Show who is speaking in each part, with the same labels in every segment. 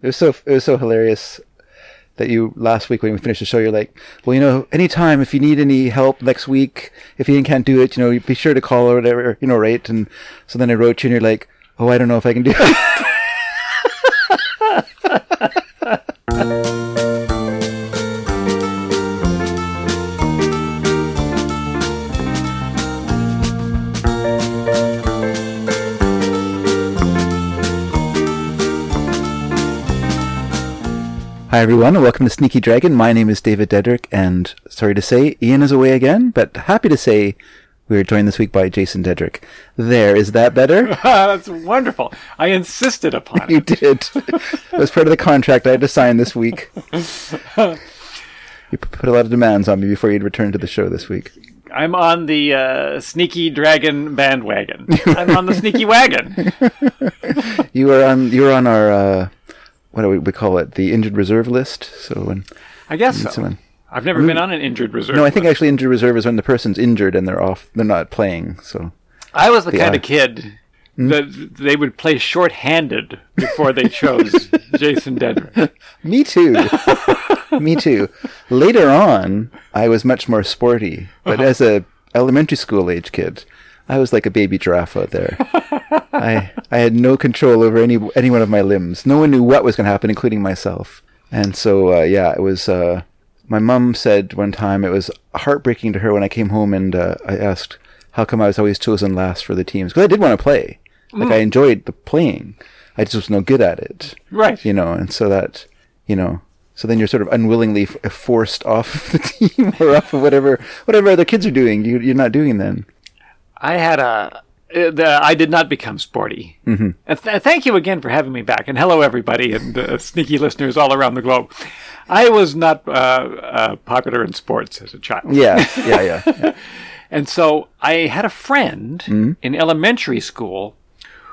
Speaker 1: It was so it was so hilarious that you last week when we finished the show, you're like, well, you know, anytime if you need any help next week, if you can't do it, you know, you be sure to call or whatever, you know, right? And so then I wrote you, and you're like, oh, I don't know if I can do it. Hi everyone, and welcome to Sneaky Dragon. My name is David Dedrick, and sorry to say, Ian is away again, but happy to say we are joined this week by Jason Dedrick. There, is that better?
Speaker 2: That's wonderful. I insisted upon
Speaker 1: you
Speaker 2: it.
Speaker 1: did. it was part of the contract I had to sign this week. You p- put a lot of demands on me before you'd return to the show this week.
Speaker 2: I'm on the uh, sneaky dragon bandwagon. I'm on the sneaky wagon.
Speaker 1: You were on. You were on our. Uh, what do we, we call it? The injured reserve list. So when
Speaker 2: I guess so.
Speaker 1: someone-
Speaker 2: I've never been on an injured reserve.
Speaker 1: Mm. no, I think actually injured reserve is when the person's injured and they're off. They're not playing. So
Speaker 2: I was the kind
Speaker 1: I-
Speaker 2: of kid
Speaker 1: Mm.
Speaker 2: that they would play shorthanded before they chose Jason Dedrick.
Speaker 1: me too. me too. Later on, I was much more sporty, but as a elementary school age kid, I was like a baby giraffe out there. I I had no control over any any one of my limbs. No one knew what was going to happen, including myself. And so, uh, yeah, it was. Uh, my mom said one time it was heartbreaking to her when I came home and uh, I asked how come I was always chosen last for the teams because I did want to play. Like I enjoyed the playing. I just was no good at it.
Speaker 2: Right.
Speaker 1: You know, and so that, you know, so then you're sort of unwillingly f- forced off the team or off of whatever whatever other kids are doing. You, you're not doing then.
Speaker 2: I had a. uh, The, I did not become sporty. Mm-hmm. And th- thank you again for having me back. And hello, everybody, and uh, sneaky listeners all around the globe. I was not uh, uh, popular in sports as a child.
Speaker 1: Yeah, yeah, yeah.
Speaker 2: And so I had a friend in elementary school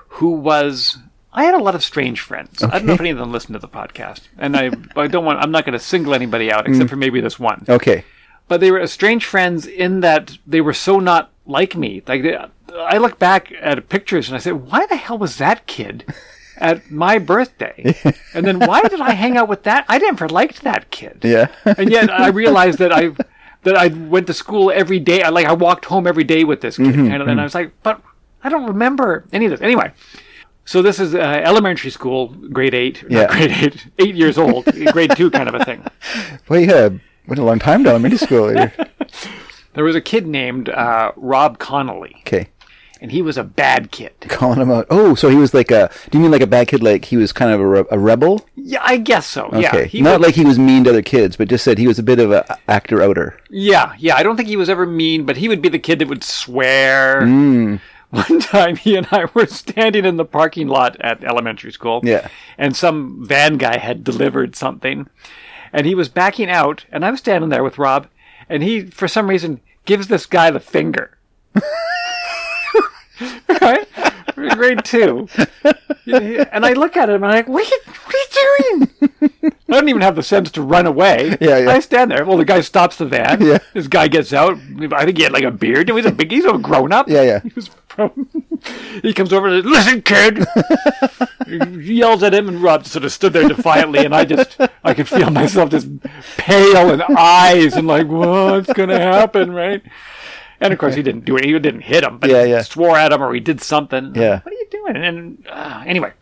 Speaker 2: who was. I had a lot of strange friends. I don't know if any of them listen to the podcast, and I, I don't want. I'm not going to single anybody out except for maybe this one.
Speaker 1: Okay.
Speaker 2: But they were strange friends in that they were so not like me. Like they, I look back at pictures and I say, "Why the hell was that kid at my birthday?" and then why did I hang out with that? I never liked that kid
Speaker 1: Yeah.
Speaker 2: and yet I realized that I that I went to school every day. I like I walked home every day with this kid,
Speaker 1: Mm-hmm,
Speaker 2: kind of, and I was like, but I don't remember any of this. Anyway, so this is uh, elementary school, grade eight,
Speaker 1: Yeah.
Speaker 2: not grade eight, eight years old, grade two, kind of a thing.
Speaker 1: well, yeah. Went a long time to elementary school. You're-
Speaker 2: There was a kid named uh, Rob Connolly,
Speaker 1: Okay.
Speaker 2: and he was a bad kid.
Speaker 1: Calling him out. Oh, so he was like a. Do you mean like a bad kid? Like he was kind of a, re- a rebel?
Speaker 2: Yeah, I guess so. Yeah,
Speaker 1: Okay.
Speaker 2: he
Speaker 1: Not
Speaker 2: was-
Speaker 1: like he was mean to other kids, but just said he was a bit of a actor outer.
Speaker 2: Yeah, yeah. I don't think he was ever mean, but he would be the kid that would swear. One time, he and I were standing in the parking lot at elementary school.
Speaker 1: Yeah.
Speaker 2: And some van guy had delivered something, and he was backing out, and I'm standing there with Rob, and he, for some reason, gives this guy the finger. right? We're in Grade two. And I look at him, and I'm like, what are you, what are you doing? I don't even have the sense to run away.
Speaker 1: Yeah, yeah.
Speaker 2: I stand there. Well, the guy stops the van.
Speaker 1: Yeah.
Speaker 2: This guy gets out. I think he had like a beard. He was a big. He's a grown up.
Speaker 1: Yeah, yeah.
Speaker 2: He was from. he comes over and says, "Listen, kid." he yells at him, and Rob sort of stood there defiantly, and I just I could feel myself just pale in eyes and like, what's gonna happen, right? And of course, he didn't do it. He didn't hit him, but
Speaker 1: Yeah,
Speaker 2: he
Speaker 1: yeah.
Speaker 2: swore at him or he did something.
Speaker 1: Yeah.
Speaker 2: What are you doing? And uh, anyway,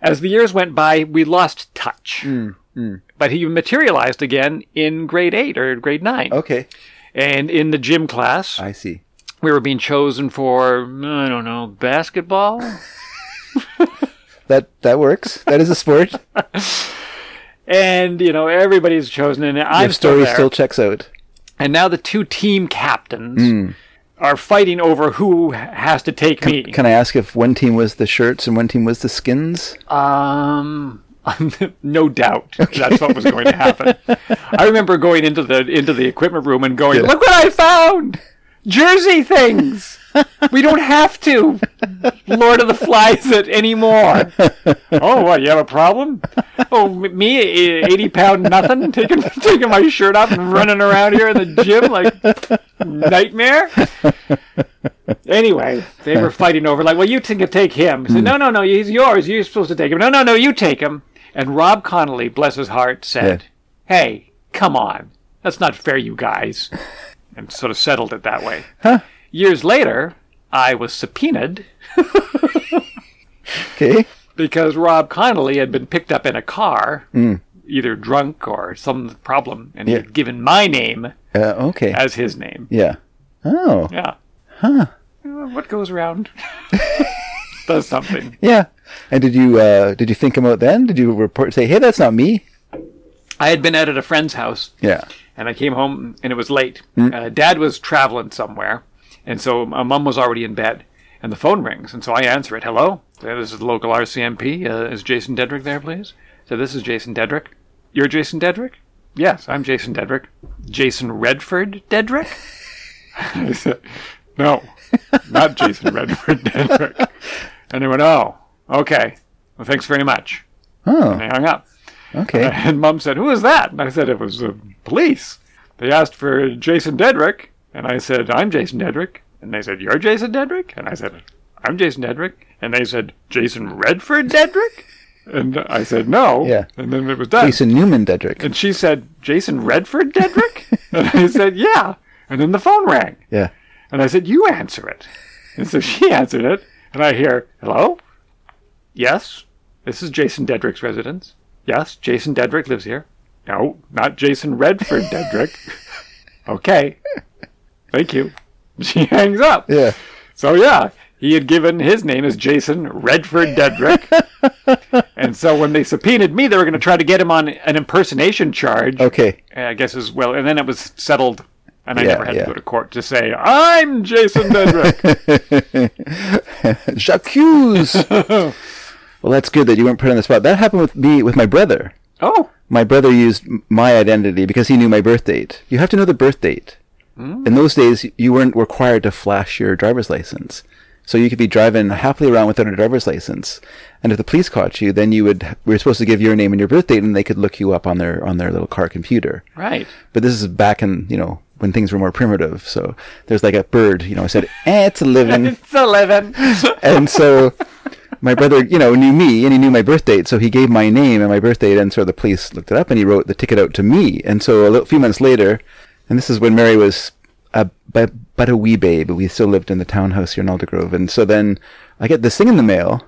Speaker 2: as the years went by, we lost touch.
Speaker 1: Mm,
Speaker 2: But he materialized again in grade eight or grade nine.
Speaker 1: Okay.
Speaker 2: And in the gym class,
Speaker 1: Oh. I see.
Speaker 2: we were being chosen for, I don't know, basketball?
Speaker 1: That that works. That is a sport.
Speaker 2: and, you know, everybody's chosen, and I'm
Speaker 1: Your
Speaker 2: still
Speaker 1: story
Speaker 2: there.
Speaker 1: still checks out.
Speaker 2: and now the two team captains
Speaker 1: Hmm.
Speaker 2: are fighting over who has to take me.
Speaker 1: Can I ask if one team was the shirts and one team was the skins?
Speaker 2: Um, no doubt that's what was going to happen. I remember going into the into the equipment room and going, "Look what I found! Jersey things. we don't have to Lord of the Flies it anymore." oh, what? You have a problem? Oh, m- me, e- eighty pound nothing, taking taking my shirt off and running around here in the gym like nightmare. Anyway, they were fighting over like, well, you can take him. He said, no, no, no, he's yours. You're supposed to take him. No, no, no, you take him. And Rob Connolly, bless his heart, said, Hey, come on. That's not fair, you guys. And sort of settled it that way. Years later, I was subpoenaed
Speaker 1: Okay.
Speaker 2: because Rob Connolly had been picked up in a car, either drunk or some problem, and
Speaker 1: Yeah.
Speaker 2: he'd given my name
Speaker 1: Uh, okay.
Speaker 2: as his name.
Speaker 1: yeah. Oh.
Speaker 2: Yeah. Huh. What goes around does something.
Speaker 1: Yeah. And did you uh, did you think him out then? Did you report say, "Hey, that's not me"?
Speaker 2: I had been out at a friend's house
Speaker 1: Yeah.
Speaker 2: and I came home and it was late. Uh, Dad was traveling somewhere, and so my mom was already in bed. And the phone rings, and so I answer it. Hello, Uh, this is the local RCMP. Uh, is Jason Dedrick there, please? So this is Jason Dedrick. You're Jason Dedrick? Yes, I'm Jason Dedrick. Jason Redford Dedrick? I said, no, not Jason Redford Dedrick. And they went, oh, okay. Well, thanks very much.
Speaker 1: Oh.
Speaker 2: And they hung up.
Speaker 1: Okay.
Speaker 2: And mom said, Who is that? And I said, It was the police. They asked for Jason Dedrick. And I said, I'm Jason Dedrick. And they said, You're Jason Dedrick? And I said, I'm Jason Dedrick. And they said, Jason Redford Dedrick? And I said, No.
Speaker 1: Yeah.
Speaker 2: And then it was done.
Speaker 1: Jason Newman, Dedrick.
Speaker 2: And she said, Jason Redford Dedrick? and I said, Yeah. And then the phone rang.
Speaker 1: Yeah.
Speaker 2: And I said, You answer it. And so she answered it. And I hear, Hello? Yes. This is Jason Dedrick's residence. Yes, Jason Dedrick lives here. No, not Jason Redford Dedrick. okay. Thank you. She hangs up.
Speaker 1: Yeah.
Speaker 2: So, yeah, he had given his name as Jason Redford Dedrick. and so when they subpoenaed me, they were going to try to get him on an impersonation charge. eh,
Speaker 1: Okay.
Speaker 2: I guess as well. And then it was settled, and I
Speaker 1: Yeah,
Speaker 2: never had
Speaker 1: yeah.
Speaker 2: to go to court to say I'm Jason Dedrick.
Speaker 1: J'accuse. well, that's good that you weren't put on the spot. That happened with me with my brother.
Speaker 2: oh,
Speaker 1: My brother used m- my identity because he knew my birth date. You have to know the birth date. In those days, you weren't required to flash your driver's license. So you could be driving happily around without a driver's license, and if the police caught you, then you would we were supposed to give your name and your birth date, and they could look you up on their on their little car computer.
Speaker 2: right.
Speaker 1: But this is back in, you know, when things were more primitive. So there's like a bird, you know, I said, eh, it's a living.
Speaker 2: It's eleven.
Speaker 1: and so my brother, you know, knew me and he knew my birth date. So he gave my name and my birth date. And so the police looked it up and he wrote the ticket out to me. And so a little, few months later, and this is when Mary was a, but, but a wee babe. We still lived in the townhouse here in Aldergrove. And so then I get this thing in the mail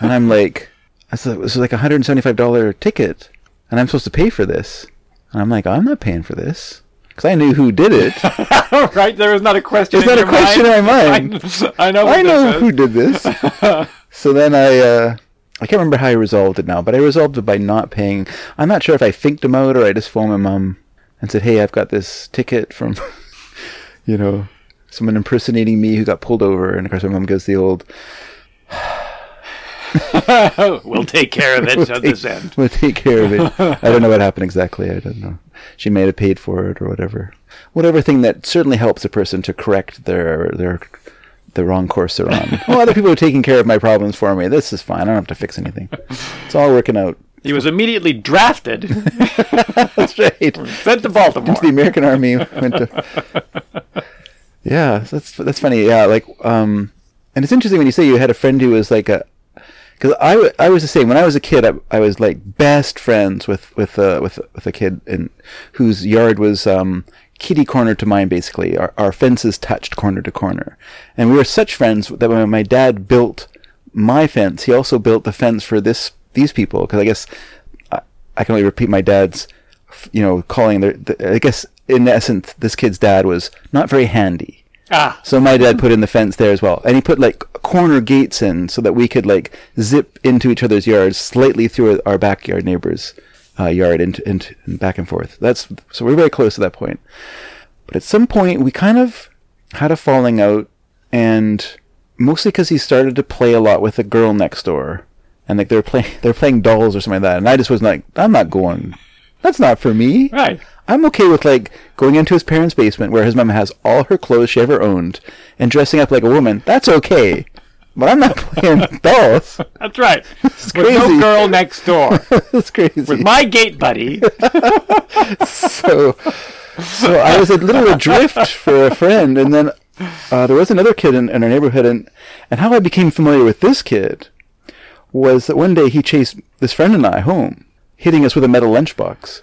Speaker 1: and I'm like, I said, it was like a $175 ticket and I'm supposed to pay for this. And I'm like, I'm not paying for this. Because I knew who did it.
Speaker 2: right. There was not a question.
Speaker 1: There's
Speaker 2: in
Speaker 1: not a
Speaker 2: your
Speaker 1: question in my
Speaker 2: I,
Speaker 1: mind.
Speaker 2: I know. What
Speaker 1: I know
Speaker 2: This
Speaker 1: who
Speaker 2: is.
Speaker 1: did this. so then I, uh, I can't remember how I resolved it now, but I resolved it by not paying. I'm not sure if I finked him out or I just phoned my mom and said, "Hey, I've got this ticket from, you know, someone impersonating me who got pulled over." And of course, my mom gives the old,
Speaker 2: Oh, we'll take care of it at this end.
Speaker 1: "We'll take care of it." I don't know what happened exactly. I don't know. She may have paid for it or whatever. Whatever thing that certainly helps a person to correct their their the wrong course they're on. well, other people are taking care of my problems for me. This is fine. I don't have to fix anything. It's all working out.
Speaker 2: He was immediately drafted,
Speaker 1: That's right.
Speaker 2: sent to Baltimore.
Speaker 1: the American Army went to. Yeah, so that's that's funny. Yeah, like, um, and it's interesting when you say you had a friend who was like a, because I, wa- I was the same when I was a kid. I, I was like best friends with with uh, with with a kid in whose yard was um, kitty corner to mine. Basically, our our fences touched corner to corner, and we were such friends that when my dad built my fence, he also built the fence for this these people. Because I guess I, I can only repeat my dad's f- you know, calling their, the, I guess in essence, this kid's dad was not very handy.
Speaker 2: ah,
Speaker 1: So my dad put in the fence there as well. And he put like corner gates in so that we could like zip into each other's yards slightly through our backyard neighbor's uh, yard and, and, and back and forth. That's, so we're very close to that point. But at some point, we kind of had a falling out, and mostly because he started to play a lot with the girl next door, and like they were playing, they were playing dolls or something like that, and I just was like, I'm not going. That's not for me.
Speaker 2: Right.
Speaker 1: I'm okay with like going into his parents' basement where his mom has all her clothes she ever owned and dressing up like a woman. That's okay. But I'm not playing dolls.
Speaker 2: that's right. With
Speaker 1: crazy.
Speaker 2: no girl next door,
Speaker 1: That's crazy.
Speaker 2: with my gate buddy.
Speaker 1: so so I was a little adrift for a friend, and then uh, there was another kid in, in our neighborhood, and and how I became familiar with this kid was that one day he chased this friend and I home, hitting us with a metal lunchbox.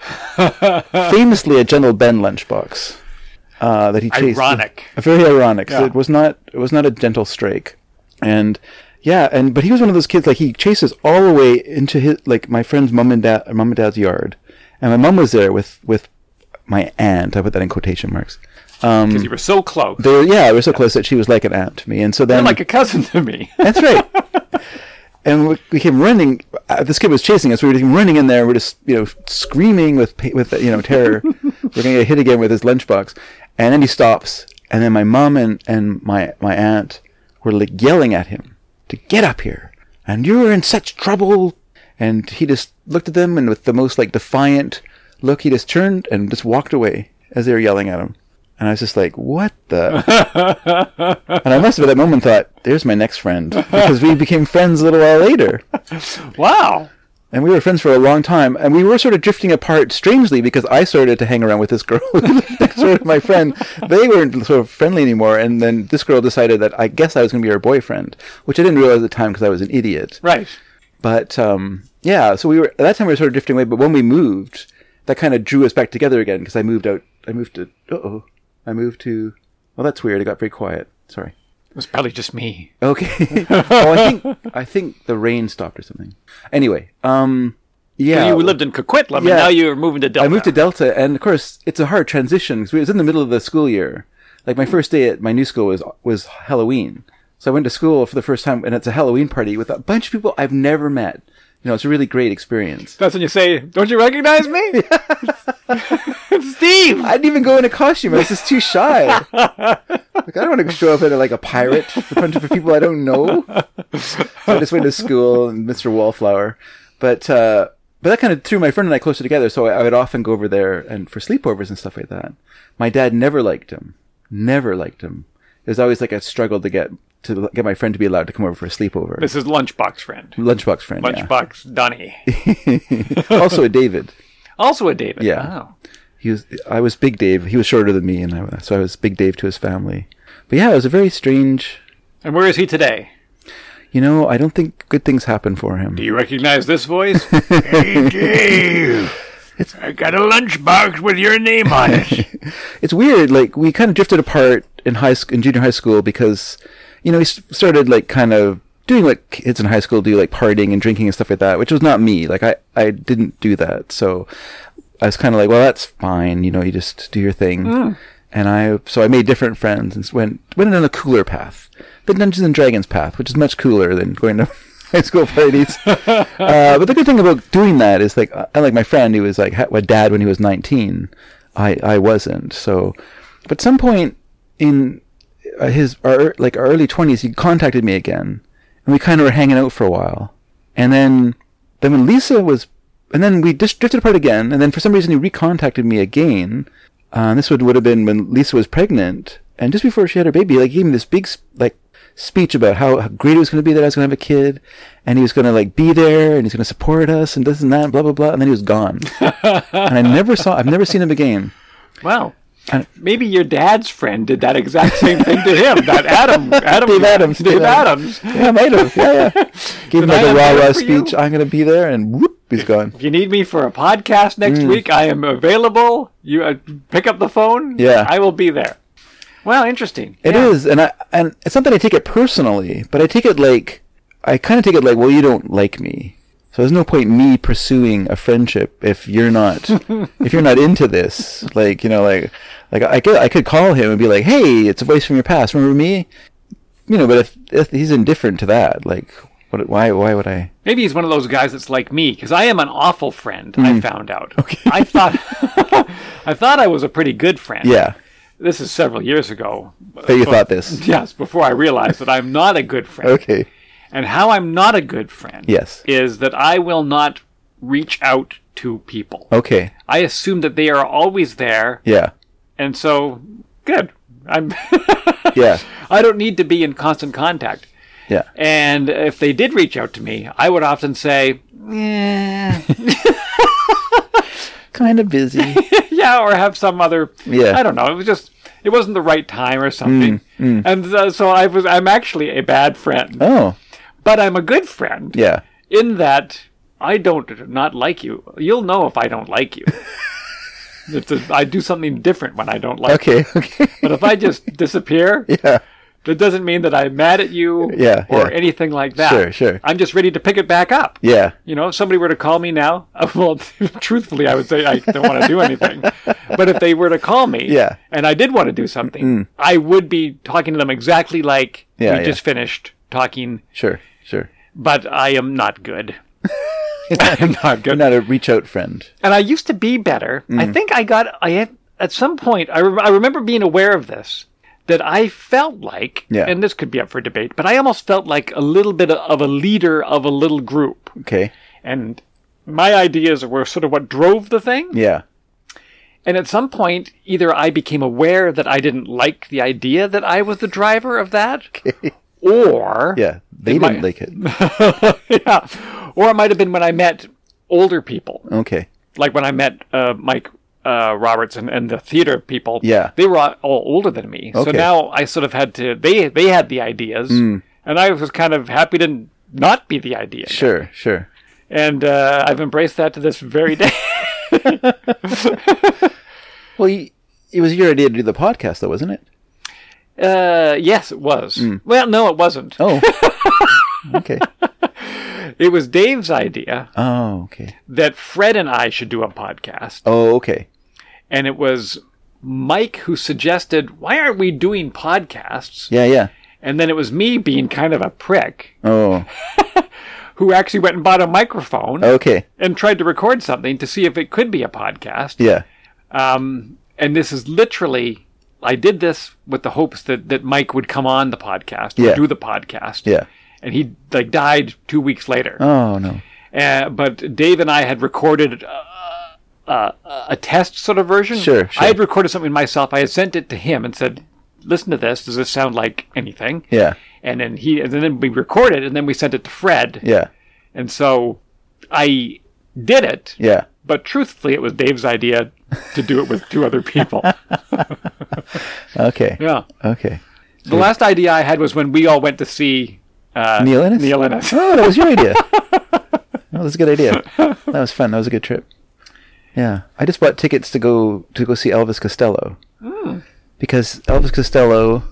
Speaker 1: Famously, a Gentle Ben lunchbox uh, that he chased.
Speaker 2: Ironic.
Speaker 1: Very ironic. So
Speaker 2: Yeah.
Speaker 1: it was not. It was not a gentle strike, and yeah, and but he was one of those kids like he chases all the way into his like my friend's mom and dad, mom and dad's yard, and my mom was there with with my aunt. I put that in quotation marks. Um,
Speaker 2: because you were so close.
Speaker 1: they were, yeah, we were so close that she was like an aunt to me, and so then
Speaker 2: You're like a cousin to me.
Speaker 1: that's right. and we, we came running. Uh, this kid was chasing us. We were running in there. We're just you know screaming with pa- with you know terror. we're gonna get hit again with his lunchbox. And then he stops. And then my mom and, and my my aunt were like yelling at him to get up here. And you're in such trouble. And he just looked at them and with the most like defiant look, he just turned and just walked away as they were yelling at him. And I was just like, what the? And I must have at that moment thought, there's my next friend. Because we became friends a little while later.
Speaker 2: Wow.
Speaker 1: And we were friends for a long time. And we were sort of drifting apart strangely because I started to hang around with this girl who lived next door to my friend. They weren't sort of friendly anymore. And then this girl decided that I guess I was going to be her boyfriend, which I didn't realize at the time because I was an idiot.
Speaker 2: Right.
Speaker 1: But um, yeah, so we were at that time we were sort of drifting away. But when we moved, that kind of drew us back together again because I moved out. I moved to. Uh oh. I moved to. Well, that's weird. It got very quiet. Sorry.
Speaker 2: It was probably just me.
Speaker 1: Okay. oh, I think I think the rain stopped or something. Anyway, um, yeah,
Speaker 2: you lived in Coquitlam, and
Speaker 1: Yeah.
Speaker 2: now you're moving to Delta.
Speaker 1: I moved to Delta, and of course, it's a hard transition because it was in the middle of the school year. Like my first day at my new school was was Halloween, so I went to school for the first time, and it's a Halloween party with a bunch of people I've never met. You know, it's a really great experience.
Speaker 2: That's when you say, "Don't you recognize me, Steve?"
Speaker 1: I didn't even go in a costume. I was just too shy. like I don't want to show up in like a pirate in front of people I don't know. So I just went to school and Mr. Wallflower, but uh, but that kind of threw my friend and I closer together. So I, I would often go over there and for sleepovers and stuff like that. My dad never liked him. Never liked him. It was always like a struggle to get to get my friend to be allowed to come over for a sleepover.
Speaker 2: This is Lunchbox friend,
Speaker 1: Lunchbox friend,
Speaker 2: Lunchbox Donny,
Speaker 1: yeah. also a David.
Speaker 2: also a David.
Speaker 1: Yeah.
Speaker 2: Wow.
Speaker 1: he was I was Big Dave. He was shorter than me, and I was- so I was Big Dave to his family. But yeah, it was a very strange.
Speaker 2: And where is he today?
Speaker 1: You know, I don't think good things happen for him.
Speaker 2: Do you recognize this voice? hey, Dave. I got a lunchbox with your name on it.
Speaker 1: It's weird. Like we kind of drifted apart in high school, in junior high school, because you know he s- started like kind of doing what kids in high school do, like partying and drinking and stuff like that, which was not me. Like I I didn't do that, so I was kind of like, well, that's fine. You know, you just do your thing. And I so I made different friends and s- went went on a cooler path, the Dungeons and Dragons path, which is much cooler than going to high school parties. uh, but the good thing about doing that is like, uh, unlike my friend who was like had a dad when he was 19, I, I wasn't. So, but some point in uh, his our, like our early 20s, he contacted me again, and we kind of were hanging out for a while, and then then when Lisa was, and then we just drifted apart again, and then for some reason he recontacted me again. Uh, this would would have been when Lisa was pregnant, and just before she had her baby, like he gave me this big s- like speech about how, how great it was going to be that I was going to have a kid, and he was going to like be there, and he's going to support us, and this and that, and blah blah blah, and then he was gone, and I never saw, I've never seen him again.
Speaker 2: Wow.
Speaker 1: And-
Speaker 2: Maybe your dad's friend did that exact same thing to him. That Adam, Adam,
Speaker 1: Dave Adams,
Speaker 2: Dave
Speaker 1: Dave
Speaker 2: Adams.
Speaker 1: Adams. Yeah, I might have. Yeah, yeah. Gave him
Speaker 2: Did I
Speaker 1: like a
Speaker 2: have
Speaker 1: rah rah
Speaker 2: work for you?
Speaker 1: speech. I'm going to be there, and whoop, he's gone.
Speaker 2: If you need me for a podcast next
Speaker 1: Hmm.
Speaker 2: week, I am available. You uh, pick up the phone.
Speaker 1: Yeah.
Speaker 2: I will be there. Well, interesting.
Speaker 1: It is, and I and it's not that I take it personally, but I take it like I kind of take it like, well, you don't like me, so there's no point me pursuing a friendship if you're not if you're not into this. Like you know, like like I could I could call him and be like, hey, it's a voice from your past. Remember me? You know, but if, if he's indifferent to that, like, what? Why? Why would I?
Speaker 2: Maybe he's one of those guys that's like me because I am an awful friend.
Speaker 1: Hmm.
Speaker 2: I found out. Okay. I thought, I thought I was a pretty good friend.
Speaker 1: Yeah,
Speaker 2: This is several years ago.
Speaker 1: that
Speaker 2: Oh.
Speaker 1: you thought this.
Speaker 2: Yes, before I realized that I'm not a good friend.
Speaker 1: Okay.
Speaker 2: And how I'm not a good friend.
Speaker 1: Yes.
Speaker 2: Is that I will not reach out to people.
Speaker 1: Okay.
Speaker 2: I assume that they are always there,
Speaker 1: Yeah.
Speaker 2: and so good. I'm.
Speaker 1: Yeah.
Speaker 2: I don't need to be in constant contact.
Speaker 1: Yeah.
Speaker 2: And if they did reach out to me, I would often say, "Eh,
Speaker 1: Kind of busy.
Speaker 2: yeah, or have some other.
Speaker 1: Yeah.
Speaker 2: I don't know. It was just. It wasn't the right time or something.
Speaker 1: Mm,
Speaker 2: And uh, so I was. I'm actually a bad friend,
Speaker 1: oh.
Speaker 2: but I'm a good friend.
Speaker 1: Yeah.
Speaker 2: in that I don't not like you. You'll know if I don't like you. It's a, I do something different when I don't like you.
Speaker 1: Okay, okay.
Speaker 2: But if I just disappear,
Speaker 1: yeah.
Speaker 2: that doesn't mean that I'm mad at you
Speaker 1: Yeah,
Speaker 2: or
Speaker 1: yeah.
Speaker 2: anything like that.
Speaker 1: Sure, sure.
Speaker 2: I'm just ready to pick it back up.
Speaker 1: Yeah.
Speaker 2: You know, if somebody were to call me now, well, truthfully, I would say I don't want to do anything. But if they were to call me
Speaker 1: Yeah.
Speaker 2: and I did want to do something, I would be talking to them exactly like
Speaker 1: Yeah,
Speaker 2: we
Speaker 1: yeah.
Speaker 2: just finished talking,
Speaker 1: Sure, sure.
Speaker 2: but I am not good. I'm not good.
Speaker 1: You're not a reach out friend.
Speaker 2: And I used to be better.
Speaker 1: Mm.
Speaker 2: I think I got, I had, at some point, I, re- I remember being aware of this, that I felt like,
Speaker 1: Yeah.
Speaker 2: and this could be up for debate, but I almost felt like a little bit of a leader of a little group.
Speaker 1: Okay.
Speaker 2: And my ideas were sort of what drove the thing.
Speaker 1: Yeah.
Speaker 2: And at some point, either I became aware that I didn't like the idea that I was the driver of that, or
Speaker 1: Yeah. They
Speaker 2: It might-
Speaker 1: didn't like it.
Speaker 2: yeah, or it might have been when I met older people,
Speaker 1: Okay.
Speaker 2: like when I met uh, Mike uh, Roberts and, and the theater people.
Speaker 1: Yeah.
Speaker 2: they were all all older than me, so
Speaker 1: Okay. Hmm.
Speaker 2: now I sort of had to. They they had the ideas, and I was kind of happy to not be the idea.
Speaker 1: Sure, sure.
Speaker 2: And uh, I've embraced that to this very day.
Speaker 1: Well, you, it was your idea to do the podcast, though, wasn't it?
Speaker 2: Uh, yes, it was. Well, no, it wasn't.
Speaker 1: Hmm. Oh. okay.
Speaker 2: It was Dave's idea
Speaker 1: Oh, okay.
Speaker 2: that Fred and I should do a podcast,
Speaker 1: Oh, okay.
Speaker 2: and it was Mike who suggested, "Why aren't we doing podcasts?"
Speaker 1: Yeah, yeah.
Speaker 2: And then it was me being kind of a prick
Speaker 1: Oh,
Speaker 2: who actually went and bought a microphone
Speaker 1: okay.
Speaker 2: and tried to record something to see if it could be a podcast.
Speaker 1: Yeah.
Speaker 2: Um, and this is literally. I did this with the hopes that, that Mike would come on the podcast, or
Speaker 1: Yeah.
Speaker 2: do the podcast,
Speaker 1: Yeah.
Speaker 2: and he like died two weeks later.
Speaker 1: Oh, no.
Speaker 2: Uh, but Dave and I had recorded uh, uh, a test sort of version.
Speaker 1: Sure, sure.
Speaker 2: I had recorded something myself. I had sent it to him and said, "Listen to this. Does this sound like anything?"
Speaker 1: Yeah.
Speaker 2: And then he, and then we recorded, and then we sent it to Fred.
Speaker 1: Yeah.
Speaker 2: And so I did it,
Speaker 1: Yeah.
Speaker 2: but truthfully, it was Dave's idea to do it with two other people.
Speaker 1: Okay.
Speaker 2: Yeah.
Speaker 1: Okay.
Speaker 2: The last idea I had was when we all went to see uh,
Speaker 1: Neil Innes?
Speaker 2: Neil Innes.
Speaker 1: Oh, that was your idea. that was a good idea. That was fun. That was a good trip. Yeah, I just bought tickets to go to go see Elvis Costello because Elvis Costello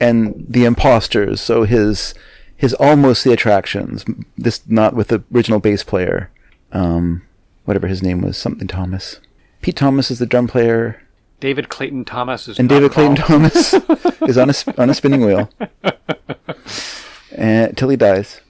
Speaker 1: and the Imposters. So his his almost the attractions. m- This not with the original bass player, um, whatever his name was, something Thomas. Pete Thomas is the drum player,
Speaker 2: David Clayton Thomas is
Speaker 1: and David Clayton Thomas is on a sp- on a spinning wheel, and till he dies.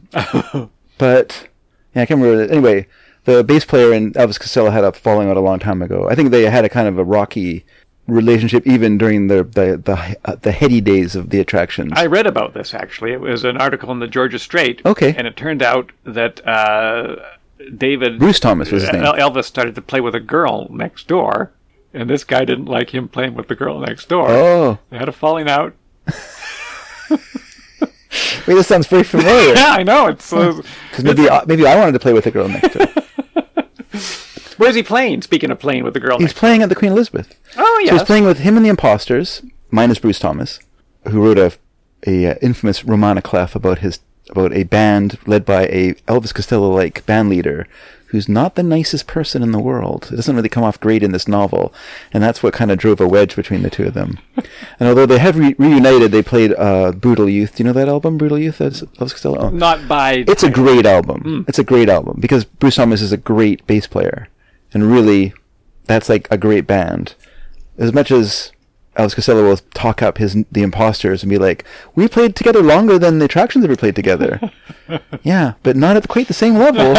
Speaker 1: But yeah, I can't remember. Anyway, the bass player and Elvis Costello had a falling out a long time ago. I think they had a kind of a rocky relationship even during the the the, uh, the heady days of the attractions.
Speaker 2: I read about this actually. It was an article in the Georgia Strait.
Speaker 1: Okay.
Speaker 2: And it turned out that uh, David
Speaker 1: Bruce Thomas was his name.
Speaker 2: El- Elvis started to play with a girl next door, and this guy didn't like him playing with the girl next door.
Speaker 1: Oh,
Speaker 2: They had a falling out.
Speaker 1: wait, this sounds very familiar.
Speaker 2: Yeah, I know. It's uh,
Speaker 1: 'Cause maybe I, maybe I wanted to play with the girl next to her.
Speaker 2: where's he playing? Speaking of playing with the girl
Speaker 1: He's
Speaker 2: next.
Speaker 1: playing at the Queen Elizabeth.
Speaker 2: Oh
Speaker 1: So he's
Speaker 2: yes.
Speaker 1: playing with him and the Imposters, minus Bruce Thomas, who wrote a, a uh, infamous Romana clef about his about a band led by a Elvis Costello like band leader who's not the nicest person in the world. It doesn't really come off great in this novel, and that's what kind of drove a wedge between the two of them. and although they have re- reunited, they played uh, Brutal Youth. Do you know that album, Brutal Youth? That's Elvis Costello. Oh.
Speaker 2: Not by.
Speaker 1: It's a great album. It's a great album because Bruce Thomas is a great bass player, and really, that's like a great band. As much as Elvis Costello will talk up his the imposters and be like, "We played together longer than the attractions ever played together." yeah, but not at quite the same level,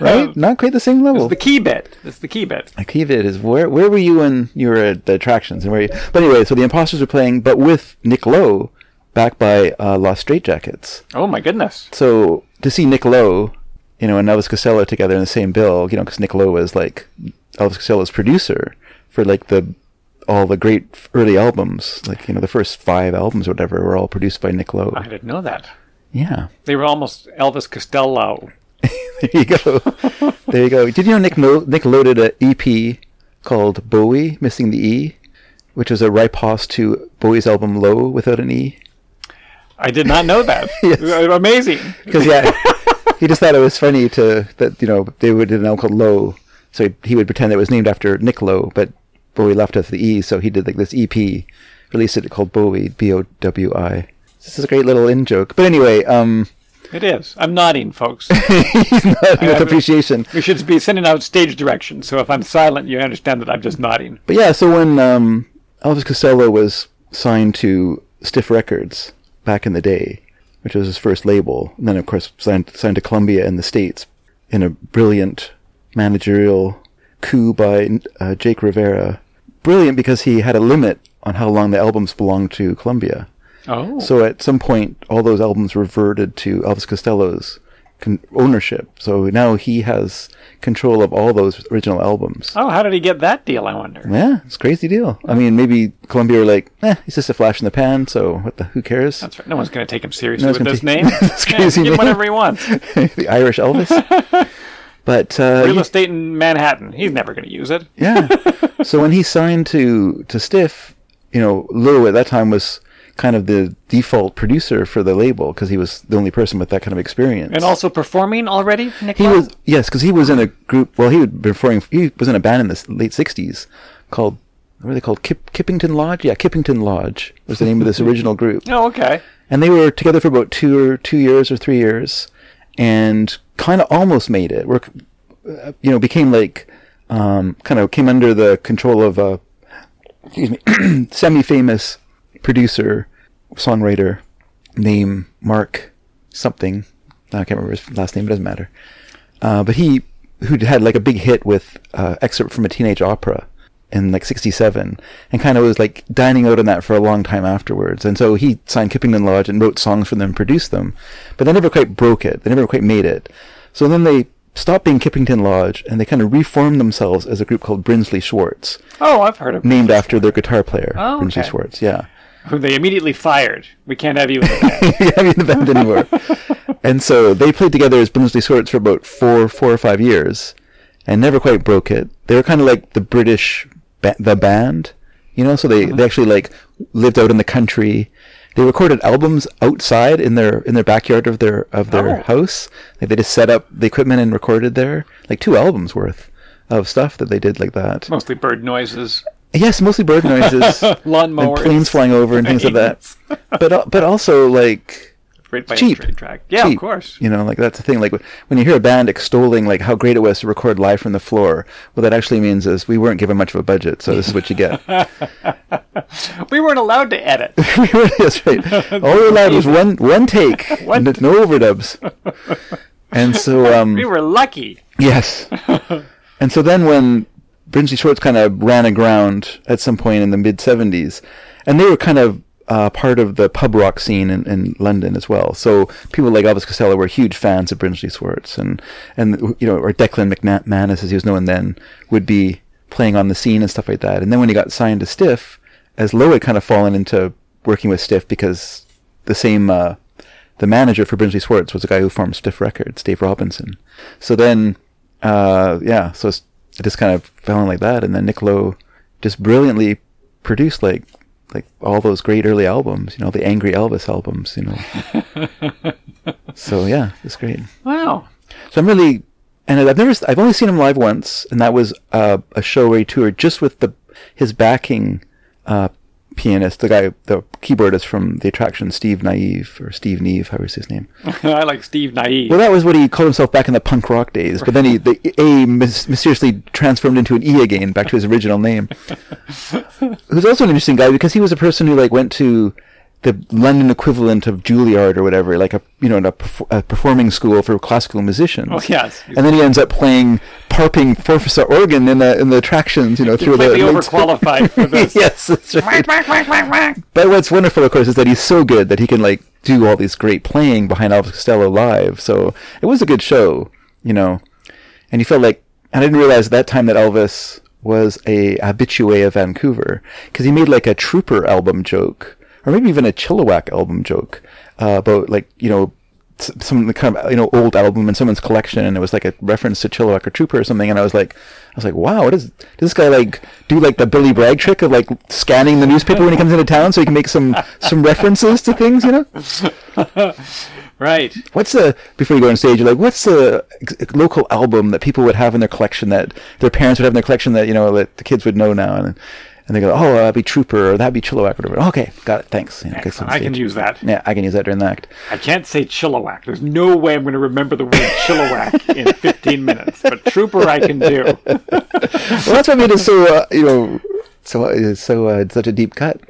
Speaker 1: right? Not quite the same level.
Speaker 2: the key bit. It's the key bit.
Speaker 1: The key of it is where where were you when you were at the attractions and where you but anyway, so the imposters were playing, but with Nick Lowe, backed by uh, Lost Straitjackets.
Speaker 2: Oh my goodness.
Speaker 1: So to see Nick Lowe, you know, and Elvis Costello together in the same bill, you know, because Nick Lowe was like Elvis Costello's producer for like the all the great early albums, like you know, the first five albums or whatever were all produced by Nick Lowe.
Speaker 2: I didn't know that.
Speaker 1: Yeah,
Speaker 2: They were almost Elvis Costello.
Speaker 1: there you go, there you go. Did you know Nick Mo- Nick Lowe did a EP called Bowie, missing the E, which was a riposte to Bowie's album Low without an E.
Speaker 2: I did not know that. Uh,
Speaker 1: Yes.
Speaker 2: Amazing.
Speaker 1: Because yeah, he just thought it was funny to that you know they would an album called Low, so he, he would pretend that it was named after Nick Low, but Bowie left off the E, so he did like this EP, released it called Bowie B O W I. This is a great little in joke, but anyway, um,
Speaker 2: It is. I'm nodding, folks.
Speaker 1: he's not with
Speaker 2: I-
Speaker 1: appreciation.
Speaker 2: we should be sending out stage directions, so if I'm silent, you understand that I'm just nodding.
Speaker 1: But yeah, so when um, Elvis Costello was signed to Stiff Records back in the day, which was his first label, and then of course signed signed to Columbia in the states in a brilliant managerial coup by uh, Jake Rivera. Brilliant because he had a limit on how long the albums belonged to Columbia.
Speaker 2: Oh.
Speaker 1: So at some point, all those albums reverted to Elvis Costello's con- ownership. So now he has control of all those original albums.
Speaker 2: Oh, how did he get that deal, I wonder?
Speaker 1: Yeah, it's a crazy deal. I mean, maybe Columbia were like, eh, he's just a flash in the pan, so what the, who cares?
Speaker 2: That's right. No one's going to take him seriously
Speaker 1: No one's
Speaker 2: with
Speaker 1: gonna
Speaker 2: this
Speaker 1: take-
Speaker 2: name.
Speaker 1: This crazy
Speaker 2: give
Speaker 1: name.
Speaker 2: him whatever he wants.
Speaker 1: the Irish Elvis. but uh,
Speaker 2: Real
Speaker 1: yeah,
Speaker 2: estate in Manhattan. He's never going to use it.
Speaker 1: yeah. so when he signed to to Stiff, you know, Lou at that time was kind of the default producer for the label because he was the only person with that kind of experience.
Speaker 2: And also performing already, Nick
Speaker 1: he
Speaker 2: Lowe?
Speaker 1: was yes, because he was in a group. Well, he would performing. He was in a band in the s- late '60s called. What were they called? Kip, Kippington Lodge? Yeah, Kippington Lodge was the name of this original group.
Speaker 2: Oh, okay.
Speaker 1: and they were together for about two or two years or three years, and kind of almost made it. Were uh, you know became like um, kind of came under the control of a excuse me semi-famous producer songwriter name Mark something. I can't remember his last name. It doesn't matter. Uh, but he who had like a big hit with uh, excerpt from a teenage opera in like 67 and kind of was like dining out on that for a long time afterwards and so he signed kippington lodge and wrote songs for them produced them but they never quite broke it they never quite made it so then they stopped being kippington lodge and they kind of reformed themselves as a group called brinsley schwartz
Speaker 2: Oh, I've heard of him.
Speaker 1: named after their guitar player
Speaker 2: Oh,
Speaker 1: brinsley
Speaker 2: okay.
Speaker 1: schwartz yeah
Speaker 2: Who they immediately fired. We can't have you in the band.
Speaker 1: yeah, I mean the band anymore. and so they played together as Brimsley Swords for about four, four or five years, and never quite broke it. They were kind of like the British, ba- the band, you know. So they, they actually like lived out in the country. They recorded albums outside in their in their backyard of their of their
Speaker 2: Oh.
Speaker 1: house. Like they just set up the equipment and recorded there, like two albums worth of stuff that they did like that.
Speaker 2: Mostly bird noises.
Speaker 1: Yes, mostly bird noises. And
Speaker 2: Lawnmowers.
Speaker 1: planes flying over and things like that, but al- but also like
Speaker 2: Right by
Speaker 1: Cheap.
Speaker 2: a train track. Yeah,
Speaker 1: cheap.
Speaker 2: of course.
Speaker 1: You know, like that's the thing. Like when you hear a band extolling like how great it was to record live from the floor, what that actually means is we weren't given much of a budget, so this is what you get.
Speaker 2: We weren't allowed to edit.
Speaker 1: that's right. All we allowed was one one take,
Speaker 2: One
Speaker 1: n- no overdubs. And so, um,
Speaker 2: We were lucky.
Speaker 1: yes. And so then when Brinsley Schwartz kind of ran aground at some point in the mid 70s, and they were kind of uh, part of the pub rock scene in, in London as well. So people like Elvis Costello were huge fans of Brinsley Schwartz, and, and you know, or Declan McManus, as he was known then, would be playing on the scene and stuff like that. And then when he got signed to Stiff, as Lowe had kind of fallen into working with Stiff because the same uh, the manager for Brinsley Schwartz was the guy who formed Stiff Records, Dave Robinson. So then, uh, yeah, so it's- it just kind of fell in like that, and then Nick Lowe just brilliantly produced like like all those great early albums, you know, the Angry Elvis albums, you know. so yeah, it's great.
Speaker 2: Wow.
Speaker 1: So I'm really, and I've never, I've only seen him live once, and that was uh, a show where he toured just with the his backing uh, pianist, the guy, the keyboardist from the attraction, Steve Naive or Steve Neve, however is his name.
Speaker 2: I like Steve Naive.
Speaker 1: Well, that was what he called himself back in the punk rock days, but then he the A mys- mysteriously transformed into an E again, back to his original name. Who's also an interesting guy because he was a person who like went to the London equivalent of Juilliard or whatever, like a you know a, perf- a performing school for classical musicians.
Speaker 2: Oh, yes.
Speaker 1: And then he ends up playing parping Forfesa organ in the in the attractions, you know, through the
Speaker 2: completely
Speaker 1: links-
Speaker 2: overqualified for this.
Speaker 1: yes, that's right.
Speaker 2: Quack, quack, quack, quack.
Speaker 1: But what's wonderful, of course, is that he's so good that he can like do all these great playing behind Elvis Costello live. So it was a good show, you know. And you felt like I didn't realize at that time that Elvis was a habitué of Vancouver because he made like a Trooper album joke, or maybe even a Chilliwack album joke uh, about like you know s- some kind of you know old album in someone's collection, and it was like a reference to Chilliwack or Trooper or something. And I was like, I was like, wow, what is does this guy like do like the Billy Bragg trick of like scanning the newspaper when he comes into town so he can make some some references to things, you know?
Speaker 2: Right.
Speaker 1: What's the before you go on stage? You're like, what's the ex- local album that people would have in their collection that their parents would have in their collection that you know that the kids would know now and. And they go, oh, uh, that'd be Trooper, or that'd be Chilliwack, or whatever. Okay, got it. Thanks. You know, gets on
Speaker 2: I can
Speaker 1: stage.
Speaker 2: use that.
Speaker 1: Yeah, I can use that during the act.
Speaker 2: I can't say Chilliwack. There's no way I'm going to remember the word Chilliwack in 15 minutes. But Trooper, I can do.
Speaker 1: well, that's what made it so uh, you know so uh, so uh, such a deep cut.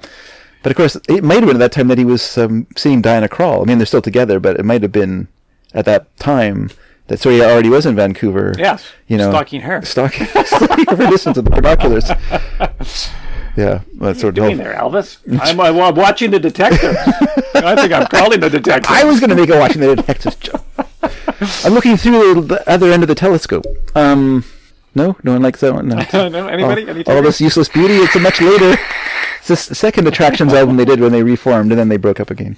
Speaker 1: But of course, it might have been at that time that he was um, seeing Diana Krall. I mean, they're still together, but it might have been at that time that Surya already was in Vancouver.
Speaker 2: Yes,
Speaker 1: you know,
Speaker 2: stalking her.
Speaker 1: stalking, stalking her from a distance with the binoculars. Yeah, that's sort of
Speaker 2: Doing there, Elvis. I'm, I'm I'm watching the detective. I think I'm calling the detective.
Speaker 1: I was going to make a watching the detectives joke. I'm looking through the, the other end of the telescope. Um, no, no one likes that one. No.
Speaker 2: No, anybody?
Speaker 1: all,
Speaker 2: Any
Speaker 1: all
Speaker 2: takers?
Speaker 1: this useless beauty. It's a much later. It's the s- second attractions album they did when they reformed and then they broke up again.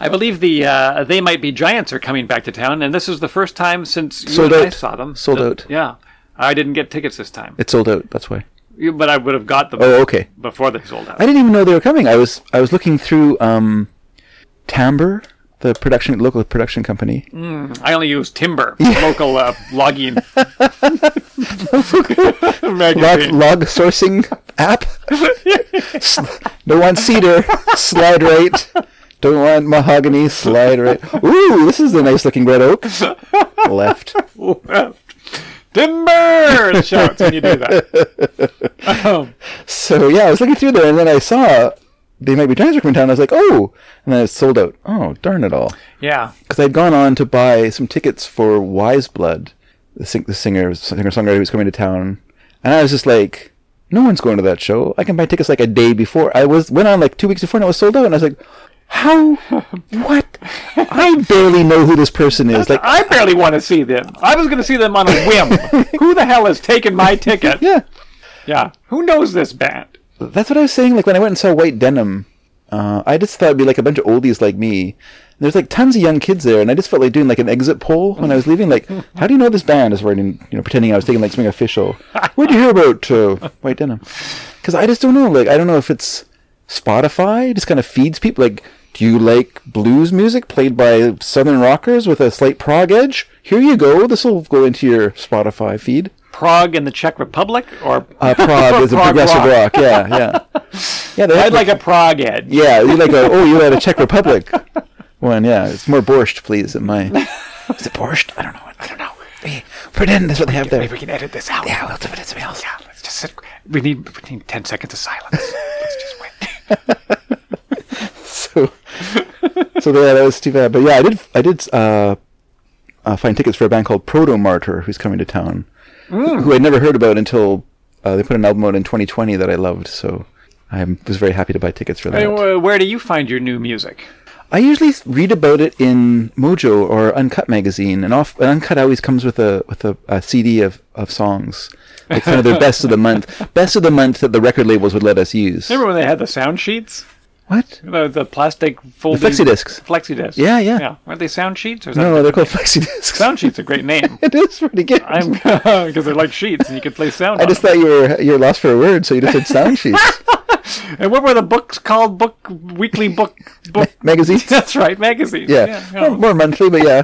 Speaker 2: I believe the uh, they might be giants are coming back to town, and this is the first time since you
Speaker 1: Sold
Speaker 2: and I
Speaker 1: out.
Speaker 2: saw them.
Speaker 1: Sold
Speaker 2: that-
Speaker 1: out.
Speaker 2: Yeah, I didn't get tickets this time,
Speaker 1: It sold out. That's why.
Speaker 2: You- but I would have got them
Speaker 1: Oh, okay.
Speaker 2: before they sold out.
Speaker 1: I didn't even know they were coming. I was I was looking through um, Timbre, the production local production company.
Speaker 2: I only use Timber, local uh, logging
Speaker 1: Log,
Speaker 2: magazine.
Speaker 1: log sourcing app. S- Don't want cedar. Slide right. Don't want mahogany. Slide right. Ooh, this is a nice looking red oak. Left.
Speaker 2: Timber it shouts when you do that. Um,
Speaker 1: So yeah, I was looking through there, and then I saw they might be transferred from town. I was like, oh, and then it sold out. Oh, darn it all!
Speaker 2: yeah,
Speaker 1: Because I'd gone on to buy some tickets for Wise Blood, the, sing- the singer singer songwriter who's coming to town, and I was just like, no one's going to that show. I can buy tickets like a day before. I was went on like two weeks before, and it was sold out. And I was like, how? What? I barely know who this person is. Like,
Speaker 2: I barely want to see them. I was going to see them on a whim. Who the hell has taken my ticket?
Speaker 1: yeah.
Speaker 2: Yeah, who knows this band?
Speaker 1: That's what I was saying. Like when I went and saw White Denim, uh, I just thought it'd be like a bunch of oldies like me. And there's like tons of young kids there, and I just felt like doing like an exit poll when I was leaving. Like, how do you know this band? Is writing, you know, pretending I was taking like something official. Where'd you hear about uh, White Denim? Because I just don't know. Like, I don't know if it's Spotify just kind of feeds people. Like, do you like blues music played by southern rockers with a slight prog edge? Here you go. This will go into your Spotify feed.
Speaker 2: Prague in the Czech Republic or
Speaker 1: Uh, prog is a
Speaker 2: Prog
Speaker 1: progressive
Speaker 2: rock.
Speaker 1: rock. Yeah, yeah, yeah. they
Speaker 2: I'd
Speaker 1: have,
Speaker 2: like a Prague edge.
Speaker 1: yeah, you like a oh, you had a Czech Republic one. Yeah, it's more borscht, please. Than my is it borscht? I don't know. I don't know. Hey, pretend that's what they have there.
Speaker 2: Maybe we can edit this out.
Speaker 1: Yeah, we'll do it something else.
Speaker 2: Yeah, let's just sit. We need, we need 10 seconds of silence. let's just wait.
Speaker 1: So, so yeah, that was too bad. But yeah, I did. I did uh, uh, find tickets for a band called Proto Martyr, who's coming to town, who I'd never heard about until uh, they put an album out in 2020 that I loved. So. I was very happy to buy tickets for that.
Speaker 2: Hey, wh- where do you find your new music?
Speaker 1: I usually s- read about it in Mojo or Uncut magazine, and off and Uncut always comes with a with a, a CD of, of songs, like kind of their best of the month, best of the month that the record labels would let us use.
Speaker 2: Remember when they had the sound sheets?
Speaker 1: What?
Speaker 2: The, the plastic folding...
Speaker 1: flexi discs.
Speaker 2: Flexi discs.
Speaker 1: Yeah, yeah.
Speaker 2: Yeah. Weren't they sound sheets? Or is that-
Speaker 1: No, they're called flexi discs.
Speaker 2: Sound sheets a great name.
Speaker 1: it is pretty good.
Speaker 2: I'm Because they're like sheets and you can play sound
Speaker 1: I
Speaker 2: on
Speaker 1: just
Speaker 2: them.
Speaker 1: thought you were you were lost for a word, so you just said sound sheets
Speaker 2: And what were the books called? Book... Weekly book... book
Speaker 1: magazines.
Speaker 2: That's right, magazines.
Speaker 1: Yeah,
Speaker 2: yeah.
Speaker 1: More, more monthly, but yeah.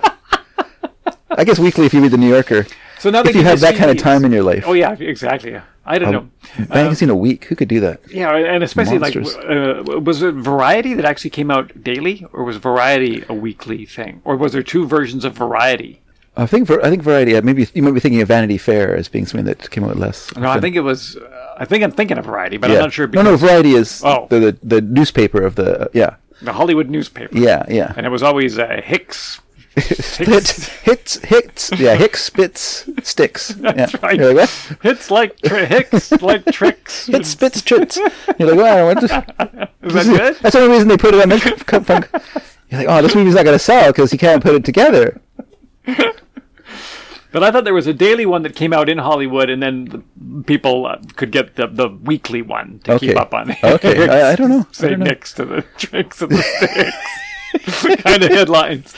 Speaker 1: I guess weekly if you read the New Yorker.
Speaker 2: So now
Speaker 1: If you have that kind of time in your life,
Speaker 2: Oh yeah, exactly. I
Speaker 1: Um,
Speaker 2: don't know. Uh,
Speaker 1: magazine a week, who could do that?
Speaker 2: Yeah, and especially
Speaker 1: Monsters.
Speaker 2: like, w- uh, was it Variety that actually came out daily, or was Variety a weekly thing, or was there two versions of Variety?
Speaker 1: I think var- I think variety. uh, Maybe you might be thinking of Vanity Fair as being something that came out less.
Speaker 2: No, I think it was. Uh, I think I'm thinking of Variety, but I'm not sure.
Speaker 1: No,
Speaker 2: Because
Speaker 1: no, Variety is
Speaker 2: Oh.
Speaker 1: the, the the newspaper of the yeah
Speaker 2: the Hollywood newspaper,
Speaker 1: yeah yeah.
Speaker 2: and it was always uh, Hicks.
Speaker 1: Hits hits hits yeah hicks spits sticks. yeah.
Speaker 2: right.
Speaker 1: You're like what?
Speaker 2: Hits like tri- Hicks like tricks.
Speaker 1: Hits spits chits. You're like wow. What the-
Speaker 2: Is that good?
Speaker 1: That's the only reason they put it on the cup funk. You're like oh this movie's not gonna sell because he can't put it together.
Speaker 2: But I thought there was a daily one that came out in Hollywood, and then the people uh, could get the, the weekly one to
Speaker 1: Okay.
Speaker 2: keep up on.
Speaker 1: Okay, I- I don't know. I
Speaker 2: Say
Speaker 1: don't know.
Speaker 2: next to the tricks and the sticks. kind of headlines.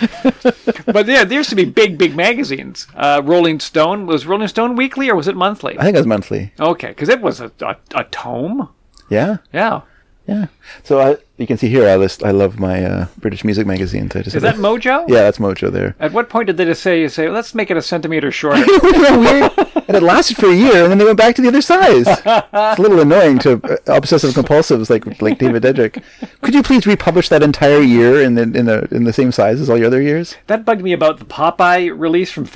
Speaker 2: But yeah, there used to be big, big magazines. Uh, Rolling Stone was Rolling Stone weekly or was it monthly?
Speaker 1: I think it was monthly.
Speaker 2: Okay, because it was a, a, a tome.
Speaker 1: Yeah,
Speaker 2: Yeah,
Speaker 1: yeah. So I, you can see here, I list. I love my uh, British music magazines. I just
Speaker 2: is that Mojo?
Speaker 1: yeah, that's Mojo there.
Speaker 2: At what point did they just say, you say, let's make it a centimeter shorter?
Speaker 1: Isn't that weird? And it lasted for a year, and then they went back to the other size. It's a little annoying to uh, obsessive compulsives like like David Dedrick. Could you please republish that entire year in the in the in the same size as all your other years?
Speaker 2: that bugged me about the Popeye release from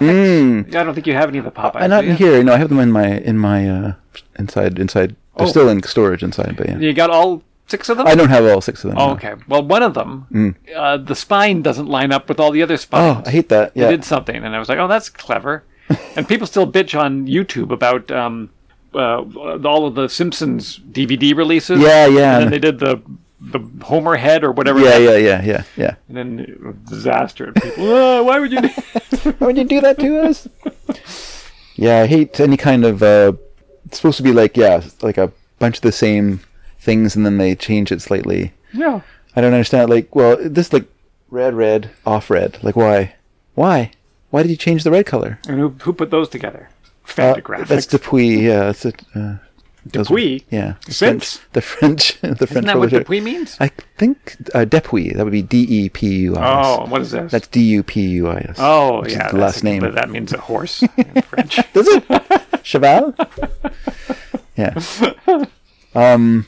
Speaker 2: Fantagraphics. I don't think you have any of the Popeye.
Speaker 1: Hmm. Uh, not in here. No, I have them in my in my uh, inside inside. They're
Speaker 2: Oh.
Speaker 1: still in storage inside, but yeah.
Speaker 2: You got all six of them?
Speaker 1: I don't have all six of them. no.
Speaker 2: Oh, Okay. Well, one of them, uh, the spine doesn't line up with all the other spines.
Speaker 1: Hmm. Oh, I hate that.
Speaker 2: I
Speaker 1: Yeah.
Speaker 2: did something, and I was like, "Oh, that's clever." and people still bitch on YouTube about um, uh, all of the Simpsons DVD releases.
Speaker 1: Yeah, yeah.
Speaker 2: And then they did the the Homer head or whatever.
Speaker 1: Yeah, yeah, yeah, yeah, yeah.
Speaker 2: And then it was a disaster. And people, "Whoa, why would you? Do-?
Speaker 1: Why would Oh, you do that to us? yeah, I hate any kind of. Uh, it's supposed to be like yeah, like a bunch of the same things, and then they change it slightly.
Speaker 2: yeah.
Speaker 1: I don't understand. Like, well, this like red, red, off red. Like, why? Why? Why did you change the red color?
Speaker 2: And who who put those together?
Speaker 1: Uh,
Speaker 2: Fantagraphics.
Speaker 1: that's Dupuis. Yeah, that's it. Uh, those were-
Speaker 2: Dupuis?
Speaker 1: Yeah, the
Speaker 2: Since?
Speaker 1: French. The French. the French.
Speaker 2: Isn't that what
Speaker 1: publisher.
Speaker 2: Dupuis means?
Speaker 1: I think uh, Depuy. That would be D E P U I S.
Speaker 2: oh, what is this?
Speaker 1: That's D U P U I S.
Speaker 2: oh,
Speaker 1: which is
Speaker 2: yeah.
Speaker 1: the
Speaker 2: that's-
Speaker 1: last name.
Speaker 2: But that means a horse in French.
Speaker 1: Does it? Cheval? Yeah. Um,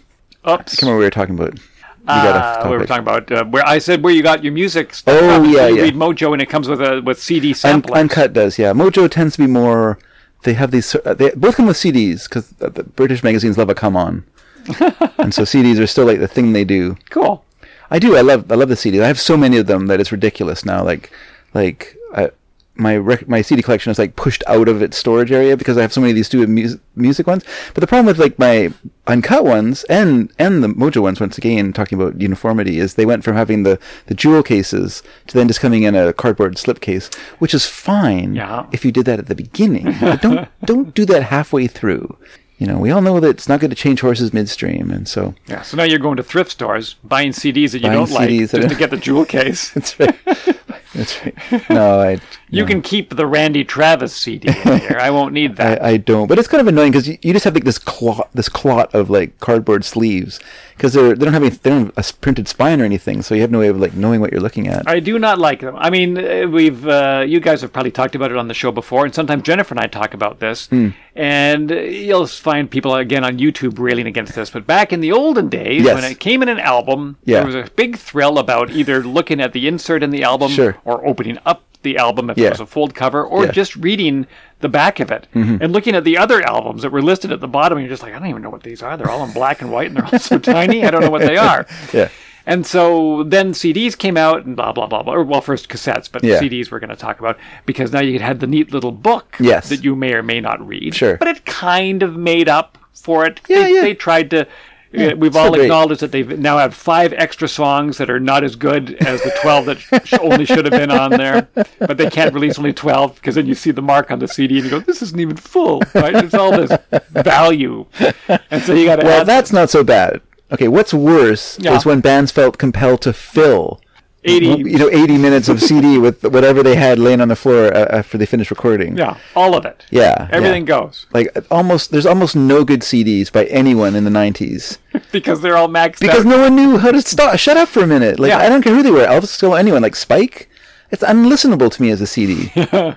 Speaker 2: Oops.
Speaker 1: come on, we were talking about. We got off
Speaker 2: Uh, we were
Speaker 1: topic.
Speaker 2: talking about uh, where I said where you got your music. Stuff
Speaker 1: Oh,
Speaker 2: from.
Speaker 1: yeah,
Speaker 2: you
Speaker 1: yeah.
Speaker 2: read Mojo and it comes with a with CD
Speaker 1: Un-
Speaker 2: sampling.
Speaker 1: Uncut does, yeah. Mojo tends to be more. They have these. uh, They both come with CDs because the British magazines love a come on, and so CDs are still like the thing they do.
Speaker 2: cool.
Speaker 1: I do. I love. I love the CDs. I have so many of them that it's ridiculous now. Like, like I, my rec- my CD collection is like pushed out of its storage area because I have so many of these stupid mus- music ones. But the problem with like my uncut ones and and the Mojo ones, once again talking about uniformity, is they went from having the the jewel cases to then just coming in a cardboard slip case, which is fine
Speaker 2: Yeah.
Speaker 1: if you did that at the beginning. But don't don't do that halfway through. You know, we all know that it's not good to change horses midstream, and so
Speaker 2: Yeah. So now you're going to thrift stores buying CDs that you
Speaker 1: Buying
Speaker 2: don't like
Speaker 1: CDs that
Speaker 2: just
Speaker 1: I-
Speaker 2: to get the jewel case.
Speaker 1: That's right. That's right. No, I.
Speaker 2: You
Speaker 1: no,
Speaker 2: can keep the Randy Travis CD in there. I won't need that.
Speaker 1: I, I don't. But it's kind of annoying because you, you just have like this clot, this clot of like cardboard sleeves because they're they don't have any, they don't have a s- printed spine or anything, so you have no way of like knowing what you're looking at.
Speaker 2: I do not like them. I mean, uh, we've uh, you guys have probably talked about it on the show before, and sometimes Jennifer and I talk about this.
Speaker 1: Hmm.
Speaker 2: And uh, you'll find people again on YouTube railing against this. But back in the olden days,
Speaker 1: Yes.
Speaker 2: when it came in an album,
Speaker 1: Yeah.
Speaker 2: there was a big thrill about either looking at the insert in the album
Speaker 1: Sure.
Speaker 2: or opening up the album if
Speaker 1: Yeah.
Speaker 2: it was a fold cover, or
Speaker 1: Yeah. Mm-hmm.
Speaker 2: just reading the back of it and looking at the other albums that were listed at the bottom. And you're just like, I don't even know what these are. They're all in black and white, and they're all so tiny. I don't know what they are.
Speaker 1: Yeah.
Speaker 2: And so then CDs came out and blah blah blah blah. Or, well, first cassettes, but
Speaker 1: Yeah.
Speaker 2: CDs we're going to talk about because now you had the neat little book
Speaker 1: Yes.
Speaker 2: that you may or may not read.
Speaker 1: Sure.
Speaker 2: but it kind of made up for it.
Speaker 1: Yeah,
Speaker 2: they,
Speaker 1: yeah.
Speaker 2: they tried to. uh, We've
Speaker 1: so
Speaker 2: all
Speaker 1: great.
Speaker 2: acknowledged that they've now have five extra songs that are not as good as the twelve that sh- only should have been on there, but they can't release only twelve because then you see the mark on the CD and you go, "This isn't even full." Right? It's all this value, and so you got to
Speaker 1: well,
Speaker 2: add
Speaker 1: that's not so bad. Okay, what's worse
Speaker 2: Yeah.
Speaker 1: is when bands felt compelled to fill
Speaker 2: eighty.
Speaker 1: you know 80 minutes of CD with whatever they had laying on the floor uh, after they finished recording.
Speaker 2: Yeah, all of it.
Speaker 1: Yeah,
Speaker 2: everything
Speaker 1: yeah.
Speaker 2: goes.
Speaker 1: Like almost there's almost no good CDs by anyone in the 90s.
Speaker 2: because they're all maxed
Speaker 1: because
Speaker 2: out.
Speaker 1: no one knew how to stop. Shut up for a minute. Like
Speaker 2: Yeah.
Speaker 1: I don't care who they were, Elvis Costello, anyone. Like Spike, it's unlistenable to me as a CD.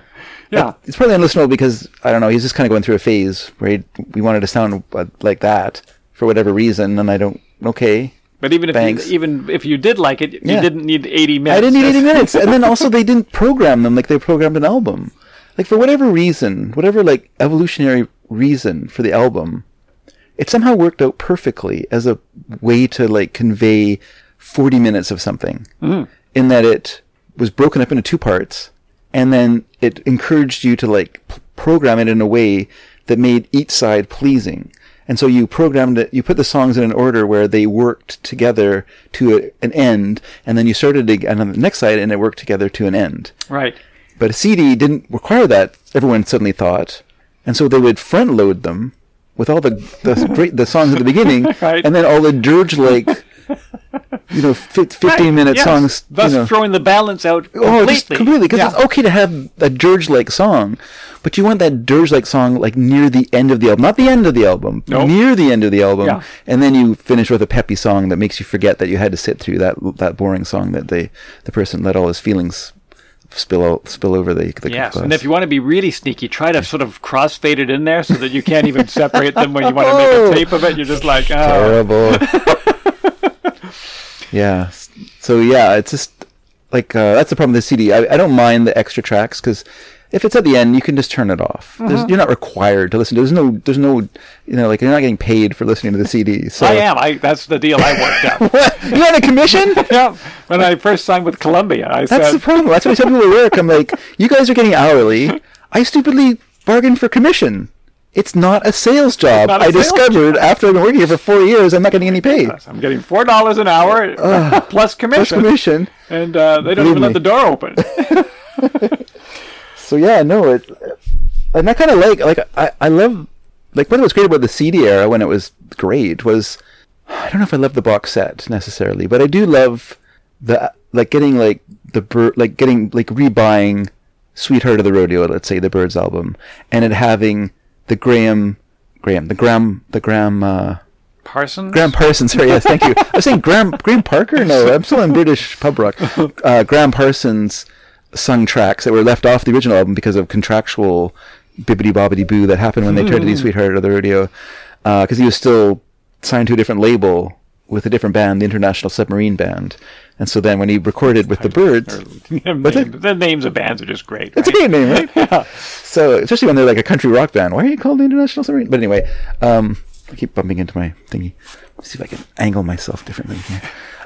Speaker 2: Yeah,
Speaker 1: it's probably unlistenable because I don't know. He's just kind of going through a phase where he, we wanted to sound uh, like that for whatever reason, and I don't. Okay,
Speaker 2: but even if
Speaker 1: Thanks.
Speaker 2: you, even if you did like it, you
Speaker 1: Yeah.
Speaker 2: didn't need eighty minutes.
Speaker 1: I didn't need 80 minutes, and then also they didn't program them like they programmed an album. Like for whatever reason, whatever like evolutionary reason for the album, it somehow worked out perfectly as a way to like convey 40 minutes of something in that it was broken up into two parts and then it encouraged you to like p- program it in a way that made each side pleasing and so you programmed it you put the songs in an order where they worked together to a, an end and then you started ag- on the next side and it worked together to an end
Speaker 2: Right.
Speaker 1: but a CD didn't require that. Everyone suddenly thought, and so they would front load them with all the the, great, the songs at the beginning,
Speaker 2: Right.
Speaker 1: and then all the dirge like you know, fif- 15 minute
Speaker 2: Yes,
Speaker 1: songs.
Speaker 2: thus
Speaker 1: you know,
Speaker 2: throwing the balance out
Speaker 1: Oh,
Speaker 2: completely.
Speaker 1: just completely. Because
Speaker 2: Yeah.
Speaker 1: it's okay to have a dirge like song, but you want that dirge like song like near the end of the album, not the end of the album,
Speaker 2: No.
Speaker 1: near the end of the album,
Speaker 2: Yeah.
Speaker 1: and then you finish with a peppy song that makes you forget that you had to sit through that that boring song that they the person let all his feelings spill out, spill over the, the
Speaker 2: Yes,
Speaker 1: class.
Speaker 2: and if you want to be really sneaky, try to sort of crossfade it in there so that you can't even separate them when you want to make a tape of it. You're just like, oh,
Speaker 1: Oh. terrible. yeah. So yeah, it's just like uh, that's the problem with the CD. I, I don't mind the extra tracks because if it's at the end, you can just turn it off. There's, you're not required to listen. There's no. There's no. You know, like you're not getting paid for listening to the CD. So
Speaker 2: I am. I that's the deal I worked out.
Speaker 1: What? You had a commission?
Speaker 2: yeah, when I first signed with Columbia, I
Speaker 1: That's the
Speaker 2: said,
Speaker 1: problem. That's why some people work. I'm like, you guys are getting hourly. I stupidly bargained for commission. It's not a sales job.
Speaker 2: not a
Speaker 1: I
Speaker 2: sales
Speaker 1: discovered after I've been working here for four years, I'm not getting any paid.
Speaker 2: I'm getting four dollars an hour plus commission,
Speaker 1: That's commission.
Speaker 2: and uh, they don't
Speaker 1: Believe
Speaker 2: even let
Speaker 1: me.
Speaker 2: the door open.
Speaker 1: So yeah, no, it, and I kind of like like I I love like what was great about the CD era when it was great was I don't know if I love the box set necessarily, but I do love the like getting like the bird like getting like rebuying Sweetheart of the Rodeo, let's say the Birds album, and it having the Graham Graham the Graham the Graham. Uh,
Speaker 2: Parsons,
Speaker 1: Graham Parsons. Sorry, yes, thank you. I was saying Graham Graham Parker. No, I'm still in British pub rock. Uh, Graham Parsons sung tracks that were left off the original album because of contractual bibbity bobbity boo that happened when they turned to the Sweetheart of the Rodeo, because he was still signed to a different label with a different band, the International Submarine Band, and so then when he recorded with the Birds.
Speaker 2: Name- the names of bands are just great.
Speaker 1: It's a great name, right? So, especially when they're like a country rock band. Why are you called the International Submarine? But anyway, um, I keep bumping into my thingy. Let's see if I can angle myself differently here.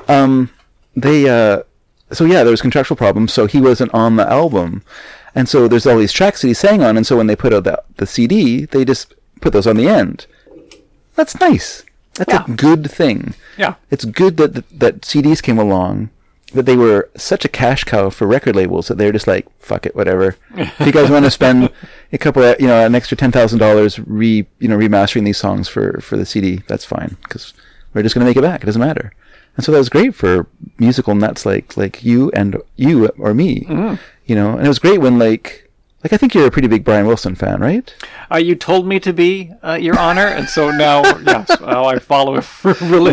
Speaker 1: Um, they, uh, so yeah, there was contractual problems, so he wasn't on the album. And so there's all these tracks that he sang on, and so when they put out the, the CD, they just put those on the end. That's nice. That's a
Speaker 2: Yeah.
Speaker 1: good thing
Speaker 2: yeah,
Speaker 1: it's good that, that that CDs came along, that they were such a cash cow for record labels that they're just like, fuck it, whatever. if you guys want to spend a couple, of, you know, an extra ten thousand dollars re you know remastering these songs for for the CD, that's fine because we're just gonna make it back. It doesn't matter. And so that was great for musical nuts like like you and you or me,
Speaker 2: Mm-hmm.
Speaker 1: you know. And it was great when like like I think you're a pretty big Brian Wilson fan, right?
Speaker 2: uh, you told me to be uh, your honor, and so now, yes, well, I follow it religiously.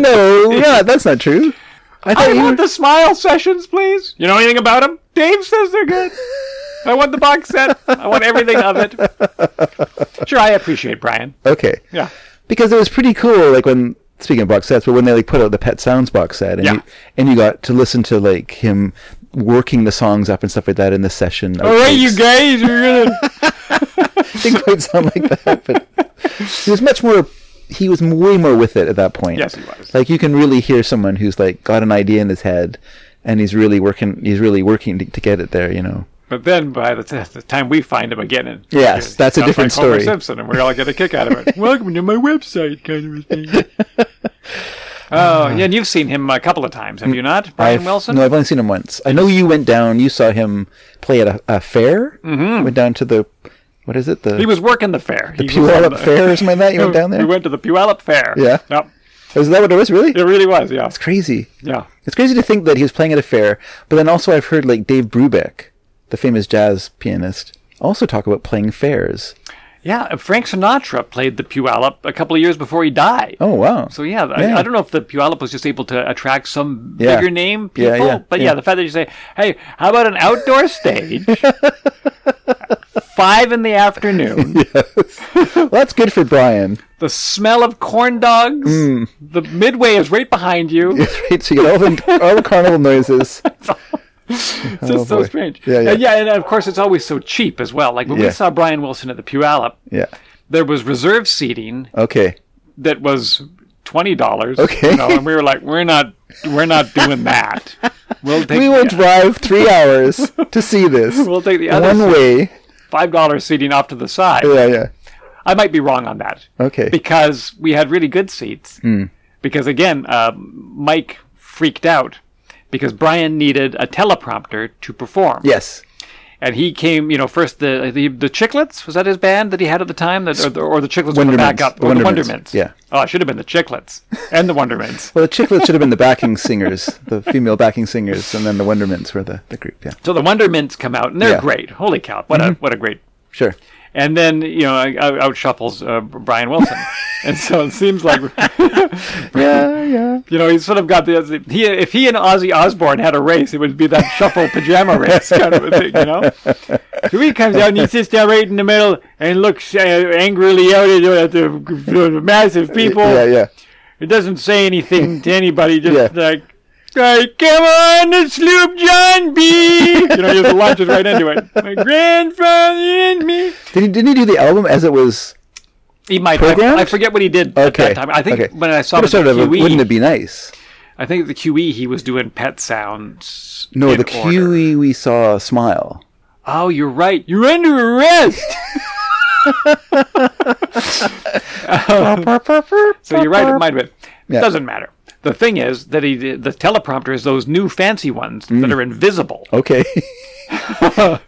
Speaker 1: No, yeah, that's not true. thought
Speaker 2: I
Speaker 1: you
Speaker 2: want the smile sessions, please. You know anything about them? Dave says they're good. I want the box set. I want everything of it. Sure, I appreciate Brian.
Speaker 1: okay.
Speaker 2: Yeah.
Speaker 1: because it was pretty cool. Like when speaking of box sets, but when they like put out the Pet Sounds box set, and
Speaker 2: Yeah.
Speaker 1: you, and you got to listen to like him working the songs up and stuff like that in the session.
Speaker 2: All right, you
Speaker 1: outtakes.
Speaker 2: guys, we're gonna.
Speaker 1: I think it would sound like that, but he was much more. He was m- way more with it at that point.
Speaker 2: Yes, he was.
Speaker 1: Like you can really hear someone who's like got an idea in his head, and he's really working. He's really working to, to get it there. You know.
Speaker 2: But then, by the, t- the time we find him again, and
Speaker 1: Yes, that's a
Speaker 2: sounds
Speaker 1: different
Speaker 2: like Homer
Speaker 1: story.
Speaker 2: Simpson, and we all get a kick out of it. Welcome to my website, kind of a thing. Oh, yeah, and you've seen him a couple of times, have you not, Brian
Speaker 1: Uh, I've-
Speaker 2: Wilson?
Speaker 1: No, I've only seen him once. I know you went down. You saw him play at a, a fair. Mm-hmm. Went down to the what is it? The
Speaker 2: he was working the fair. The
Speaker 1: Puyallup Fair or something like that. You went down
Speaker 2: We
Speaker 1: there.
Speaker 2: went to the Puyallup Fair.
Speaker 1: Yeah.
Speaker 2: Yep.
Speaker 1: Is that what it was? Really?
Speaker 2: It really was. Yeah.
Speaker 1: It's crazy.
Speaker 2: Yeah.
Speaker 1: It's crazy to think that he was playing at a fair, but then also I've heard like Dave Brubeck, the famous jazz pianist, also talk about playing fairs.
Speaker 2: Yeah, and Frank Sinatra played the Puyallup a couple of years before he died.
Speaker 1: Oh wow!
Speaker 2: So yeah,
Speaker 1: Yeah.
Speaker 2: I, I don't know if the Puyallup was just able to attract some
Speaker 1: Yeah.
Speaker 2: bigger name
Speaker 1: Yeah,
Speaker 2: people,
Speaker 1: yeah,
Speaker 2: but
Speaker 1: yeah.
Speaker 2: yeah, the fact that you say, "Hey, how about an outdoor stage?" Five in the afternoon.
Speaker 1: well, that's good for Brian.
Speaker 2: The smell of corn dogs.
Speaker 1: Mm.
Speaker 2: The midway is right behind you.
Speaker 1: Right? So you get all the all the carnival noises.
Speaker 2: It's just so
Speaker 1: Oh, boy.
Speaker 2: strange.
Speaker 1: Yeah, yeah.
Speaker 2: And, yeah, and of course it's always so cheap as well. Like when
Speaker 1: Yeah.
Speaker 2: we saw Brian Wilson at the Puyallup,
Speaker 1: Yeah.
Speaker 2: there was reserve seating
Speaker 1: Okay.
Speaker 2: that was twenty dollars.
Speaker 1: Okay.
Speaker 2: you know, and we were like, we're not, we're not doing that. We'll take
Speaker 1: We will
Speaker 2: the,
Speaker 1: drive three hours to see this
Speaker 2: we'll take the
Speaker 1: one
Speaker 2: other
Speaker 1: way.
Speaker 2: five dollars seating off to the side.
Speaker 1: Yeah, yeah.
Speaker 2: I might be wrong on that
Speaker 1: Okay. Hmm.
Speaker 2: because we had really good seats. Because again, um, Mike freaked out because Brian needed a teleprompter to perform.
Speaker 1: Yes.
Speaker 2: And he came, you know, first the the, the Chicklets was that his band that he had at the time, that or the, or the Chicklets were the
Speaker 1: Wonderments.
Speaker 2: backup, or the
Speaker 1: Wonderments,
Speaker 2: Wonderments.
Speaker 1: yeah.
Speaker 2: oh, it should have been the Chicklets and the Wonderments.
Speaker 1: Well, the Chicklets should have been the backing singers, the female backing singers, and then the Wonderments were the, the group. Yeah,
Speaker 2: So the Wonderments come out and they're
Speaker 1: Yeah. Mm-hmm.
Speaker 2: great. Holy cow! What a what a great
Speaker 1: sure.
Speaker 2: And then you know, out, out shuffles uh, Brian Wilson, and so it seems like
Speaker 1: Yeah, yeah.
Speaker 2: you know he's sort of got the he if he and Ozzy Osbourne had a race, it would be that shuffle pajama race kind of a thing, you know. So he comes out and he sits down right in the middle and looks uh, angrily out at the, at the, the massive people.
Speaker 1: Yeah, yeah.
Speaker 2: It doesn't say anything to anybody, just
Speaker 1: Yeah.
Speaker 2: like, "Hey, come on, the sloop John B. you know, he just launches right into it. My grandfather and me.
Speaker 1: Did he, didn't he do the album as it was?
Speaker 2: He might.
Speaker 1: Programmed?
Speaker 2: I, I forget what he did
Speaker 1: Okay.
Speaker 2: at that time. I think
Speaker 1: okay.
Speaker 2: when I saw him
Speaker 1: But
Speaker 2: at the
Speaker 1: sort of a-
Speaker 2: QE,
Speaker 1: wouldn't it be nice?
Speaker 2: I think at the QE he was doing Pet Sounds.
Speaker 1: No,
Speaker 2: in
Speaker 1: the E
Speaker 2: order.
Speaker 1: QE we saw smile.
Speaker 2: Oh, you're right. You're under arrest. so you're right. It might have been.
Speaker 1: Yeah.
Speaker 2: Doesn't matter. The thing is that he did- the teleprompter is those new fancy ones
Speaker 1: Mm.
Speaker 2: that are invisible
Speaker 1: Okay.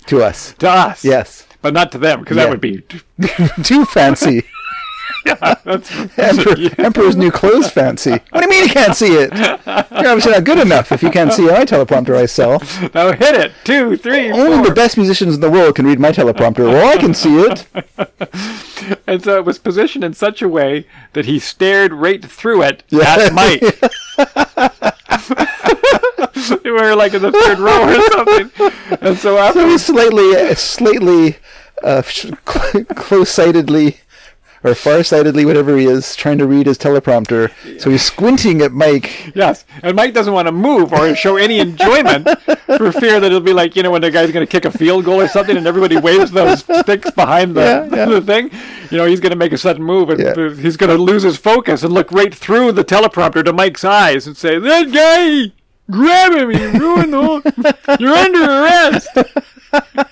Speaker 1: to us.
Speaker 2: to us.
Speaker 1: Yes.
Speaker 2: But not to them, because that
Speaker 1: Yeah.
Speaker 2: would be
Speaker 1: Too fancy. Emperor, Emperor's new clothes fancy. What do you mean you can't see it? You're obviously not good enough if you can't see my teleprompter I sell.
Speaker 2: now hit it. Two, three,
Speaker 1: Only
Speaker 2: four.
Speaker 1: the best musicians in the world can read my teleprompter. Well, I can see it.
Speaker 2: And so it was positioned in such a way that he stared right through it at Mike. we were like in the third row or something. And so after
Speaker 1: It was slightly, slightly, uh, sh- cl- close-sightedly, or far-sightedly, whatever he is, trying to read his teleprompter. So he's squinting at Mike.
Speaker 2: Yes, and Mike doesn't want to move or show any enjoyment for fear that it'll be like you know when the guy's going to kick a field goal or something, and everybody waves those sticks behind the,
Speaker 1: Yeah, yeah.
Speaker 2: the thing. You know he's going to make a sudden move, and
Speaker 1: Yeah.
Speaker 2: he's going to lose his focus and look right through the teleprompter to Mike's eyes and say, "That guy, grab him! You ruined the whole. You're under arrest."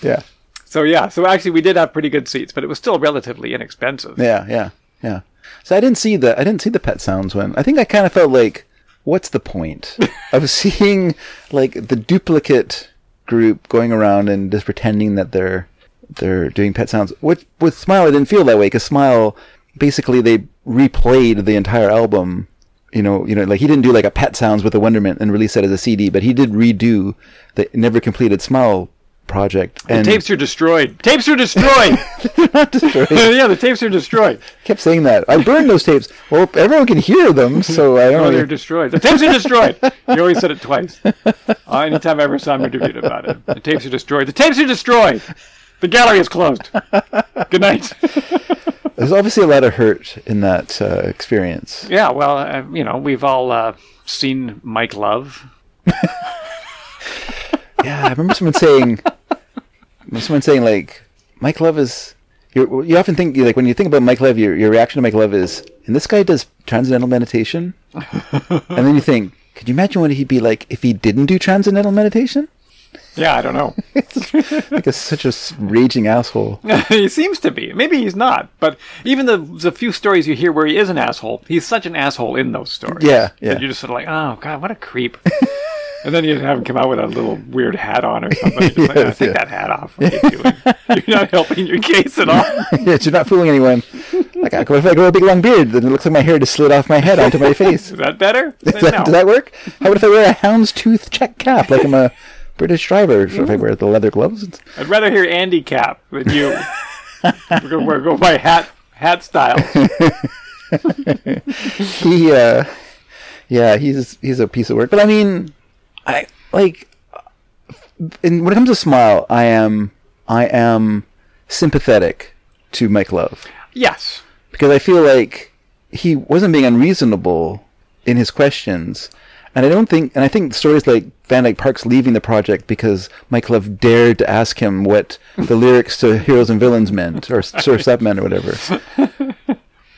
Speaker 1: Yeah,
Speaker 2: So yeah, so actually we did have pretty good seats, but it was still relatively inexpensive.
Speaker 1: yeah, yeah, yeah. So I didn't see the I didn't see the Pet Sounds one. I think I kind of felt like, what's the point of seeing like the duplicate group going around and just pretending that they're they're doing Pet Sounds? With with Smile, I didn't feel that way because Smile basically they replayed the entire album you know, you know, like he didn't do like a Pet Sounds with the Wonderment and release that as a CD, but he did redo the never completed Smile project and
Speaker 2: Tapes are destroyed. Tapes are destroyed. yeah, the tapes are destroyed.
Speaker 1: kept saying that. I burned those tapes. Well, everyone can hear them, so I
Speaker 2: Oh,
Speaker 1: don't
Speaker 2: they're
Speaker 1: know.
Speaker 2: destroyed. The tapes are destroyed. You always said it twice. Uh, anytime I ever saw him interviewed about it, the tapes are destroyed. The tapes are destroyed. The gallery is closed. Good night.
Speaker 1: There's obviously a lot of hurt in that uh, experience.
Speaker 2: yeah, well, uh, you know, we've all uh, seen Mike Love.
Speaker 1: Yeah, I remember someone saying, someone saying like, Mike Love is. You're, you often think like when you think about Mike Love, your your reaction to Mike Love is, and this guy does transcendental meditation, and then you think, could you imagine what he'd be like if he didn't do transcendental meditation?
Speaker 2: Yeah, I don't know.
Speaker 1: Like, a, such a s- raging asshole.
Speaker 2: he seems to be. Maybe he's not. But even the the few stories you hear where he is an asshole, he's such an asshole in those stories.
Speaker 1: Yeah, yeah.
Speaker 2: That you're just sort of like, oh god, what a creep. and then you have him come out with a little weird hat on or something. You're just like, "Ah,
Speaker 1: Yes,
Speaker 2: take
Speaker 1: yeah.
Speaker 2: that hat off. What are you doing? you're not helping your case at all.
Speaker 1: yeah, you're not fooling anyone. Like, I- if I grow a big long beard, then it looks like my hair just slid off my head onto my face.
Speaker 2: Is that better?
Speaker 1: Does that,
Speaker 2: no.
Speaker 1: does that work? How about if I wear a houndstooth check cap like I'm a British driver? If I wear the leather gloves, it's-
Speaker 2: I'd rather hear Andy Cap than you. we're gonna we're gonna go by hat hat style.
Speaker 1: he, uh, yeah, he's he's a piece of work. But I mean, I like, in, when it comes to smile, I am I am sympathetic to Mike Love.
Speaker 2: yes.
Speaker 1: because I feel like he wasn't being unreasonable in his questions. And I don't think, and I think stories like Van Dyke Parks leaving the project because Mike Love dared to ask him what the lyrics to Heroes and Villains meant, or Surf's Up meant, or whatever.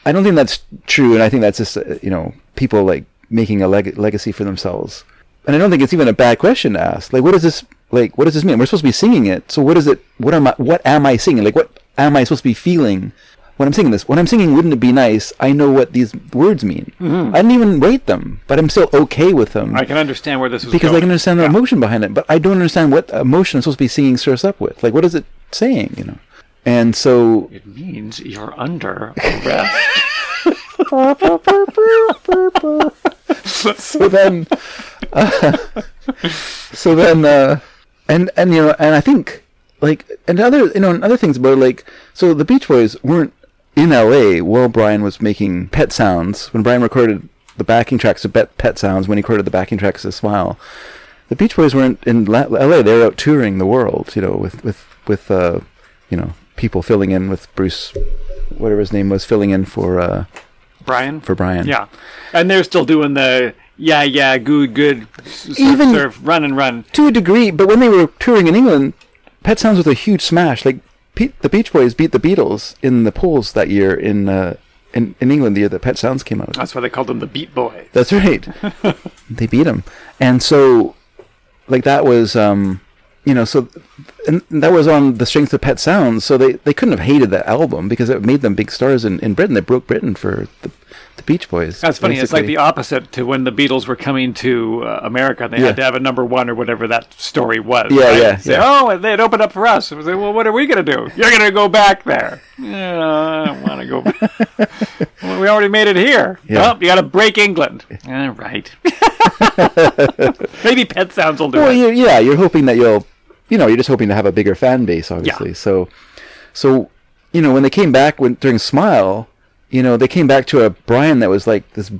Speaker 1: I don't think that's true, and I think that's just, uh, you know, people like making a leg- legacy for themselves. And I don't think it's even a bad question to ask. Like, what does this, like, what does this mean? We're supposed to be singing it, so what is it, what am I, what am I singing? Like, what am I supposed to be feeling when I'm singing this, when I'm singing "Wouldn't It Be Nice," I know what these words mean. I didn't even rate them, but I'm still okay with them
Speaker 2: I can understand where this was
Speaker 1: because I
Speaker 2: going.
Speaker 1: can understand the emotion behind it. But I don't understand what emotion I'm supposed to be singing "Stirs Up" with. Like, what is it saying? You know. And so
Speaker 2: It means you're under arrest.
Speaker 1: so then, uh, so then, uh, and and you know, and I think like and other you know and other things about like so the Beach Boys weren't in L.A. while Brian was making Pet Sounds when Brian recorded the backing tracks of Pet Pet Sounds when he recorded the backing tracks of Smile. The Beach Boys weren't in La- L.A. They were out touring the world, you know, with with with uh, you know people filling in with Bruce, whatever his name was, filling in for uh,
Speaker 2: Brian?
Speaker 1: for Brian.
Speaker 2: Yeah. And they're still doing the yeah, yeah, good, good, surf,
Speaker 1: Even-
Speaker 2: surf, run and run.
Speaker 1: to a degree, but when they were touring in England, Pet Sounds was a huge smash. Like Pe- the Beach Boys beat the Beatles in the polls that year in uh, in, in England, the year that Pet Sounds came out.
Speaker 2: That's why they called them the Beat Boys.
Speaker 1: That's right. they beat them, and so like that was um, you know so and that was on the strength of Pet Sounds. So they they couldn't have hated that album because it made them big stars in, in Britain. They broke Britain for the, the Beach Boys.
Speaker 2: That's funny. It's like
Speaker 1: basically.
Speaker 2: the opposite to when the Beatles were coming to uh, America and they
Speaker 1: Yeah.
Speaker 2: had to have a number one or whatever that story was.
Speaker 1: Yeah,
Speaker 2: right?
Speaker 1: yeah,
Speaker 2: Say,
Speaker 1: yeah.
Speaker 2: oh, and they'd open up for us. It was like, well, what are we going to do? You're going to go back there. Yeah, I don't want to go. back. well, we already made it here.
Speaker 1: Yeah.
Speaker 2: Well, you got to break England. All right. Maybe Pet Sounds will do
Speaker 1: Well,
Speaker 2: it.
Speaker 1: you yeah, you're hoping that you'll, you know, you're just hoping to have a bigger fan base, obviously. So, so, you know, when they came back when during Smile, you know, they came back to a Brian that was like this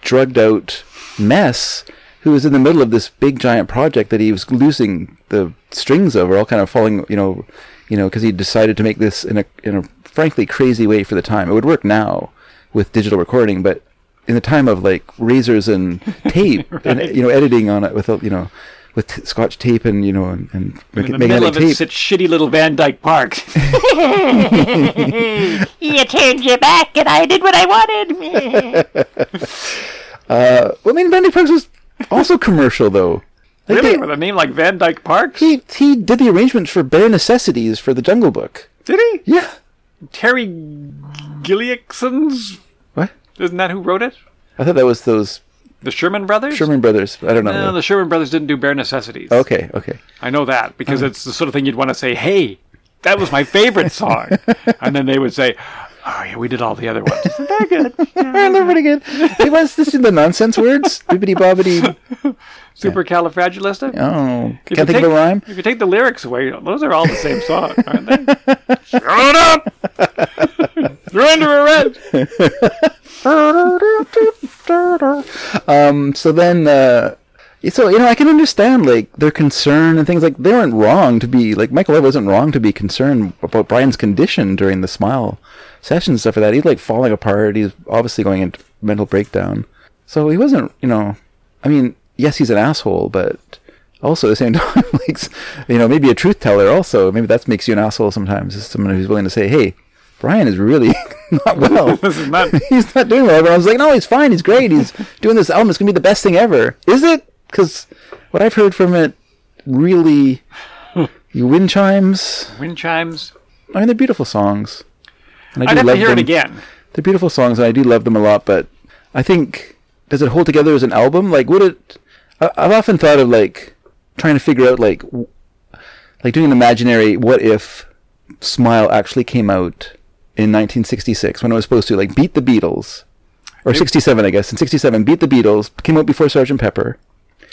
Speaker 1: drugged out mess who was in the middle of this big giant project that he was losing the strings over, all kind of falling, you know, you know, because he decided to make this in a in a frankly crazy way for the time. It would work now with digital recording, but in the time of like razors and tape and you know editing on it with a- you know with t- scotch tape and you know and, and make
Speaker 2: In
Speaker 1: it,
Speaker 2: the
Speaker 1: making it
Speaker 2: middle
Speaker 1: like
Speaker 2: of it
Speaker 1: tape.
Speaker 2: sits shitty little Van Dyke Park.
Speaker 3: You turned your back and I did what I wanted.
Speaker 1: Well, I mean, Bendy Parks was also commercial though. Like,
Speaker 2: really?
Speaker 1: they-
Speaker 2: With a name like Van Dyke Park?
Speaker 1: he he did the arrangements for bare necessities for the Jungle Book.
Speaker 2: Did he?
Speaker 1: Yeah.
Speaker 2: Terry Gilliakson's?
Speaker 1: What?
Speaker 2: Isn't that who wrote it?
Speaker 1: I thought that was those
Speaker 2: The Sherman Brothers?
Speaker 1: Sherman Brothers. I don't know.
Speaker 2: No, Uh, the Sherman Brothers didn't do Bare Necessities.
Speaker 1: okay, okay.
Speaker 2: I know that because it's the sort of thing you'd want to say, hey, that was my favorite song. and then they would say, oh, yeah, we did all the other ones. Isn't that good?
Speaker 1: Alright, they're pretty good. They must listen to the nonsense words. Bibbidi bobbidi.
Speaker 2: Supercalifragilistic?
Speaker 1: Oh,
Speaker 2: If
Speaker 1: can't
Speaker 2: you
Speaker 1: think of a
Speaker 2: take-
Speaker 1: rhyme.
Speaker 2: If you take the lyrics away, those are all the same song, aren't they? Shut up! You're under arrest!
Speaker 1: Um, so then, uh, so you know, I can understand like their concern and things like they weren't wrong to be like Michael Webb wasn't wrong to be concerned about Brian's condition during the Smile session and stuff like that. He's like falling apart. He's obviously going into mental breakdown. So he wasn't, you know, I mean, yes, he's an asshole, but also at the same time, like, s- you know, maybe a truth teller. Also, maybe that makes you an asshole sometimes. Is someone who's willing to say, "Hey, Brian is really not well.
Speaker 2: This is not-
Speaker 1: he's not doing well." Everyone's like, "No, he's fine. He's great. He's doing this album. It's gonna be the best thing ever." Is it? Because what I've heard from it, really, you wind chimes.
Speaker 2: Wind chimes.
Speaker 1: I mean, they're beautiful songs. And I
Speaker 2: I'd have to hear
Speaker 1: them.
Speaker 2: it again.
Speaker 1: They're beautiful songs, and I do love them a lot. But I think does it hold together as an album? Like, would it? I, I've often thought of like trying to figure out like w- like doing an imaginary what if Smile actually came out in 1966 when it was supposed to like beat the Beatles or 67, I guess. In 67, beat the Beatles came out before Sgt. Pepper.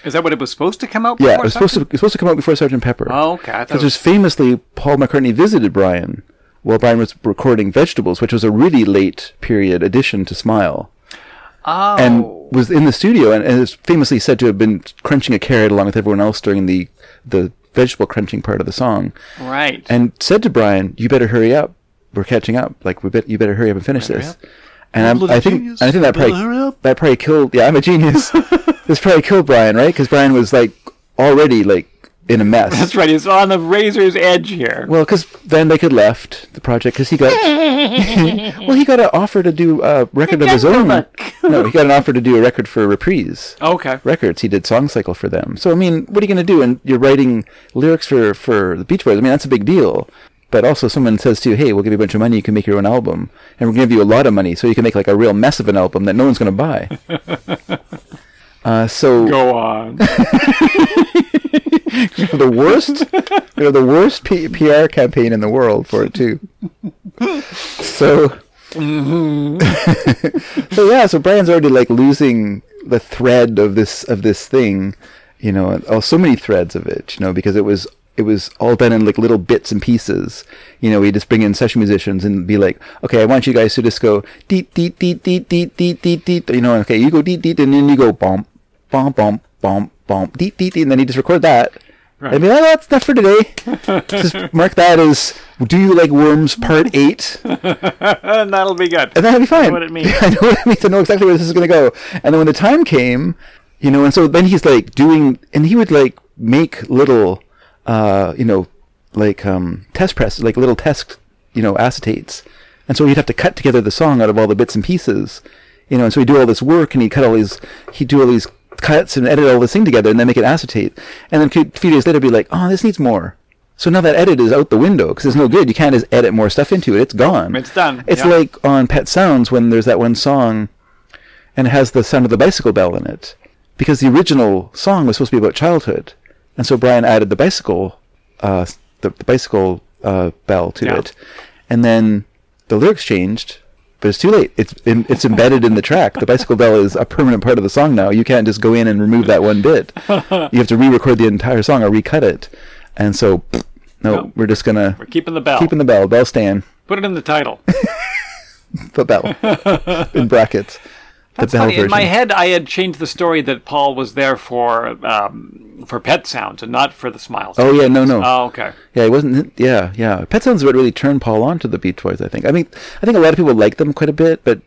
Speaker 2: Is that what it was supposed to come out
Speaker 1: Yeah, it
Speaker 2: before
Speaker 1: was supposed to it was supposed to come out before Sgt. Pepper.
Speaker 2: Oh, okay. I thought
Speaker 1: Because
Speaker 2: it was-
Speaker 1: there's famously Paul McCartney visited Brian while Brian was recording Vegetables, which was a really late period addition to Smile,
Speaker 2: Oh.
Speaker 1: and was in the studio and, and is famously said to have been crunching a carrot along with everyone else during the the vegetable crunching part of the song,
Speaker 2: right.
Speaker 1: and said to Brian, "You better hurry up. We're catching up. Like we bet you better hurry up and finish this." And I'm, I think and I think that probably that probably killed. Yeah, I'm a genius. this probably killed Brian, right? Because Brian was like already like in a mess.
Speaker 2: That's right. It's on the razor's edge here.
Speaker 1: Well, because Van Dyke had left the project because he got well, he got an offer to do a record of his own. no, he got an offer to do a record for Reprise
Speaker 2: okay.
Speaker 1: Records. He did Song Cycle for them. So I mean, what are you going to do? And you're writing lyrics for for the Beach Boys. I mean, that's a big deal. But also, someone says to you, "Hey, we'll give you a bunch of money. You can make your own album, and we're going to give you a lot of money so you can make like a real mess of an album that no one's going to buy." uh, so
Speaker 2: Go on.
Speaker 1: the worst, you know, the worst P- PR campaign in the world for it too. So, so yeah, so Brian's already like losing the thread of this of this thing, you know, and- oh, so many threads of it, you know, because it was it was all done in like little bits and pieces. You know, we just bring in session musicians and be like, okay, I want you guys to just go deet deet deet deet deet deet deet deet, you know, okay, you go deet deet and then you go bump bump bump bump bump deet deet, deet and then you just record that.
Speaker 2: Right.
Speaker 1: And be like, oh, that's enough for today. just mark that as "Do You Like Worms?" Part Eight
Speaker 2: and that'll be good.
Speaker 1: and that'd be fine.
Speaker 2: what it means.
Speaker 1: I know what it means. I know exactly where this is going to go. And then when the time came, you know, and so then he's like doing, and he would like make little, uh, you know, like um, test press, like little test, you know, acetates. And so he'd have to cut together the song out of all the bits and pieces, you know. And so he'd do all this work, and he'd cut all these, he'd do all these cuts and edit all this thing together, and then make it acetate. And then a few days later, be like, oh, this needs more. So now that edit is out the window because it's no good. You can't just edit more stuff into it. It's gone.
Speaker 2: It's done,
Speaker 1: It's
Speaker 2: yeah.
Speaker 1: like like on Pet Sounds when there's that one song and it has the sound of the bicycle bell in it. Because the original song was supposed to be about childhood. And so Brian added the bicycle uh, s- the, the bicycle uh, bell to
Speaker 2: Yeah.
Speaker 1: it. And then the lyrics changed, but it's too late. It's em- it's embedded in the track. The bicycle bell is a permanent part of the song now. You can't just go in and remove that one bit. You have to re-record the entire song or recut it. And so no,
Speaker 2: No.
Speaker 1: we're just gonna
Speaker 2: We're keeping the bell.
Speaker 1: keeping the bell, bell stand
Speaker 2: Put it in the title.
Speaker 1: the bell in brackets. The bell
Speaker 2: Funny,
Speaker 1: version.
Speaker 2: in my head, I had changed the story that Paul was there for um, for pet sounds and not for the smiles.
Speaker 1: oh yeah, no, no.
Speaker 2: Oh, okay.
Speaker 1: yeah, it wasn't. Yeah, yeah. Pet Sounds is what really turned Paul on to the Beach Boys. I think. I mean, I think a lot of people like them quite a bit, but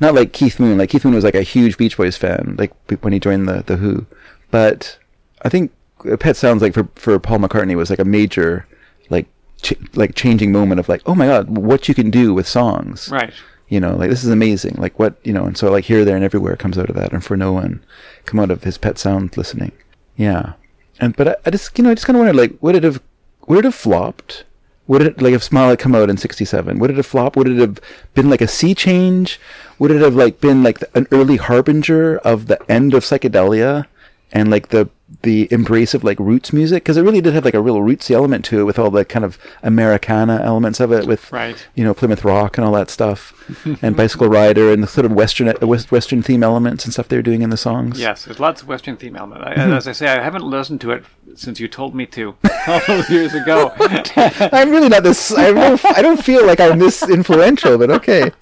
Speaker 1: not like Keith Moon. Like Keith Moon was like a huge Beach Boys fan, like b- when he joined the the Who. But I think uh, Pet Sounds like for for Paul McCartney was like a major like ch- like changing moment of like, oh my God, what you can do with songs.
Speaker 2: Right.
Speaker 1: you know, like this is amazing. Like what you know, and so like here, there, and everywhere comes out of that, and for no one, come out of his pet sound listening. Yeah, and but I, I just you know I just kind of wondered like would it have would it have flopped? Would it like if Smile had come out in '67? Would it have flopped? Would it have been like a sea change? Would it have like been like an early harbinger of the end of psychedelia? and like the the embrace of like roots music because it really did have like a real rootsy element to it with all the kind of Americana elements of it with
Speaker 2: Right.
Speaker 1: you know Plymouth Rock and all that stuff and Bicycle Rider and the sort of western uh, West, western theme elements and stuff they were doing in the songs.
Speaker 2: Yes, there's lots of Western theme element. I, and As I say, I haven't listened to it since you told me to all those years ago.
Speaker 1: I'm really not this. I don't, I don't feel like I'm this influential, but okay.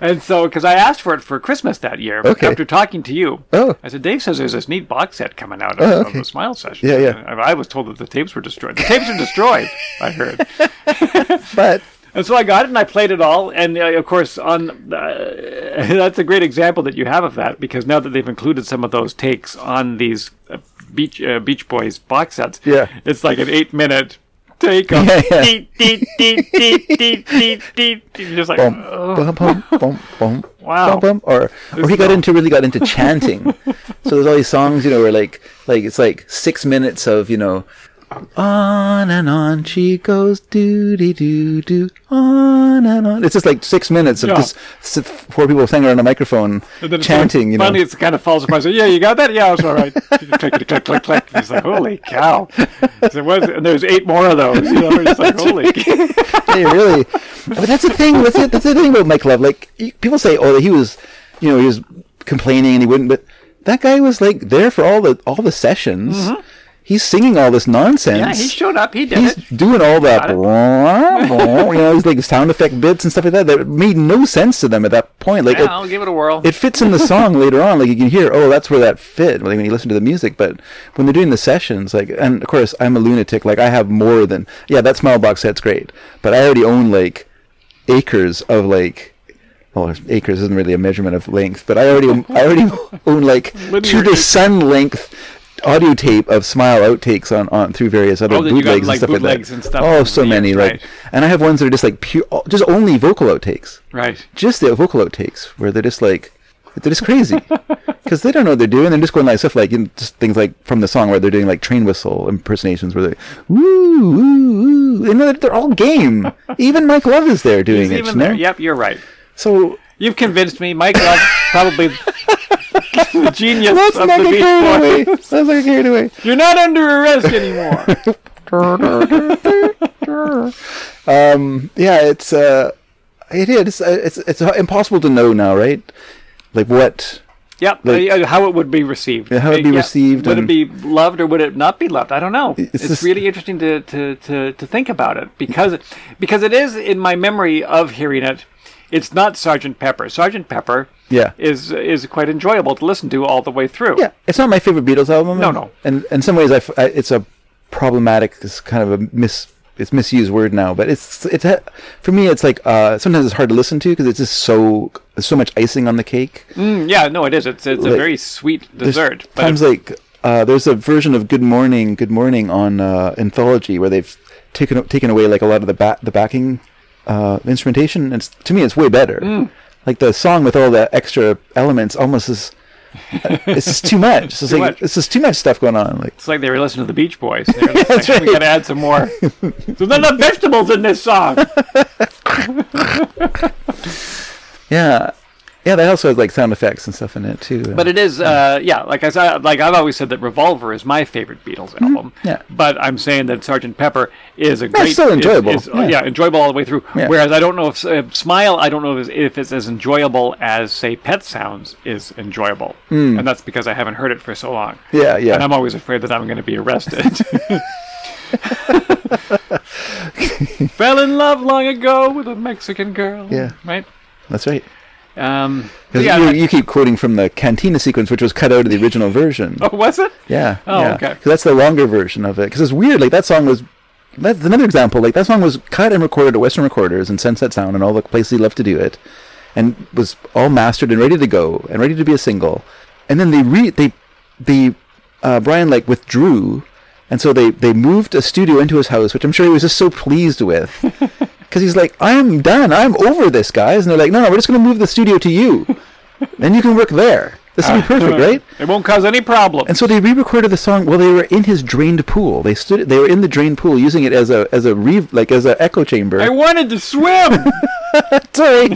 Speaker 2: and so, because I asked for it for Christmas that year
Speaker 1: Okay.
Speaker 2: after talking to you,
Speaker 1: Oh.
Speaker 2: I said, Dave says there's this neat box set coming out of,
Speaker 1: Oh,
Speaker 2: of
Speaker 1: okay.
Speaker 2: the Smile Session.
Speaker 1: Yeah, yeah.
Speaker 2: I, I was told that the tapes were destroyed. The tapes are destroyed, I heard.
Speaker 1: But
Speaker 2: And so I got it and I played it all. And uh, of course, on uh, that's a great example that you have of that because now that they've included some of those takes on these uh, Beach uh, Beach Boys box sets,
Speaker 1: Yeah.
Speaker 2: it's like an eight minute take of
Speaker 1: Yeah, yeah.
Speaker 2: deet, deet, deet, deet, deet, deet, deet. You're just like
Speaker 1: bum,
Speaker 2: oh,
Speaker 1: bum, bum, bum, bum,
Speaker 2: Wow.
Speaker 1: bum, bum, or or he got into really got into chanting. so there's all these songs, you know, where like like it's like six minutes of you know, on and on she goes, doo dee doo doo, on and on. It's just like six minutes of
Speaker 2: Yeah.
Speaker 1: just s- four people singing around a microphone
Speaker 2: And then it's
Speaker 1: chanting.
Speaker 2: Like,
Speaker 1: you know,
Speaker 2: finally, it's kind of falls apart. So, yeah, you got that? Yeah, it's all right. click, click, click, click. It's like, holy cow. So it was, and there's eight more of those. You know, it's like, holy cow.
Speaker 1: they really. But that's the thing. That's the, that's the thing about Mike Love. Like you- people say, oh, that he was, you know, he was complaining and he wouldn't. But that guy was like there for all the all the sessions. He's singing all this nonsense.
Speaker 2: Mm-hmm. Yeah, he showed up. He did
Speaker 1: He's
Speaker 2: it.
Speaker 1: doing all that,
Speaker 2: it.
Speaker 1: you know, these like sound effect bits and stuff like that that made no sense to them at that point. Like,
Speaker 2: Yeah,
Speaker 1: it-
Speaker 2: I'll give it a whirl.
Speaker 1: it fits in the song later on. Like you can hear, oh, that's where that fit. Like when you listen to the music, but when they're doing the sessions, like, and of course I'm a lunatic. Like I have more than yeah, that smile box set's great, but I already own like acres of like. Well, acres isn't really a measurement of length, but I already I already own like
Speaker 2: Linear
Speaker 1: to the
Speaker 2: acres.
Speaker 1: sun length audio tape of smile outtakes on, on through various other
Speaker 2: Oh, then you got,
Speaker 1: bootlegs and
Speaker 2: like,
Speaker 1: stuff
Speaker 2: bootlegs
Speaker 1: like
Speaker 2: and
Speaker 1: that.
Speaker 2: stuff
Speaker 1: oh,
Speaker 2: from
Speaker 1: so
Speaker 2: the-
Speaker 1: many,
Speaker 2: right.
Speaker 1: like, and I have ones that are just like pure, just only vocal outtakes
Speaker 2: Right.
Speaker 1: just the vocal outtakes where they're just like they're just crazy because they don't know what they're doing. They're just going like stuff like you know, just things like from the song where they're doing like train whistle impersonations where they woo woo woo. You know, they're all game. Even Mike Love is there doing it.
Speaker 2: Even
Speaker 1: you know?
Speaker 2: there, yep, you're right.
Speaker 1: So
Speaker 2: You've convinced me. Mike Love probably the genius
Speaker 1: let's
Speaker 2: of
Speaker 1: not
Speaker 2: the
Speaker 1: get carried
Speaker 2: Beach
Speaker 1: away.
Speaker 2: Boys.
Speaker 1: Let's not get carried away.
Speaker 2: You're not under arrest anymore.
Speaker 1: Um, yeah, it's uh, it is. uh, It's it's impossible to know now, right? Like what
Speaker 2: yep.
Speaker 1: Like-
Speaker 2: uh, how it would be received.
Speaker 1: Yeah, how it'd be
Speaker 2: Uh,
Speaker 1: received
Speaker 2: Would
Speaker 1: and-
Speaker 2: it be loved or would it not be loved? I don't know. It's,
Speaker 1: just-
Speaker 2: really interesting to, to, to, to think about it because because it is in my memory of hearing it. It's not Sergeant Pepper. Sergeant Pepper
Speaker 1: Yeah.
Speaker 2: is is quite enjoyable to listen to all the way through.
Speaker 1: Yeah, it's not my favorite Beatles album.
Speaker 2: No, no.
Speaker 1: And in some ways, I f I it's a problematic. It's kind of a mis. It's misused word now, but it's it's ha- for me. It's like uh, sometimes it's hard to listen to because it's just so so much icing on the cake.
Speaker 2: Mm, yeah, no, it is. It's it's a
Speaker 1: Like,
Speaker 2: very sweet
Speaker 1: There's
Speaker 2: dessert. But
Speaker 1: times like uh, there's a version of Good Morning, Good Morning on uh, Anthology where they've taken taken away like a lot of the ba- the backing uh, instrumentation. It's to me, it's way better.
Speaker 2: Mm.
Speaker 1: Like the song with all the extra elements almost is. uh, it's just too much. It's just
Speaker 2: Too
Speaker 1: like
Speaker 2: much.
Speaker 1: it's just too much stuff going on. Like
Speaker 2: It's like they were listening to the Beach Boys. They were like, We gotta add some more. There's not enough vegetables in this song.
Speaker 1: Yeah. Yeah, that also has like sound effects and stuff in it too.
Speaker 2: But it is, uh, yeah. Like I said, like I've always said that Revolver is my favorite Beatles album.
Speaker 1: Mm-hmm. yeah.
Speaker 2: But I'm saying that Sergeant Pepper is a great.
Speaker 1: still
Speaker 2: is-
Speaker 1: enjoyable,
Speaker 2: is-
Speaker 1: yeah.
Speaker 2: yeah. enjoyable all the way through.
Speaker 1: Yeah.
Speaker 2: Whereas I don't know if uh, Smile, I don't know if it's, if it's as enjoyable as say Pet Sounds is enjoyable, and that's because I haven't heard it for so long.
Speaker 1: Mm. yeah,
Speaker 2: And
Speaker 1: yeah.
Speaker 2: I'm always afraid that I'm going to be arrested. Fell in love long ago with a Mexican girl.
Speaker 1: Yeah.
Speaker 2: Right?
Speaker 1: That's right.
Speaker 2: Um,
Speaker 1: 'Cause
Speaker 2: yeah.
Speaker 1: you, you keep quoting from the Cantina sequence, which was cut out of the original version.
Speaker 2: oh, was it?
Speaker 1: Yeah.
Speaker 2: Oh,
Speaker 1: yeah.
Speaker 2: okay.
Speaker 1: 'Cause that's the longer version of it. Because it's weird. Like that song was. That's another example. Like that song was cut and recorded at Western Recorders and Sunset Sound and all the places he loved to do it, and was all mastered and ready to go and ready to be a single. And then they re they they uh, Brian like withdrew, and so they they moved a studio into his house, which I'm sure he was just so pleased with. Because he's like, I'm done. I'm over this, guys. And they're like, no, no, we're just going to move the studio to you. Then you can work there. This will be perfect, right?
Speaker 2: It won't cause any problem.
Speaker 1: And so they re-recorded the song while they were in his drained pool. They stood, they were in the drained pool, using it as a as a re like as a echo chamber.
Speaker 2: I wanted to swim.
Speaker 1: Sorry.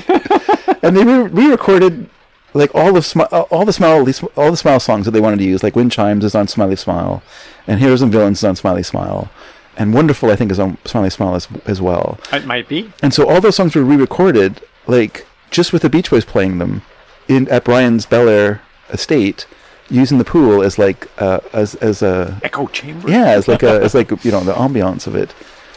Speaker 1: and they re- re-recorded like all the smi- uh, all the smile all the smile songs that they wanted to use. Like Wind Chimes is on Smiley Smile, and Heroes and Villains is on Smiley Smile, and Wonderful I think is on Smiley Smile as as well.
Speaker 2: it might be.
Speaker 1: And so all those songs were re-recorded, like just with the Beach Boys playing them in at Brian's Bel Air estate, using the pool as like uh, as as a
Speaker 2: Echo chamber.
Speaker 1: yeah, it's like a, it's like you know the ambiance of it,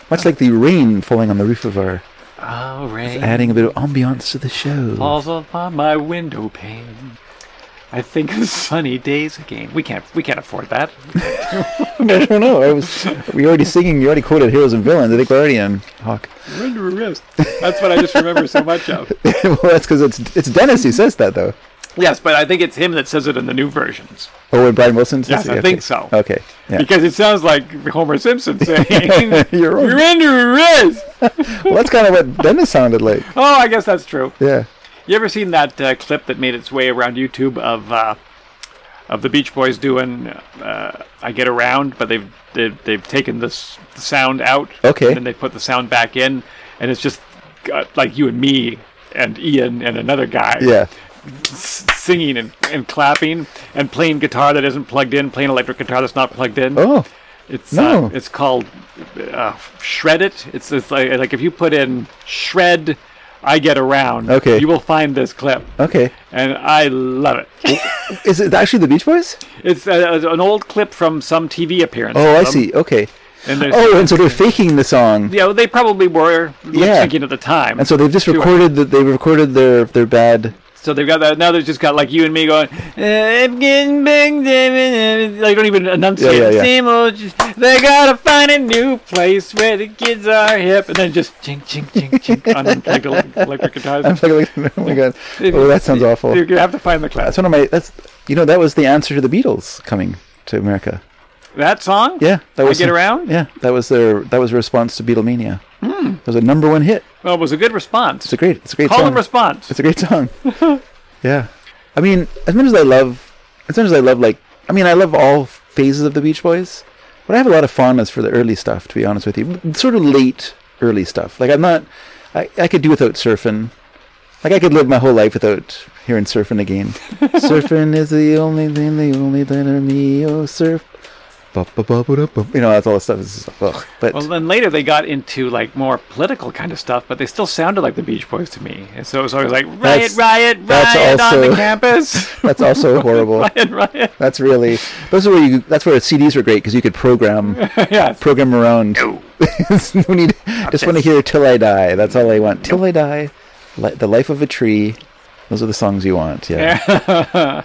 Speaker 1: much like the rain falling on the roof of our,
Speaker 2: Oh, rain
Speaker 1: adding a bit of ambiance to the show.
Speaker 2: falls upon my window pane. I think of sunny days again. We can't. We can't afford that.
Speaker 1: I don't know. I was we already singing. You already quoted heroes and villains. I think we're already on Hawk.
Speaker 2: We're under arrest. That's what I just remember so much of.
Speaker 1: well, that's because it's it's Dennis who says that though.
Speaker 2: Yes, but I think it's him that says it in the new versions.
Speaker 1: Or Oh, when Brian Wilson says
Speaker 2: Yes,
Speaker 1: it.
Speaker 2: I
Speaker 1: Okay.
Speaker 2: think so.
Speaker 1: Okay. Yeah.
Speaker 2: Because it sounds like Homer Simpson saying,
Speaker 1: You're right.
Speaker 2: You're under arrest.
Speaker 1: Well, that's kind of what Dennis sounded like.
Speaker 2: Oh, I guess that's true.
Speaker 1: Yeah.
Speaker 2: You ever seen that uh, clip that made its way around YouTube of uh, of the Beach Boys doing uh, "I Get Around," but they've they've, they've taken this sound out.
Speaker 1: Okay.
Speaker 2: And then they put the sound back in, and it's just uh, like you and me and Ian and another guy.
Speaker 1: Yeah.
Speaker 2: s- Singing and, and clapping and playing guitar that isn't plugged in, playing electric guitar that's not plugged in.
Speaker 1: Oh.
Speaker 2: It's
Speaker 1: No.
Speaker 2: uh, it's called uh, shred it. It's, it's like, like if you put in shred, I get around.
Speaker 1: Okay.
Speaker 2: you will find this clip,
Speaker 1: Okay.
Speaker 2: and I love it.
Speaker 1: Is it actually the Beach Boys?
Speaker 2: It's uh an old clip from some TV appearance.
Speaker 1: Oh, I
Speaker 2: of them,
Speaker 1: see. Okay.
Speaker 2: And Um, there's,
Speaker 1: Oh, and so they're faking the song.
Speaker 2: you know, they probably were
Speaker 1: Yeah.
Speaker 2: thinking at the time,
Speaker 1: And so they've just
Speaker 2: Sure.
Speaker 1: recorded that they recorded their their bad
Speaker 2: So they've got that now. They've just got like you and me going. "Eh, I'm getting banged up and everything." They don't even enunciate.
Speaker 1: Yeah, yeah, yeah.
Speaker 2: Same old. just- They gotta find a new place where the kids are hip, and then just chink chink chink chink on like electric, electric guitars.
Speaker 1: I'm like, like, oh my god, oh that sounds awful.
Speaker 2: You have to find the
Speaker 1: That's
Speaker 2: class.
Speaker 1: one of my. That's you know that was the answer to the Beatles coming to America.
Speaker 2: That song.
Speaker 1: Yeah, that
Speaker 2: I
Speaker 1: was
Speaker 2: Get Around?
Speaker 1: Yeah, that was their that was a response to Beatlemania. It was a number one hit.
Speaker 2: Well, it was a good response.
Speaker 1: It's a great. It's a great
Speaker 2: Hmm. Call
Speaker 1: song.
Speaker 2: and response.
Speaker 1: It's a great song. yeah, I mean, as much as I love as much as I love like I mean I love all phases of the Beach Boys, but I have a lot of fondness for the early stuff to be honest with you. Sort of late early stuff. Like I'm not I, I could do without surfing. Like I could live my whole life without hearing surfing again. surfing is the only thing, the only thing of me. Oh, surf. Ba, ba, ba, ba, da, ba. You know, that's all the stuff is. Ugh. But
Speaker 2: Well, then later they got into like more political kind of stuff, but they still sounded like the Beach Boys to me. And so it was always like riot,
Speaker 1: That's-
Speaker 2: riot,
Speaker 1: that's
Speaker 2: riot on
Speaker 1: also-
Speaker 2: the campus,
Speaker 1: that's also horrible.
Speaker 2: riot, riot.
Speaker 1: That's really. Those are where you. That's where CDs were great because you could program
Speaker 2: yes.
Speaker 1: program around.
Speaker 2: No.
Speaker 1: no need. Just want to hear "Till I Die." That's all I want. "Till I Die," li- "The Life of a Tree." Those are the songs you want. Yeah.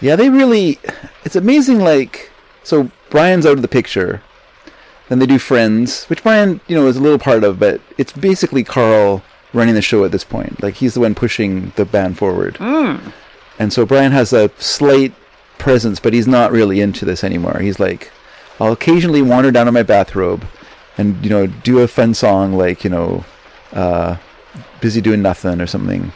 Speaker 1: Yeah, they really. It's amazing. Like, so Brian's out of the picture. Then they do Friends, which Brian, you know, is a little part of, but it's basically Carl running the show at this point. Like, he's the one pushing the band forward. And so Brian has a slight presence, but he's not really into this anymore. He's like, I'll occasionally wander down in my bathrobe and, you know, do a fun song like, you know, uh, Busy Doing Nothing or something.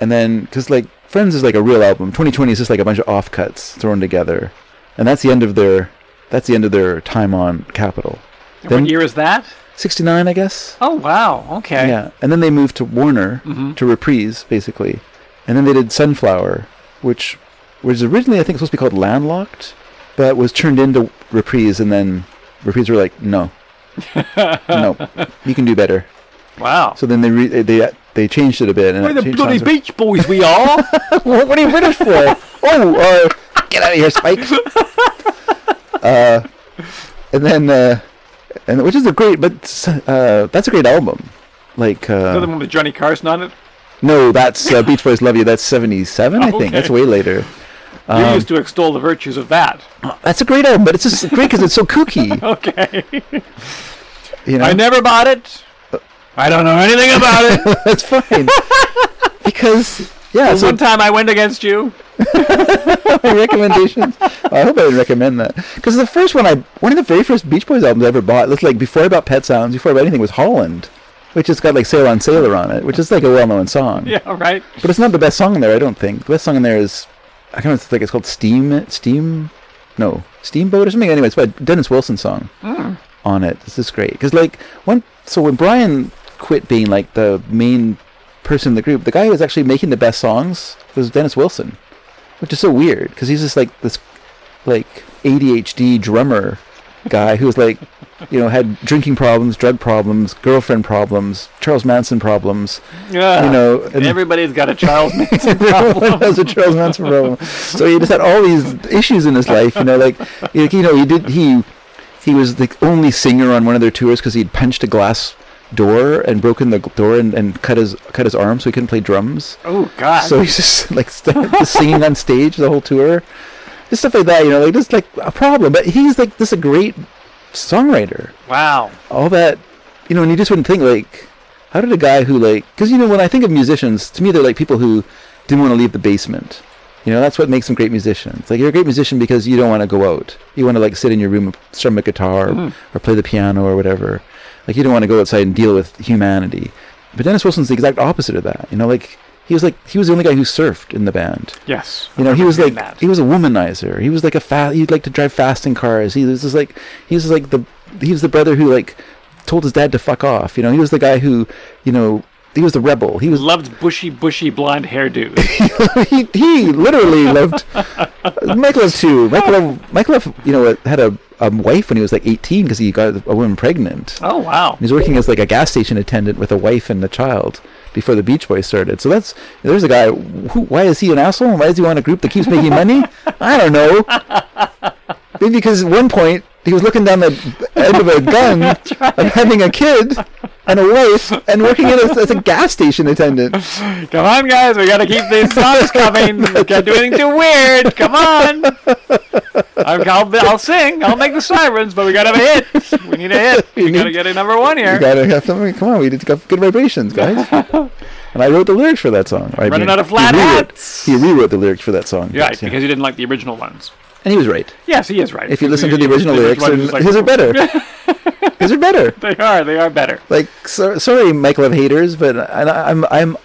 Speaker 1: And then, because like Friends is like a real album. 2020 is just like a bunch of offcuts thrown together, and that's the end of their that's the end of their time on Capitol.
Speaker 2: And
Speaker 1: Then
Speaker 2: what year is that?
Speaker 1: 69, I guess.
Speaker 2: Oh wow. Okay.
Speaker 1: Yeah, and then they moved to Warner
Speaker 2: Mm-hmm.
Speaker 1: to Reprise basically, and then they did Sunflower, which was originally I think supposed to be called Landlocked, but was turned into Reprise, and then Reprise were like, no, no, you can do better.
Speaker 2: Wow.
Speaker 1: So then they re- they they changed it a bit. And
Speaker 2: We're
Speaker 1: it
Speaker 2: the
Speaker 1: changed
Speaker 2: bloody
Speaker 1: songs ar-
Speaker 2: Beach Boys we are.
Speaker 1: what, what are you British for? oh, uh, get out of here, Spike. uh, and then, uh, and which is a great, but uh, that's a great album. Like,
Speaker 2: Another
Speaker 1: uh,
Speaker 2: one with Johnny Carson on it.
Speaker 1: no, that's uh, Beach Boys Love You. That's '77, I think. That's
Speaker 2: Okay.
Speaker 1: way later. Um,
Speaker 2: You used to extol the virtues of that.
Speaker 1: That's a great album, but it's just great because it's so kooky.
Speaker 2: Okay.
Speaker 1: You know,
Speaker 2: I never bought it. I don't know anything about it.
Speaker 1: that's fine. because yeah,
Speaker 2: But
Speaker 1: so
Speaker 2: one time I went against you.
Speaker 1: my recommendations. I hope I didn't recommend that because the first one I one of the very first Beach Boys albums I ever bought. That's like before I bought Pet Sounds, before I bought anything was Holland, which has got like Sailor on Sailor on it, which is like a well-known song.
Speaker 2: Yeah, right.
Speaker 1: But it's not the best song in there, I don't think. The best song in there is I can't remember. It's like it's called Steam Steam, no Steamboat or something. Anyway, it's by Dennis Wilson song on it. This is great because like when so when Brian quit being like the main person in the group, the guy who was actually making the best songs was Dennis Wilson, which is so weird because he's just like this like ADHD drummer guy who was like you know had drinking problems, drug problems, girlfriend problems, Charles Manson problems.
Speaker 2: Ah. Yeah.
Speaker 1: You know, and-
Speaker 2: everybody's got a Charles Manson
Speaker 1: Everyone
Speaker 2: problem.
Speaker 1: has a Charles Manson problem. So he just had all these issues in his life, you know, like you you know, he did he he was the only singer on one of their tours because he'd punched a glass door and broken the gl- door and, and cut his cut his arm so he couldn't play drums.
Speaker 2: Oh God.
Speaker 1: So he's just like st- just singing on stage the whole tour, just stuff like that, you know, like just like a problem. But he's like this a great songwriter
Speaker 2: wow.
Speaker 1: all that, you know, and you just wouldn't think like, how did a guy who like, because you know, when I think of musicians, to me they're like people who didn't want to leave the basement. You know, that's what makes them great musicians. Like you're a great musician because you don't want to go out. You want to like sit in your room, and strum a guitar, or play the piano or whatever. Like you don't want to go outside and deal with humanity. But Dennis Wilson's the exact opposite of that. You know, like he was like he was the only guy who surfed in the band.
Speaker 2: Yes.
Speaker 1: You know, he was like
Speaker 2: hearing that.
Speaker 1: he was a womanizer. He was like a fast. He liked to drive fast in cars. He was just like he was like the he was the brother who like told his dad to fuck off. You know, he was the guy who you know he was the rebel. He was
Speaker 2: Loved bushy, bushy blonde hairdos.
Speaker 1: he, he literally loved Michael loved too. Michael loved, Michael loved, you know had a, a wife when he was like eighteen because he got a woman pregnant.
Speaker 2: Oh wow.
Speaker 1: He was working as like a gas station attendant with a wife and a child before the Beach Boys started. So that's there's a guy. Who, why is he an asshole? And why is he on a group that keeps making money? I don't know. Maybe because at one point he was looking down the end of a gun of having a kid and a wife and working as, as a gas station attendant.
Speaker 2: Come on, guys. We gotta keep these songs coming. We Can't do anything too weird. Come on. I'm, I'll, I'll sing. I'll make the sirens, but we gotta have a hit. We need a hit.
Speaker 1: We
Speaker 2: We gotta
Speaker 1: need-
Speaker 2: get a number one
Speaker 1: You
Speaker 2: here.
Speaker 1: gotta have something. Come on, we did got good vibrations, guys. And I wrote the lyrics for that song. I
Speaker 2: Running out of flat
Speaker 1: he rewrote,
Speaker 2: hats.
Speaker 1: He rewrote the lyrics for that song.
Speaker 2: Right,
Speaker 1: yes, yeah.
Speaker 2: because you didn't like the original ones.
Speaker 1: and he was right.
Speaker 2: Yes, he is right.
Speaker 1: if you listen to the
Speaker 2: Because
Speaker 1: original lyrics,
Speaker 2: one
Speaker 1: then
Speaker 2: is like-
Speaker 1: his are better. his are better.
Speaker 2: They are. They are better.
Speaker 1: Like, so, sorry, Michael of haters, but I, I'm I'm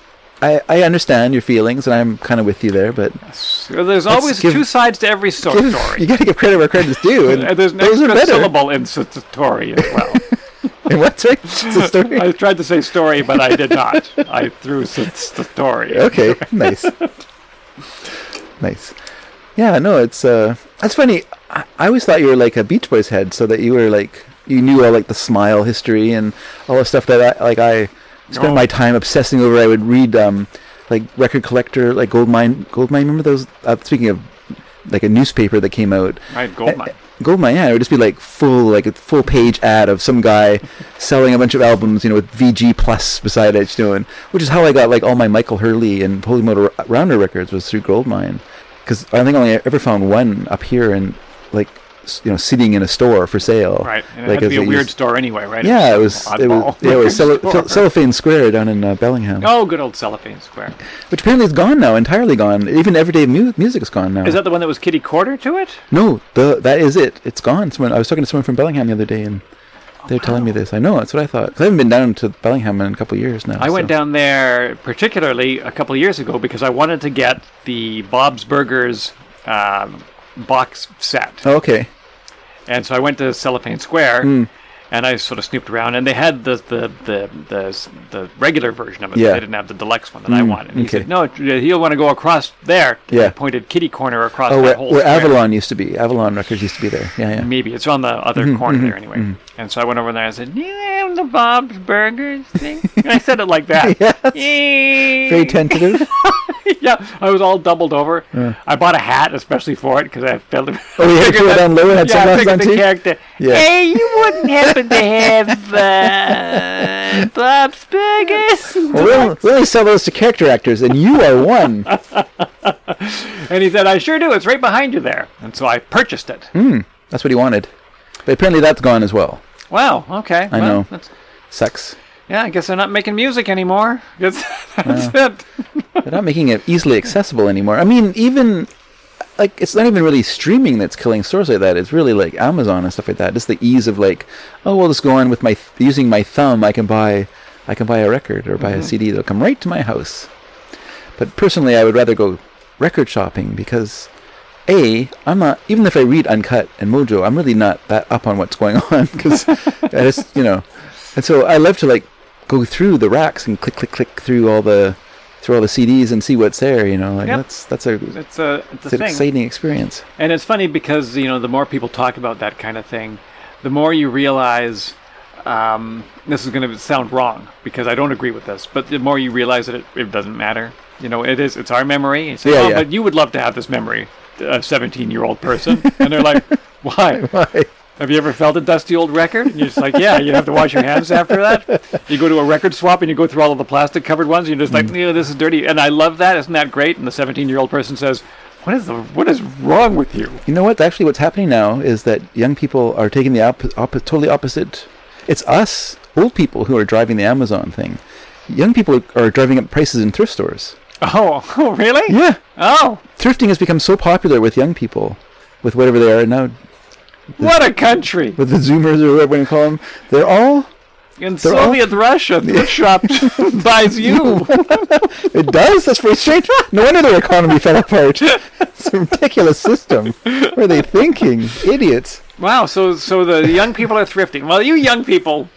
Speaker 1: I, I understand your feelings, and I'm kind of with you there, but
Speaker 2: So there's always
Speaker 1: give-
Speaker 2: two sides to every so-
Speaker 1: give-
Speaker 2: story.
Speaker 1: you got to give credit where credit is due. And
Speaker 2: Oh, And there's an
Speaker 1: those are
Speaker 2: extra
Speaker 1: better.
Speaker 2: syllable in s- s- story as well.
Speaker 1: And what's right? It's a story.
Speaker 2: I tried to say story, but I did not. I threw s- s- the story.
Speaker 1: okay, nice, nice. Yeah, no, it's uh, that's funny. I, I always thought you were like a Beach Boys head, so that you were like you knew all like the smile history and all the stuff that I like. I spent
Speaker 2: No.
Speaker 1: my time obsessing over. I would read um, like record collector, like Goldmine, Goldmine. Remember those? Uh, speaking of like a newspaper that came out.
Speaker 2: I had Goldmine.
Speaker 1: Eh, Goldmine, yeah, it would just be like full, like a full page ad of some guy selling a bunch of albums, you know, with VG plus beside it, you know, and which is how I got like all my Michael Hurley and Holy Motor Rounder records was through Goldmine, because I think I only ever found one up here and like s- you know sitting in a store for sale.
Speaker 2: Right. And it
Speaker 1: Like,
Speaker 2: had to
Speaker 1: as
Speaker 2: be a
Speaker 1: they
Speaker 2: weird
Speaker 1: used-
Speaker 2: store anyway, right?
Speaker 1: Yeah, it was.
Speaker 2: some
Speaker 1: It was,
Speaker 2: oddball
Speaker 1: yeah, it was
Speaker 2: record
Speaker 1: cello-
Speaker 2: store.
Speaker 1: Cellophane Square down in uh, Bellingham,
Speaker 2: Oh, good old Cellophane Square.
Speaker 1: which apparently is gone now, entirely gone. Even everyday mu- music is gone now.
Speaker 2: Is that the one that was Kitty Quarter to it?
Speaker 1: No, the that is it. It's gone. Someone I was talking to someone from Bellingham the other day, and
Speaker 2: Oh,
Speaker 1: they're telling me this. I know that's what I thought. 'Cause I haven't been down to Bellingham in a couple of years now.
Speaker 2: I went
Speaker 1: so-
Speaker 2: down there particularly a couple of years ago because I wanted to get the Bob's Burgers um, box set.
Speaker 1: Oh, Hmm. okay.
Speaker 2: And so I went to Cellophane Square, and I sort of snooped around, and they had the the the the, the regular version of it.
Speaker 1: Yeah. Hmm,
Speaker 2: They didn't have the deluxe one that I wanted. And he
Speaker 1: okay.
Speaker 2: said, "No, he'll want to go across there."
Speaker 1: Yeah.
Speaker 2: I pointed kitty corner across
Speaker 1: Oh,
Speaker 2: that
Speaker 1: where,
Speaker 2: whole
Speaker 1: where
Speaker 2: square.
Speaker 1: Avalon used to be. Avalon Records used to be there. Yeah, yeah.
Speaker 2: Maybe it's on the other
Speaker 1: Mm-hmm,
Speaker 2: corner there anyway. And so I went over there and I said, "You have the Bob's Burgers thing?" And I said it like that.
Speaker 1: Very tentative.
Speaker 2: yeah, I was all doubled over. I bought a hat especially for it because I felt.
Speaker 1: Oh, yeah,
Speaker 2: figured
Speaker 1: threw it
Speaker 2: that-
Speaker 1: on low and had
Speaker 2: yeah, I
Speaker 1: sunglasses
Speaker 2: figured
Speaker 1: on
Speaker 2: the
Speaker 1: too?
Speaker 2: character.
Speaker 1: Yeah.
Speaker 2: Hey, you wouldn't happen to have uh, Bob's Burgers?
Speaker 1: we'll, we'll sell those to character actors, and you are one.
Speaker 2: And he said, "I sure do. It's right behind you there." And so I purchased it.
Speaker 1: Hmm. That's what he wanted. But apparently that's gone as well.
Speaker 2: Wow. Okay. I
Speaker 1: know.
Speaker 2: That's,
Speaker 1: Sucks.
Speaker 2: yeah, I guess they're not making music anymore. That's, that's it.
Speaker 1: They're not making it easily accessible anymore. I mean, even like it's not even really streaming that's killing stores like that. It's really like Amazon and stuff like that. Just the ease of like, oh, well, just go on with my th- using my thumb. I can buy, I can buy a record or buy a CD. They'll come right to my house. But personally, I would rather go record shopping because. A, I'm not. Even if I read Uncut and Mojo, I'm really not that up on what's going on because I just, you know, and so I love to like go through the racks and click, click, click through all the through all the CDs and see what's there. You know, like
Speaker 2: Yep.
Speaker 1: that's that's a
Speaker 2: It's a it's a
Speaker 1: it's an
Speaker 2: thing.
Speaker 1: exciting experience.
Speaker 2: And it's funny because you know the more people talk about that kind of thing, the more you realize. Um, this is going to sound wrong because I don't agree with this, but the more you realize that it, it doesn't matter. You know, it is it's our memory. It's like,
Speaker 1: Yeah,
Speaker 2: "Oh,
Speaker 1: yeah.
Speaker 2: But you would love to have this memory, a seventeen-year-old person, and they're like, "Why? Have you ever felt a dusty old record?" And you're just like, "Yeah, you have to wash your hands after that." You go to a record swap and you go through all of the plastic-covered ones, and you're just like,
Speaker 1: Mm.
Speaker 2: "Yeah, this is dirty." And I love that. Isn't that great? And the seventeen-year-old person says, "What is the what is wrong with you?"
Speaker 1: You know what? Actually, what's happening now is that young people are taking the op- op- totally opposite. It's us old people who are driving the Amazon thing. Young people are driving up prices in thrift stores.
Speaker 2: Oh, oh, really?
Speaker 1: Yeah,
Speaker 2: Oh,
Speaker 1: thrifting has become so popular with young people, with whatever they are now,
Speaker 2: what a country!
Speaker 1: with the Zoomers or whatever you call them. They're all
Speaker 2: In
Speaker 1: They're all-
Speaker 2: Soviet Russia, the shop buys you.
Speaker 1: It does. That's pretty strange. No wonder their economy fell apart. It's a ridiculous system. What are they thinking? Idiots.
Speaker 2: wow. So, so the young people are thrifting. Well, you young people,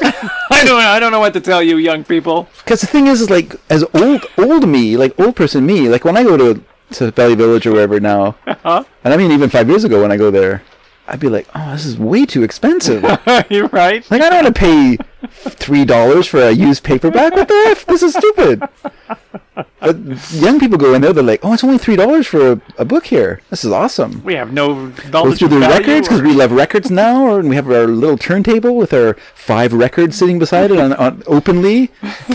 Speaker 2: I don't, I don't know what to tell you, young people.
Speaker 1: Because the thing is, is like as old old me, like old person me, like when I go to to Valley Village or wherever now, and I mean even five years ago when I go there, I'd be like, oh, this is way too expensive. like
Speaker 2: you right?
Speaker 1: I don't want to pay three dollars for a used paperback. What the f? This is stupid. But young people go in there, they're like, oh, it's only three dollars for a, a book here. This is awesome.
Speaker 2: We have no
Speaker 1: go
Speaker 2: knowledge
Speaker 1: through
Speaker 2: of
Speaker 1: the
Speaker 2: value
Speaker 1: records because
Speaker 2: or-
Speaker 1: we love records now, or, and we have our little turntable with our five records sitting beside it on, on openly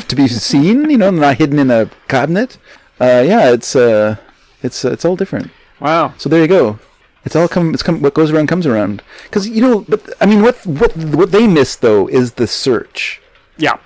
Speaker 1: to be seen, you know, not hidden in a cabinet. Uh, yeah, it's uh, it's uh, it's all different.
Speaker 2: wow.
Speaker 1: So there you go. It's all come. It's come. What goes around comes around. Because you know, but I mean, what what what they miss though is the search
Speaker 2: Yeah.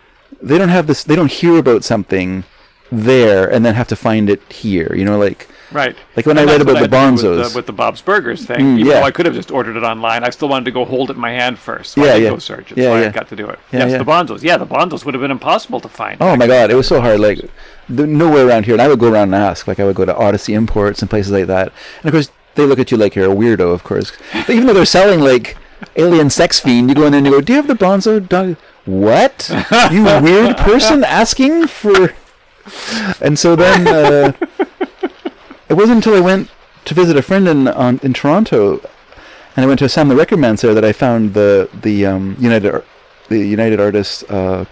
Speaker 1: they don't have this they don't hear about something there and then have to find it here. You know, like
Speaker 2: Right.
Speaker 1: Like when
Speaker 2: And
Speaker 1: I read
Speaker 2: that's what
Speaker 1: about the
Speaker 2: had to do With
Speaker 1: Bonzos.
Speaker 2: the, with the Bob's Burgers thing,
Speaker 1: Mm,
Speaker 2: even
Speaker 1: yeah.
Speaker 2: though I could have just ordered it online, I still wanted to go hold it in my hand first. So I
Speaker 1: Yeah,
Speaker 2: did
Speaker 1: yeah.
Speaker 2: go search. That's
Speaker 1: Yeah,
Speaker 2: why
Speaker 1: yeah.
Speaker 2: I got to do it.
Speaker 1: Yeah,
Speaker 2: yes,
Speaker 1: yeah.
Speaker 2: the Bonzos. Yeah, the Bonzos would have been impossible to find.
Speaker 1: oh my god, it was so hard. Like the, nowhere around here, and I would go around and ask. Like I would go to Odyssey Imports and places like that, and of course they look at you like you're a weirdo. Of course, but even though they're selling like alien sex fiend, you go in there and you go, "Do you have the Bonzo dog?" What? You weird person asking for. And so then uh, it wasn't until I went to visit a friend in on, in Toronto, and I went to Sam the Record Man's there that I found the the um, United Ar- the United Artists uh,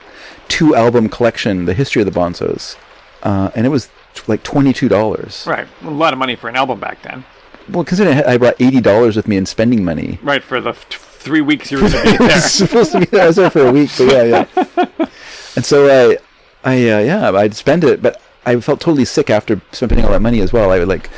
Speaker 1: two album collection, the history of the Bonzos, uh, and it was t- like twenty two dollars.
Speaker 2: Right. A lot of money for an album back then.
Speaker 1: Well, considering I had- I brought eighty dollars with me in spending money,
Speaker 2: Right, for the f- three weeks you were going to
Speaker 1: it
Speaker 2: be there.
Speaker 1: was supposed to be there. I was there for a week, but yeah, yeah. And so I, I uh, yeah, I'd spend it, but I felt totally sick after spending all that money as well. I would like,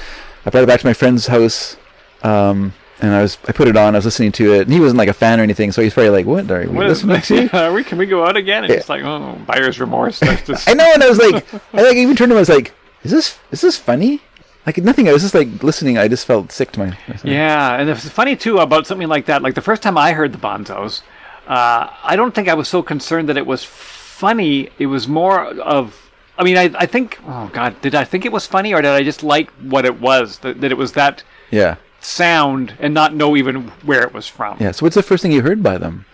Speaker 1: I brought it back to my friend's house, um, and I was I put it on. I was listening to it, and he wasn't like a fan or anything, so he's probably like, "What are you
Speaker 2: What is
Speaker 1: listening
Speaker 2: this? Are we, can we go out again? And it's like, oh, buyer's remorse. That's just,
Speaker 1: I know, and I was like, I like even turned to him. I was like, "Is this is this funny?" Like nothing. I was just like listening. I just felt sick to my. myself.
Speaker 2: Yeah, and it's funny too about something like that. Like the first time I heard the Bonzos, uh, I don't think I was so concerned that it was funny. It was more of, I mean, I, I think, oh God, did I think it was funny or did I just like what it was? That, that it was that
Speaker 1: Yeah.
Speaker 2: sound and not know even where it was from.
Speaker 1: Yeah. So what's the first thing you heard by them?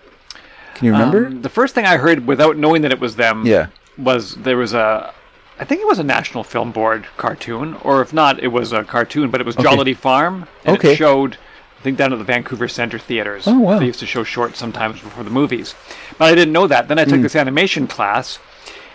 Speaker 1: Can you remember?
Speaker 2: Um, the first thing I heard without knowing that it was them
Speaker 1: Yeah.
Speaker 2: was there was a I think it was a National Film Board cartoon, or if not, it was a cartoon, but it was Jollity Farm. And
Speaker 1: Okay.
Speaker 2: it showed I think down at the Vancouver Center Theaters.
Speaker 1: Oh, wow.
Speaker 2: They used to show shorts sometimes before the movies. But I didn't know that. Then I
Speaker 1: Hmm.
Speaker 2: took this animation class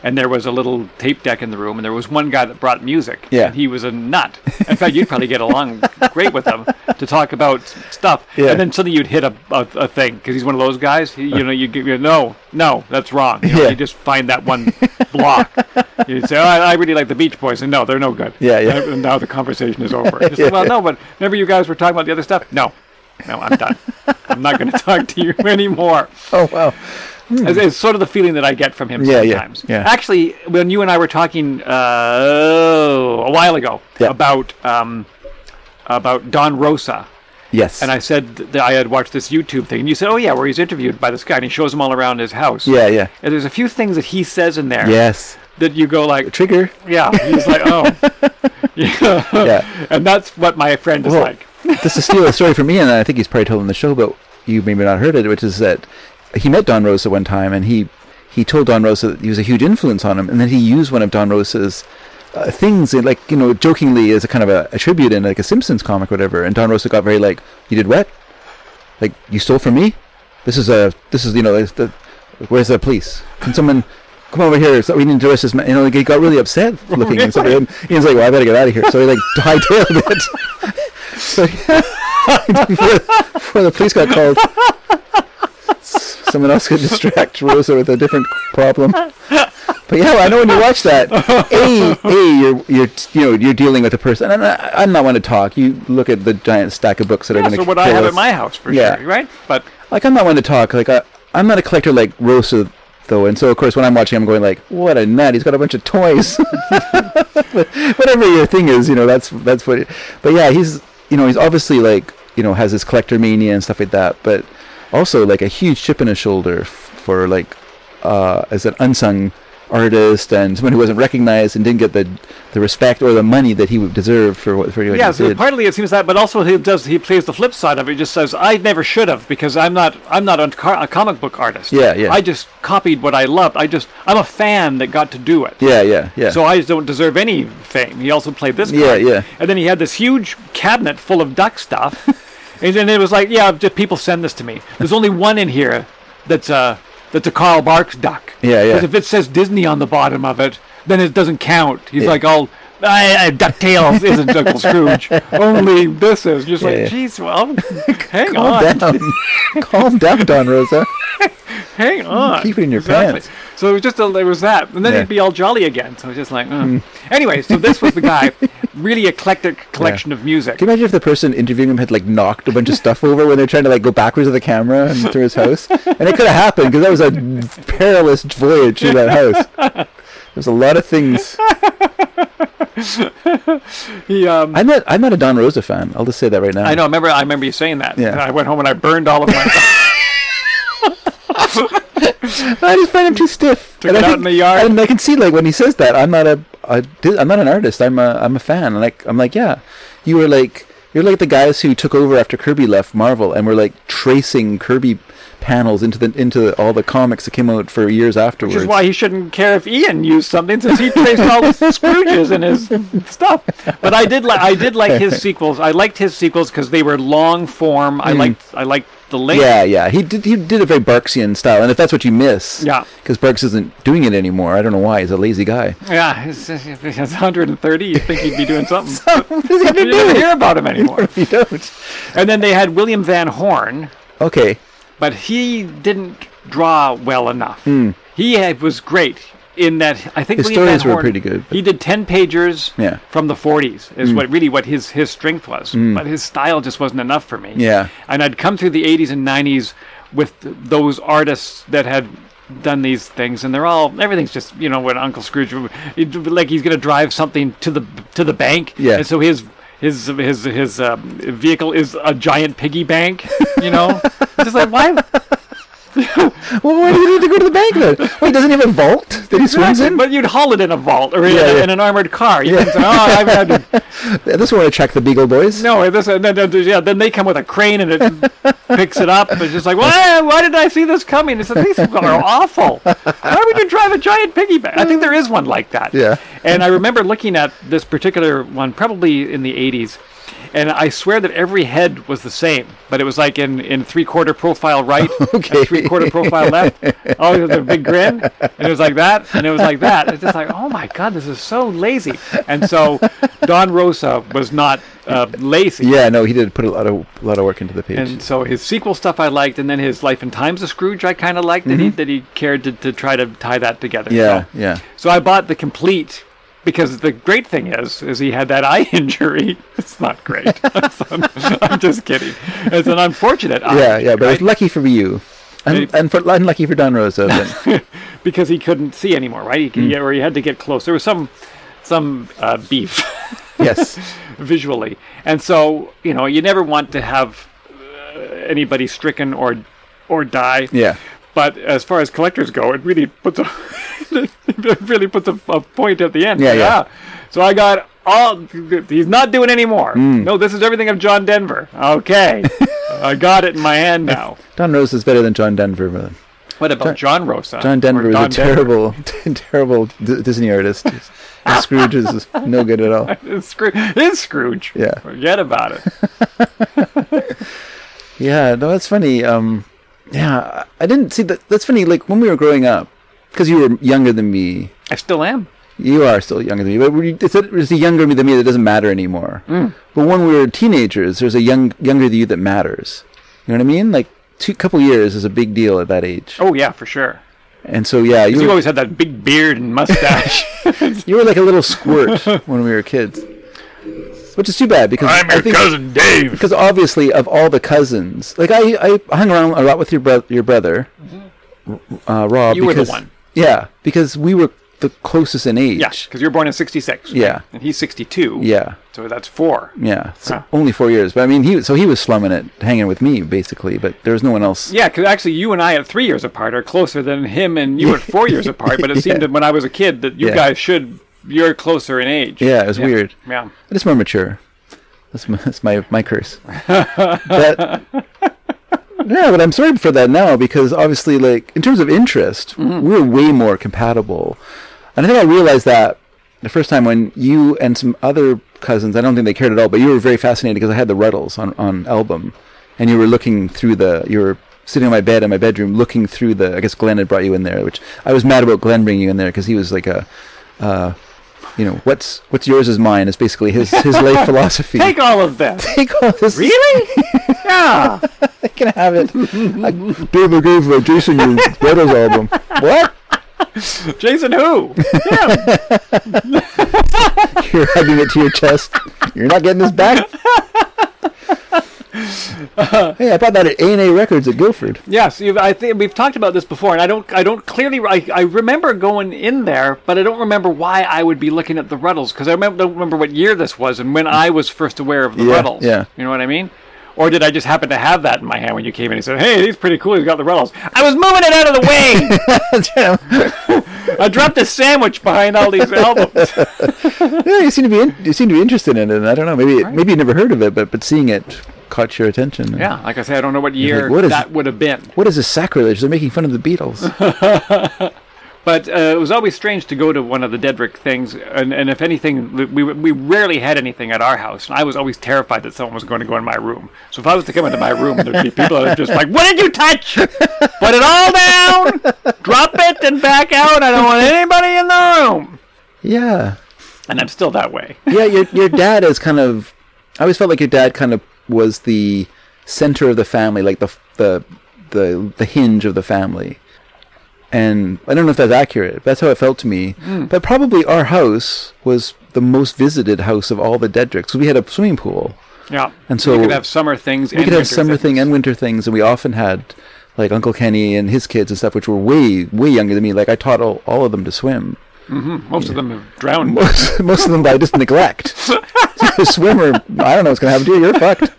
Speaker 2: and there was a little tape deck in the room and there was one guy that brought music.
Speaker 1: Yeah.
Speaker 2: And he was a nut. In fact you'd probably get along great with him to talk about stuff.
Speaker 1: Yeah. Uh.
Speaker 2: And then suddenly you'd hit a, a, a thing because he's one of those guys. He, you know, you give you no, no, that's wrong. You, know,
Speaker 1: Yeah.
Speaker 2: you just find that one block. You say, oh, I, I really like the Beach Boys, and no, they're no good.
Speaker 1: Yeah, yeah.
Speaker 2: And now the conversation is over. It's like, well, no, but remember you guys were talking about the other stuff. No, no, I'm done. I'm not going to talk to you anymore.
Speaker 1: Oh wow.
Speaker 2: It's, it's sort of the feeling that I get from him
Speaker 1: Yeah, yeah,
Speaker 2: sometimes.
Speaker 1: yeah.
Speaker 2: Actually, when you and I were talking uh, a while ago
Speaker 1: Yeah.
Speaker 2: about um, about Don Rosa.
Speaker 1: Yes.
Speaker 2: And I said that I had watched this YouTube thing, and you said, "Oh yeah, where he's interviewed by this guy, and he shows him all around his house."
Speaker 1: Yeah, yeah.
Speaker 2: And there's a few things that he says in there
Speaker 1: Yes.
Speaker 2: that you go like,
Speaker 1: Trigger.
Speaker 2: "Yeah." He's like, "Oh, yeah.
Speaker 1: Yeah.
Speaker 2: And that's what my friend is
Speaker 1: Well,
Speaker 2: like.
Speaker 1: just to steal a story from Ian, and I think he's probably told on the show, but you maybe not heard it, which is that he met Don Rosa one time, and he he told Don Rosa that he was a huge influence on him, and then he used one of Don Rosa's uh, things, like you know, jokingly as a kind of a, a tribute in like a Simpsons comic, or whatever. And Don Rosa got very like, "You did what? Like you stole from me? This is a this is you know it's the where's the police? Can someone?" Come over here. So we need to arrest this man. You know, like, he got really upset looking. And so Ian- Ian's like, "Well, I better get out of here." So he like hightailed it. So, before, before the police got called, someone else could distract Rosa with a different problem. But yeah, I know when you watch that, a a you're you're you know you're dealing with a person, and I, I'm not one to talk. You look at the giant stack of books that are
Speaker 2: Yeah,
Speaker 1: going to
Speaker 2: so what
Speaker 1: kill
Speaker 2: I have
Speaker 1: us.
Speaker 2: at my house for
Speaker 1: Yeah.
Speaker 2: sure, right? But
Speaker 1: like I'm not one to talk. Like I, I'm not a collector like Rosa though, and so of course when I'm watching, I'm going like, what a nut! He's got a bunch of toys. but whatever your thing is, you know, that's that's what. It, but yeah, he's you know he's obviously like you know has his collector mania and stuff like that, but also like a huge chip in his shoulder f- for like uh, as an unsung artist and someone who wasn't recognized and didn't get the the respect or the money that he would deserve for what for what
Speaker 2: yeah,
Speaker 1: he
Speaker 2: so
Speaker 1: did.
Speaker 2: partly it seems that, but also he does he plays the flip side of it. He just says, "I never should have because I'm not I'm not a, car- a comic book artist.
Speaker 1: Yeah, yeah.
Speaker 2: I just copied what I loved. I just I'm a fan that got to do it.
Speaker 1: yeah, yeah, yeah.
Speaker 2: So I just don't deserve any fame. He also played this
Speaker 1: Yeah,
Speaker 2: card.
Speaker 1: yeah.
Speaker 2: And then he had this huge cabinet full of duck stuff. and then it was like, yeah, just people send this to me. There's only one in here that's a, that's a Carl Barks duck.
Speaker 1: Yeah, yeah.
Speaker 2: Because if it says Disney on the bottom of it, then it doesn't count. He's like, all, I, I, DuckTales isn't Uncle Scrooge. Only this is. You're just
Speaker 1: Yeah, yeah.
Speaker 2: like, geez, well, hang on.
Speaker 1: Calm down. Calm down, Don Rosa.
Speaker 2: Hang on.
Speaker 1: Keep it in your pants.
Speaker 2: So it was just a, it was that, and then
Speaker 1: Yeah. Hmm.
Speaker 2: he'd be all jolly again. So it's just like, uh. anyway. So this was the guy, really eclectic collection of music.
Speaker 1: Can you imagine if the person interviewing him had like knocked a bunch of stuff over when they're trying to like go backwards with the camera and through his house? And it could have happened because that was a perilous voyage through that house. There's a lot of things
Speaker 2: he, um,
Speaker 1: I'm not. I'm not a Don Rosa fan. I'll just say that right now.
Speaker 2: I know. I remember. I remember you saying that.
Speaker 1: Yeah.
Speaker 2: And I went home and I burned all of my.
Speaker 1: I just find him too stiff.
Speaker 2: Took it out in the yard.
Speaker 1: And I can see like when he says that, I'm not a, a di- I'm not an artist. I'm a, I'm a fan. And, Like I'm like, yeah, you were like, you're like the guys who took over after Kirby left Marvel, and were like tracing Kirby panels into the into the, all the comics that came out for years afterwards.
Speaker 2: which is why he shouldn't care if Ian used something since he traced all the Scrooges in his stuff. But I did like I did like his sequels. I liked his sequels because they were long form. I liked I liked the length.
Speaker 1: Hmm. yeah, yeah, he did. He did a very Barksian style, and if that's what you miss,
Speaker 2: Yeah.
Speaker 1: because Barks isn't doing it anymore. I don't know why. He's a lazy guy.
Speaker 2: Yeah, it's, it's 130. You'd think he'd be doing something.
Speaker 1: what does he have to
Speaker 2: you don't
Speaker 1: do?
Speaker 2: hear about him anymore.
Speaker 1: You don't.
Speaker 2: And then they had William Van Horn,
Speaker 1: Okay.
Speaker 2: but he didn't draw well enough. He had, was great in that I think
Speaker 1: Hmm. His
Speaker 2: William Van
Speaker 1: stories were
Speaker 2: Horn-
Speaker 1: pretty good, but-
Speaker 2: He did ten pagers
Speaker 1: Yeah. Hmm.
Speaker 2: from the 40s is what really what his his strength was, but his style just wasn't enough for me.
Speaker 1: Yeah.
Speaker 2: and I'd come through the 80s and 90s with those artists that had done these things and they're all everything's just you know when uncle scrooge it- like he's going to drive something to the to the bank
Speaker 1: Yeah.
Speaker 2: and so his his his his um, vehicle is a giant piggy bank you know just like why
Speaker 1: Well, why do you need to go to the bank then? Wait, doesn't he have a vault that he swims
Speaker 2: Exactly,
Speaker 1: in?
Speaker 2: But you'd haul it in a vault or in,
Speaker 1: Yeah,
Speaker 2: a-
Speaker 1: yeah.
Speaker 2: in an armored car. You think, oh, I've had to,
Speaker 1: Yeah, This is where I track the Beagle Boys.
Speaker 2: no, this, and then, then- yeah, then they come with a crane and it picks it up. It's just like, why, why did I see this coming? It's like, these are awful. Why would you drive a giant piggy bank? I think there is one like that.
Speaker 1: Yeah.
Speaker 2: And I remember looking at this particular one, probably in the 80s. And I swear that every head was the same, but it was like in, in three quarter profile right,
Speaker 1: Okay.
Speaker 2: and three quarter profile left. Always with Oh, a big grin, and it was like that, and it was like that. It's just like, oh my god, this is so lazy. And so, Don Rosa was not uh, lazy.
Speaker 1: Yeah, no, he did put a lot of a lot of work into the page.
Speaker 2: And so his sequel stuff I liked, and then his Life and Times of Scrooge I kind of liked that he that he cared to, to try to tie that together.
Speaker 1: Mm-hmm. yeah, yeah.
Speaker 2: So, so I bought the complete because the great thing is is he had that eye injury. It's not great. I'm, I'm just kidding. It's an unfortunate eye.
Speaker 1: Yeah, yeah, but
Speaker 2: right?
Speaker 1: it's lucky for you. And,
Speaker 2: Right.
Speaker 1: and for, unlucky for Don Rosa. But,
Speaker 2: because he couldn't see anymore, right? He, could-
Speaker 1: Hmm.
Speaker 2: yeah, or he had to get close. There was some some uh, beef
Speaker 1: yes.
Speaker 2: visually, and so you know you never want to have uh, anybody stricken or or die.
Speaker 1: Yeah.
Speaker 2: But as far as collectors go, it really puts a it really puts a, a point at the end.
Speaker 1: Yeah, yeah.
Speaker 2: So I got all. He's not doing any more.
Speaker 1: Hmm.
Speaker 2: No, this is everything of John Denver. Okay, I got it in my hand now.
Speaker 1: Don Rosa is better than John Denver. But
Speaker 2: What about John Rosa?
Speaker 1: John Denver
Speaker 2: or
Speaker 1: was a
Speaker 2: Don Denver?
Speaker 1: terrible, terrible D- Disney artist. And Scrooge is no good at all.
Speaker 2: It's Scrooge. It's Scrooge.
Speaker 1: Yeah.
Speaker 2: Forget about it.
Speaker 1: Yeah, no, that's funny. Um, yeah, I didn't see that. That's funny. Like when we were growing up, because you were younger than me,
Speaker 2: I still am.
Speaker 1: You are still younger than me, but we- it's, it's the younger me than me that doesn't matter anymore.
Speaker 2: Mm.
Speaker 1: But when we were teenagers, there's a young younger than you that matters. You know what I mean? Like two couple years is a big deal at that age.
Speaker 2: Oh yeah, for sure.
Speaker 1: And so yeah, you
Speaker 2: You
Speaker 1: were,
Speaker 2: always had that big beard and mustache.
Speaker 1: you were like a little squirt when we were kids, which is too bad because I think-
Speaker 2: cousin Dave.
Speaker 1: because obviously of all the cousins, like I, I hung around a lot with your brother, your brother, uh, Rob.
Speaker 2: Mm-hmm. You were the
Speaker 1: because-
Speaker 2: one.
Speaker 1: Yeah, because we were the closest in age.
Speaker 2: Yeah, because you're born in '66.
Speaker 1: Yeah.
Speaker 2: And he's '62.
Speaker 1: Yeah.
Speaker 2: So that's four.
Speaker 1: Yeah, so
Speaker 2: Huh.
Speaker 1: only four years. But I mean, he so he was slumming it, hanging with me basically. But there was no one else.
Speaker 2: Yeah, because actually, you and I at three years apart are closer than him and you at four years apart. But it seemed that when I was a kid, that you
Speaker 1: Yeah.
Speaker 2: guys should you're closer in age.
Speaker 1: Yeah, it was weird.
Speaker 2: Yeah.
Speaker 1: But it's more mature. That's my, that's my my curse. but yeah, but I'm sorry for that now because obviously, like in terms of interest, we're way more compatible. And I think I realized that the first time when you and some other cousins, I don't think they cared at all, but you were very fascinated because I had the Ruddles on on album, and you were looking through the you were sitting on my bed in my bedroom looking through the. I guess Glenn had brought you in there, which I was mad about Glenn bringing you in there because he was like a. Uh, you know what's what's yours is mine is basically his his life philosophy.
Speaker 2: Take all of that.
Speaker 1: Take all this.
Speaker 2: Really? yeah.
Speaker 1: I can have it. Like, David gave uh, Jason your Beatles album. What?
Speaker 2: Jason, who?
Speaker 1: You're hugging it to your chest. You're not getting this back. Hey, I bought that at A and A Records at Guilford.
Speaker 2: Yes, you've, I think we've talked about this before, and I don't, I don't clearly, I, I remember going in there, but I don't remember why I would be looking at the Ruddles because I remem- don't remember what year this was and when I was first aware of the
Speaker 1: Yeah,
Speaker 2: Ruddles.
Speaker 1: yeah.
Speaker 2: you know what I mean? Or did I just happen to have that in my hand when you came in and said, "Hey, he's pretty cool. He's got the Ruddles." I was moving it out of the way.
Speaker 1: yeah,
Speaker 2: I dropped a sandwich behind all these albums.
Speaker 1: you seem to be in, you seem to be interested in it. And I don't know, maybe maybe you never heard of it, but but seeing it caught your attention.
Speaker 2: yeah, like I say, I don't know what year
Speaker 1: like, what is-
Speaker 2: that would have been.
Speaker 1: What is this sacrilege? They're making fun of the Beatles.
Speaker 2: But uh, it was always strange to go to one of the Dedrick things, and, and if anything, we, we rarely had anything at our house, and I was always terrified that someone was going to go in my room. So if I was to come into my room, there'd be people that are just like, "What did you touch? Put it all down, drop it, and back out. I don't want anybody in the room."
Speaker 1: yeah,
Speaker 2: And I'm still that way.
Speaker 1: yeah. Your your dad is kind of. I always felt like your dad kind of was the center of the family, like the the the the hinge of the family. And I don't know if that's accurate. But that's how it felt to me. But probably our house was the most visited house of all the Dedricks. We had a swimming pool.
Speaker 2: Yeah.
Speaker 1: And so
Speaker 2: we could have summer things.
Speaker 1: we could have summer thing and winter things, and we often had like Uncle Kenny and his kids and stuff, which were way way younger than me. Like I taught all, all of them to swim.
Speaker 2: Most of them have drowned.
Speaker 1: Most, most of them by just neglect. You're a swimmer, I don't know what's gonna happen to you. You're fucked.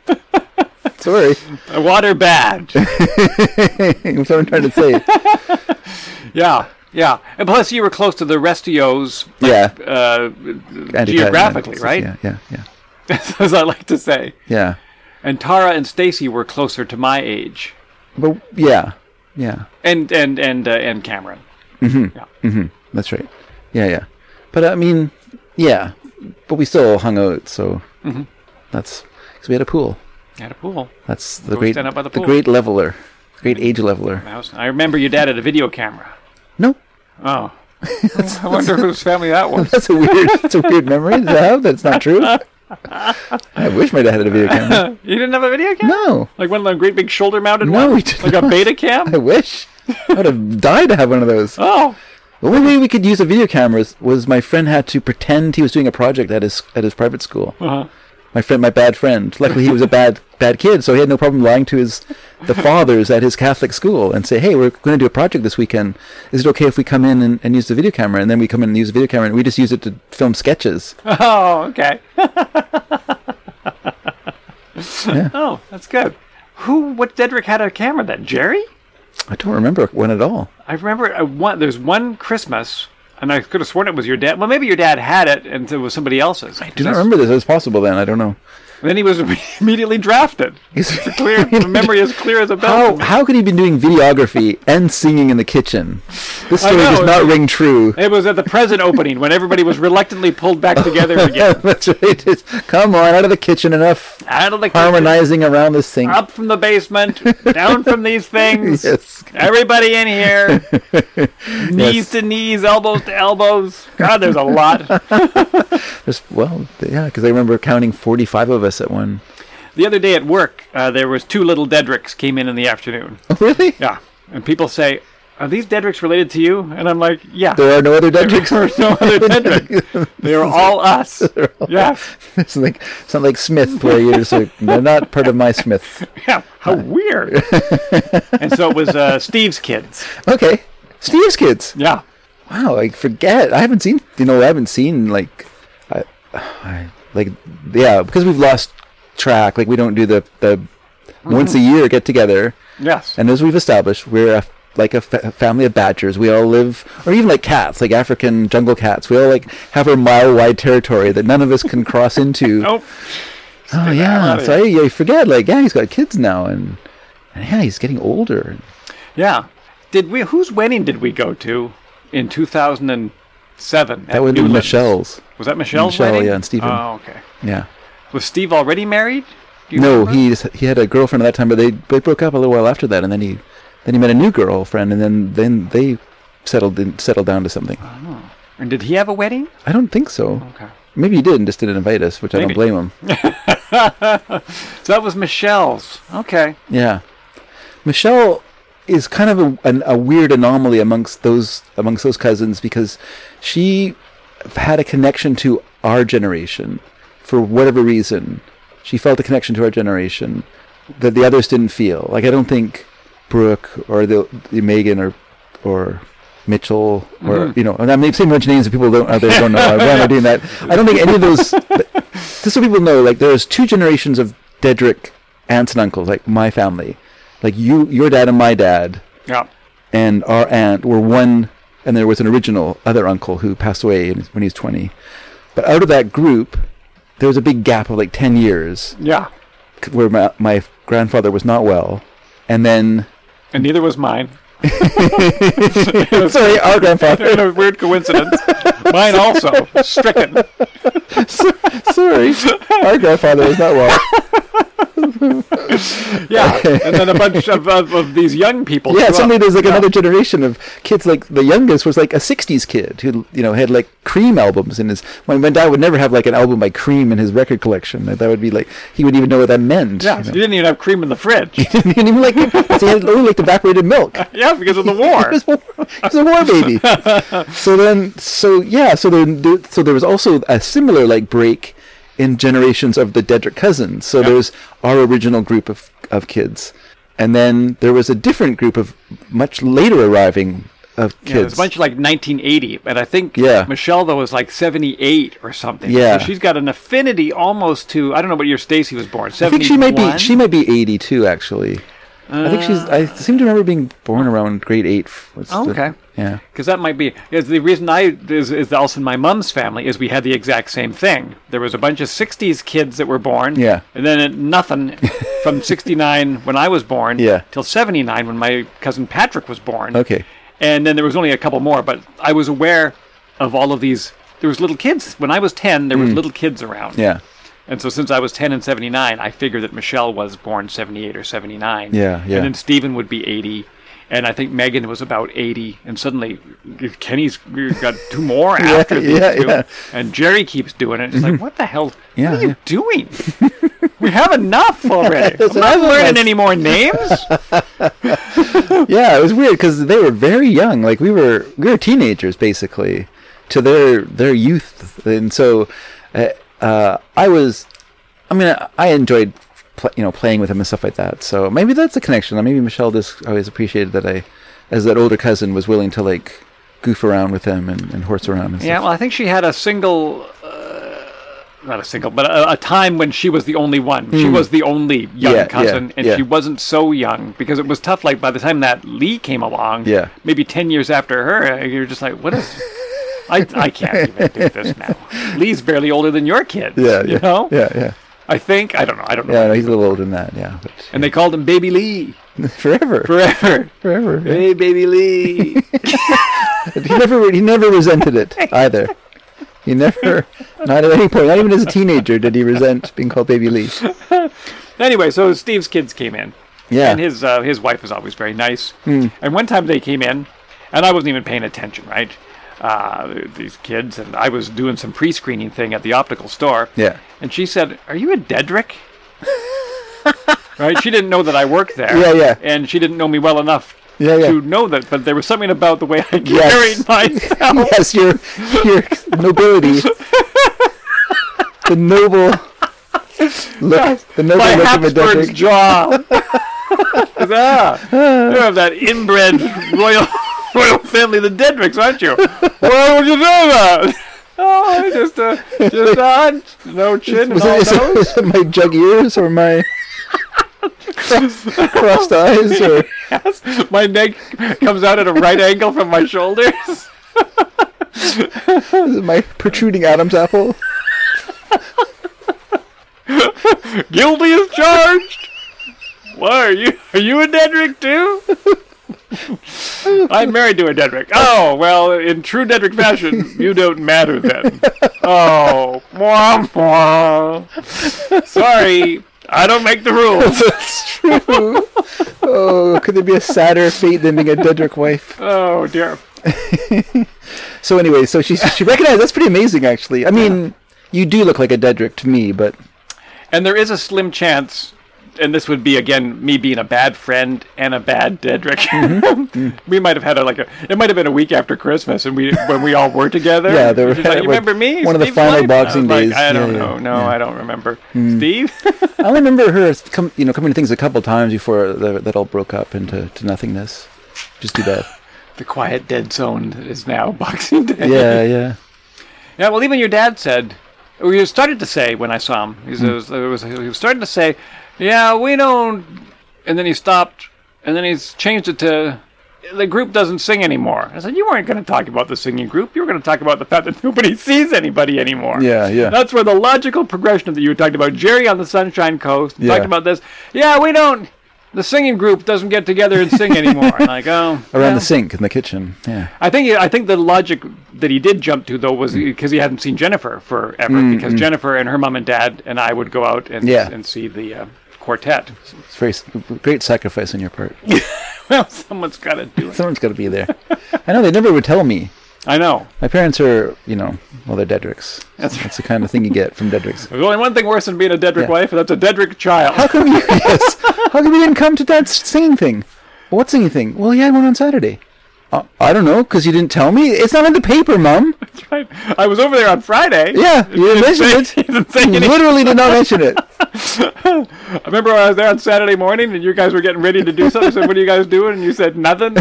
Speaker 1: Sorry,
Speaker 2: Water bad.
Speaker 1: that's what I'm trying to say.
Speaker 2: Yeah, yeah. And plus, you were close to the Restios
Speaker 1: Yeah,
Speaker 2: uh,
Speaker 1: Anti-Titan
Speaker 2: geographically,
Speaker 1: analysis.
Speaker 2: right?
Speaker 1: Yeah, yeah, yeah,
Speaker 2: as I like to say.
Speaker 1: yeah.
Speaker 2: And Tara and Stacy were closer to my age,
Speaker 1: But yeah, yeah,
Speaker 2: and and and uh, and Cameron.
Speaker 1: that's right. Yeah, yeah. But I mean, yeah. But we still hung out, so
Speaker 2: Mm-hmm.
Speaker 1: that's because we had a pool.
Speaker 2: At a pool
Speaker 1: That's the
Speaker 2: Go
Speaker 1: great,
Speaker 2: stand up by the
Speaker 1: the,
Speaker 2: pool.
Speaker 1: great leveler, the great age leveler.
Speaker 2: house. I remember your dad had a video camera.
Speaker 1: No,
Speaker 2: Oh, I wonder whose family that was.
Speaker 1: that's a weird, that's a weird memory to have. That's not true. I wish my dad had a video camera.
Speaker 2: You didn't have a video camera?
Speaker 1: No,
Speaker 2: Like one of them great big shoulder-mounted
Speaker 1: No,
Speaker 2: ones?
Speaker 1: we did
Speaker 2: Like a
Speaker 1: not.
Speaker 2: beta cam?
Speaker 1: I wish. I would have died to have one of those. The
Speaker 2: Oh,
Speaker 1: only way we could use a video camera was my friend had to pretend he was doing a project at his at his private school.
Speaker 2: Uh-huh.
Speaker 1: My friend, my bad friend. Luckily, he was a bad bad kid, so he had no problem lying to his the fathers at his Catholic school and say, "Hey, we're going to do a project this weekend. Is it okay if we come in and, and use the video camera?" And then we come in and use the video camera, and we just use it to film sketches.
Speaker 2: oh, okay. Oh, that's good. Who? What? Dedrick had a camera then? Jerry?
Speaker 1: I don't remember one at all.
Speaker 2: I remember I want, there's one Christmas, and I could have sworn it was your dad. Well, maybe your dad had it, and it was somebody else's. I
Speaker 1: Do not remember this. It was possible then. I don't know.
Speaker 2: Then he was immediately drafted.
Speaker 1: He's-
Speaker 2: Clear, the memory is clear as a bell.
Speaker 1: How how could he be doing videography and singing in the kitchen? This story
Speaker 2: know,
Speaker 1: does not ring true.
Speaker 2: It was at the present opening when everybody was reluctantly pulled back together again.
Speaker 1: That's right. It's- come on, out of the kitchen. Enough
Speaker 2: Out of the kitchen,
Speaker 1: harmonizing around this thing.
Speaker 2: up from the basement, down from these things.
Speaker 1: Yes.
Speaker 2: Everybody in here, knees to knees, elbows to elbows. God, there's a lot.
Speaker 1: There's- well, yeah, because I remember counting 45 of us at one.
Speaker 2: The other day at work, uh, there was two little Dedricks came in in the afternoon.
Speaker 1: Oh, really?
Speaker 2: Yeah. And people say, Are these Dedricks related to you? And I'm like, Yeah.
Speaker 1: There are no other
Speaker 2: Dedricks
Speaker 1: Dedricks.
Speaker 2: are no other Dedrick. They are all us. Yes.
Speaker 1: it's, like, it's not like Smith, where you're just like, they're not part of my Smith.
Speaker 2: Yeah. How weird. and so it was uh, Steve's kids.
Speaker 1: Okay. Steve's kids.
Speaker 2: Yeah.
Speaker 1: Wow, I forget. I haven't seen, you know, I haven't seen, like, I, I like, yeah, because we've lost track. Like, we don't do the, the once a year get together.
Speaker 2: Yes.
Speaker 1: And as we've established, we're a, like a fa- family of badgers. We all live, or even like cats, like African jungle cats. We all like have our mile wide territory that none of us can cross into.
Speaker 2: oh,
Speaker 1: oh
Speaker 2: hell
Speaker 1: yeah.
Speaker 2: outta
Speaker 1: So I, you forget, like, yeah, he's got kids now, and, and yeah, he's getting older.
Speaker 2: yeah. Did we? Whose wedding did we go to in 2007?
Speaker 1: That would be Michelle's.
Speaker 2: Was that Michelle's
Speaker 1: Michelle,
Speaker 2: wedding?
Speaker 1: yeah, and Stephen.
Speaker 2: Oh, okay.
Speaker 1: Yeah.
Speaker 2: Was Steve already married? Do you
Speaker 1: No,
Speaker 2: remember?
Speaker 1: he just, he had a girlfriend at that time, but they they broke up a little while after that, and then he then he met a new girlfriend, and then then they settled in, settled down to something.
Speaker 2: And did he have a wedding?
Speaker 1: I don't think so.
Speaker 2: Okay.
Speaker 1: Maybe he did and just didn't invite us, which I
Speaker 2: Uh-huh. Maybe.
Speaker 1: don't blame him.
Speaker 2: So that was Michelle's. Okay.
Speaker 1: Yeah, Michelle is kind of a, an, a weird anomaly amongst those amongst those cousins because she had a connection to our generation for whatever reason. She felt a connection to our generation, that the others didn't feel. Like I don't think Brooke or the, the Megan or or Mitchell or you know, and I'm saying a bunch of names that people don't out there don't know. I'm glad I'm doing that. I don't think any of those. Just so people know, like there's two generations of Dedrick aunts and uncles, like my family, like you, your dad, and my dad
Speaker 2: Yeah.
Speaker 1: and our aunt were one, and there was an original other uncle who passed away in- when he was 20. But out of that group, there was a big gap of like 10 years
Speaker 2: Yeah.
Speaker 1: c- where my, my grandfather was not well. And then,
Speaker 2: And neither was mine.
Speaker 1: sorry, our grandfather,
Speaker 2: What a weird coincidence. mine also. Stricken.
Speaker 1: sorry, our grandfather was not well.
Speaker 2: Yeah. And then a bunch of, of, of these young people.
Speaker 1: Yeah,
Speaker 2: grew
Speaker 1: suddenly
Speaker 2: up.
Speaker 1: there's like another generation of kids. Like the youngest was like a '60s kid who, you know, had like Cream albums in his. My, my dad would never have like an album by Cream in his record collection. That would be like he wouldn't even know what that meant.
Speaker 2: Yeah,
Speaker 1: you know?
Speaker 2: you didn't even have cream in the fridge.
Speaker 1: didn't even like so he had only like evaporated milk.
Speaker 2: yeah, because of the
Speaker 1: He
Speaker 2: war.
Speaker 1: was, a war- he was a war baby. so then, so yeah, so then, there- so there was also a similar like break in generations of the Dedrick cousins. So there's our original group of of kids, and then there was a different group of much later arriving of
Speaker 2: Yeah, it was
Speaker 1: kids.
Speaker 2: a bunch like 1980, but I think
Speaker 1: Yeah.
Speaker 2: Michelle though was like 78 or something.
Speaker 1: Yeah.
Speaker 2: so she's got an affinity almost to I don't know what year Stacy was born.
Speaker 1: I think she might be
Speaker 2: 71?
Speaker 1: she might be 82 actually. I think she's. I seem to remember being born around grade eight. was the-
Speaker 2: Uh. Oh, Okay.
Speaker 1: yeah.
Speaker 2: Because that might be is the reason I is, is also in my mom's family is we had the exact same thing. There was a bunch of '60s kids that were born,
Speaker 1: Yeah.
Speaker 2: and then it, nothing from '69 when I was born,
Speaker 1: Yeah.
Speaker 2: till '79 when my cousin Patrick was born.
Speaker 1: Okay.
Speaker 2: and then there was only a couple more, but I was aware of all of these. There was little kids when I was ten. There
Speaker 1: Mm.
Speaker 2: was little kids around,
Speaker 1: Yeah.
Speaker 2: and so since I was ten and '79, I figured that Michelle was born '78 or '79.
Speaker 1: Yeah, yeah.
Speaker 2: And then Stephen would be 80, and I think Megan was about 80, and suddenly Kenny's we've got two more after these
Speaker 1: yeah,
Speaker 2: two,
Speaker 1: yeah. Mm-hmm.
Speaker 2: and Jerry keeps doing it. It's like, what the hell?
Speaker 1: Yeah,
Speaker 2: what are you
Speaker 1: yeah.
Speaker 2: doing? we have enough already.
Speaker 1: There's
Speaker 2: I'm not
Speaker 1: enough of
Speaker 2: learning
Speaker 1: us.
Speaker 2: any more names.
Speaker 1: yeah, it was weird because they were very young. Like we were, we were teenagers basically, to their their youth. And so, uh, uh, I was, I mean, I, I enjoyed, pl- you know, playing with them and stuff like that. So maybe that's the connection. Maybe Michelle just always appreciated that I, as that older cousin, was willing to like goof around with them and, and horse around and stuff.
Speaker 2: Yeah, well, I think she had a single, uh, not a single, but a, a time when she was the only one. She was the only young
Speaker 1: Hmm. Yeah,
Speaker 2: cousin,
Speaker 1: yeah,
Speaker 2: and
Speaker 1: yeah.
Speaker 2: she wasn't so young because it was tough. Like by the time that Lee came along,
Speaker 1: Yeah.
Speaker 2: maybe ten years after her, you're just like, what is? I, I can't even do this now. Lee's barely older than your kids.
Speaker 1: yeah,
Speaker 2: you
Speaker 1: yeah,
Speaker 2: know.
Speaker 1: yeah, yeah,
Speaker 2: I think I don't know. I don't know.
Speaker 1: yeah. No, he's a little older than that. Yeah, but
Speaker 2: And they called him Baby Lee
Speaker 1: forever,
Speaker 2: forever.
Speaker 1: forever. yeah.
Speaker 2: hey, Baby Lee.
Speaker 1: He never he never resented it either. He never, not at any point, not even as a teenager, did he resent being called Baby Lee.
Speaker 2: anyway, so Steve's kids came in.
Speaker 1: Yeah, Hmm.
Speaker 2: and his uh, his wife is always very nice. And one time they came in, and I wasn't even paying attention, right? Uh, these kids and I was doing some pre-screening thing at the optical store.
Speaker 1: Yeah.
Speaker 2: And she said, "Are you a Dedrick?" right? She didn't know that I worked there.
Speaker 1: Yeah, yeah.
Speaker 2: And she didn't know me well enough
Speaker 1: Yeah, yeah.
Speaker 2: to know that. But there was something about the way I carried
Speaker 1: Yes. Oh,
Speaker 2: myself.
Speaker 1: yes, your your nobility, the noble look, the noble
Speaker 2: My
Speaker 1: look of a
Speaker 2: Habsburg's
Speaker 1: Dedrick.
Speaker 2: jaw. ah, you have that inbred royal royal family, the Dedricks, aren't you? Why would you do that? Oh, it's just a just a hunch, no chin,
Speaker 1: Was
Speaker 2: and all
Speaker 1: it, is, it,
Speaker 2: nose.
Speaker 1: is it my jug ears or my crossed, crossed eyes or
Speaker 2: My neck comes out at a right angle from my shoulders.
Speaker 1: is it my protruding Adam's apple?
Speaker 2: Guilty is charged. Why are you? Are you a Dedrick too? I'm married to a Dedrick. Oh well, in true Dedrick fashion, you don't matter then. Oh, mwah, mwah. sorry, I don't make the rules.
Speaker 1: That's true. Oh, could there be a sadder fate than being a Dedrick wife?
Speaker 2: Oh dear.
Speaker 1: So anyway, so she she recognized. That's pretty amazing, actually. I mean, you do look like a Dedrick to me, but
Speaker 2: And there is a slim chance and this would be again me being a bad friend and a bad Dedrick.
Speaker 1: Mm-hmm.
Speaker 2: we might have had a, like a it might have been a week after Christmas, and we when we all were together.
Speaker 1: Yeah, there
Speaker 2: She's
Speaker 1: were-
Speaker 2: like,
Speaker 1: like,
Speaker 2: you remember me?
Speaker 1: one of the
Speaker 2: Steve
Speaker 1: final
Speaker 2: Light?" I was
Speaker 1: Boxing
Speaker 2: like,
Speaker 1: Days.
Speaker 2: I don't
Speaker 1: Yeah,
Speaker 2: know.
Speaker 1: yeah, Mm-hmm.
Speaker 2: No, I don't remember. Steve.
Speaker 1: I remember her, com- you know, coming to things a couple times before the, that all broke up into to nothingness. Just do that.
Speaker 2: the quiet dead zone that is now Boxing Day.
Speaker 1: Yeah, yeah.
Speaker 2: Yeah, well, even your dad said, or he started to say when I saw him,
Speaker 1: Hmm.
Speaker 2: he, was, it was, he was starting to say, yeah, we don't. And then he stopped, and then he's changed it to, the group doesn't sing anymore. I said, you weren't going to talk about the singing group. You were going to talk about the fact that nobody sees anybody anymore.
Speaker 1: Yeah, yeah.
Speaker 2: That's where the logical progression of that you were talking about. Jerry on the Sunshine Coast
Speaker 1: Yeah.
Speaker 2: talked about this. Yeah, we don't. The singing group doesn't get together and sing anymore. And like, oh,
Speaker 1: Around
Speaker 2: yeah.
Speaker 1: the sink in the kitchen. Yeah.
Speaker 2: I think I think the logic that he did jump to though
Speaker 1: Mm.
Speaker 2: was because he hadn't seen Jennifer forever because Jennifer and her mom and dad and I would go out and
Speaker 1: Yeah.
Speaker 2: and see the uh, quartet.
Speaker 1: It's very s- great sacrifice on your part.
Speaker 2: Well, someone's got to do it.
Speaker 1: Someone's got to be there. I know they never would tell me.
Speaker 2: I know.
Speaker 1: My parents are, you know, well, they're Dedricks.
Speaker 2: That's
Speaker 1: That's the kind of thing you get from Dedricks.
Speaker 2: There's only one thing worse than being a Dedrick
Speaker 1: Yeah.
Speaker 2: wife, and that's a Dedrick child.
Speaker 1: How come you, yes. How come you didn't come to that singing thing? Well, what singing thing? Well, he had one on Saturday. Uh, I don't know, because you didn't tell me. It's not in the paper, Mum.
Speaker 2: I was over there on Friday.
Speaker 1: Yeah, you didn't mention
Speaker 2: say-
Speaker 1: it.
Speaker 2: he didn't say
Speaker 1: You
Speaker 2: anything.
Speaker 1: literally did not mention it.
Speaker 2: I remember when I was there on Saturday morning, and you guys were getting ready to do something. I said, "What are you guys doing?" And you said, "Nothing.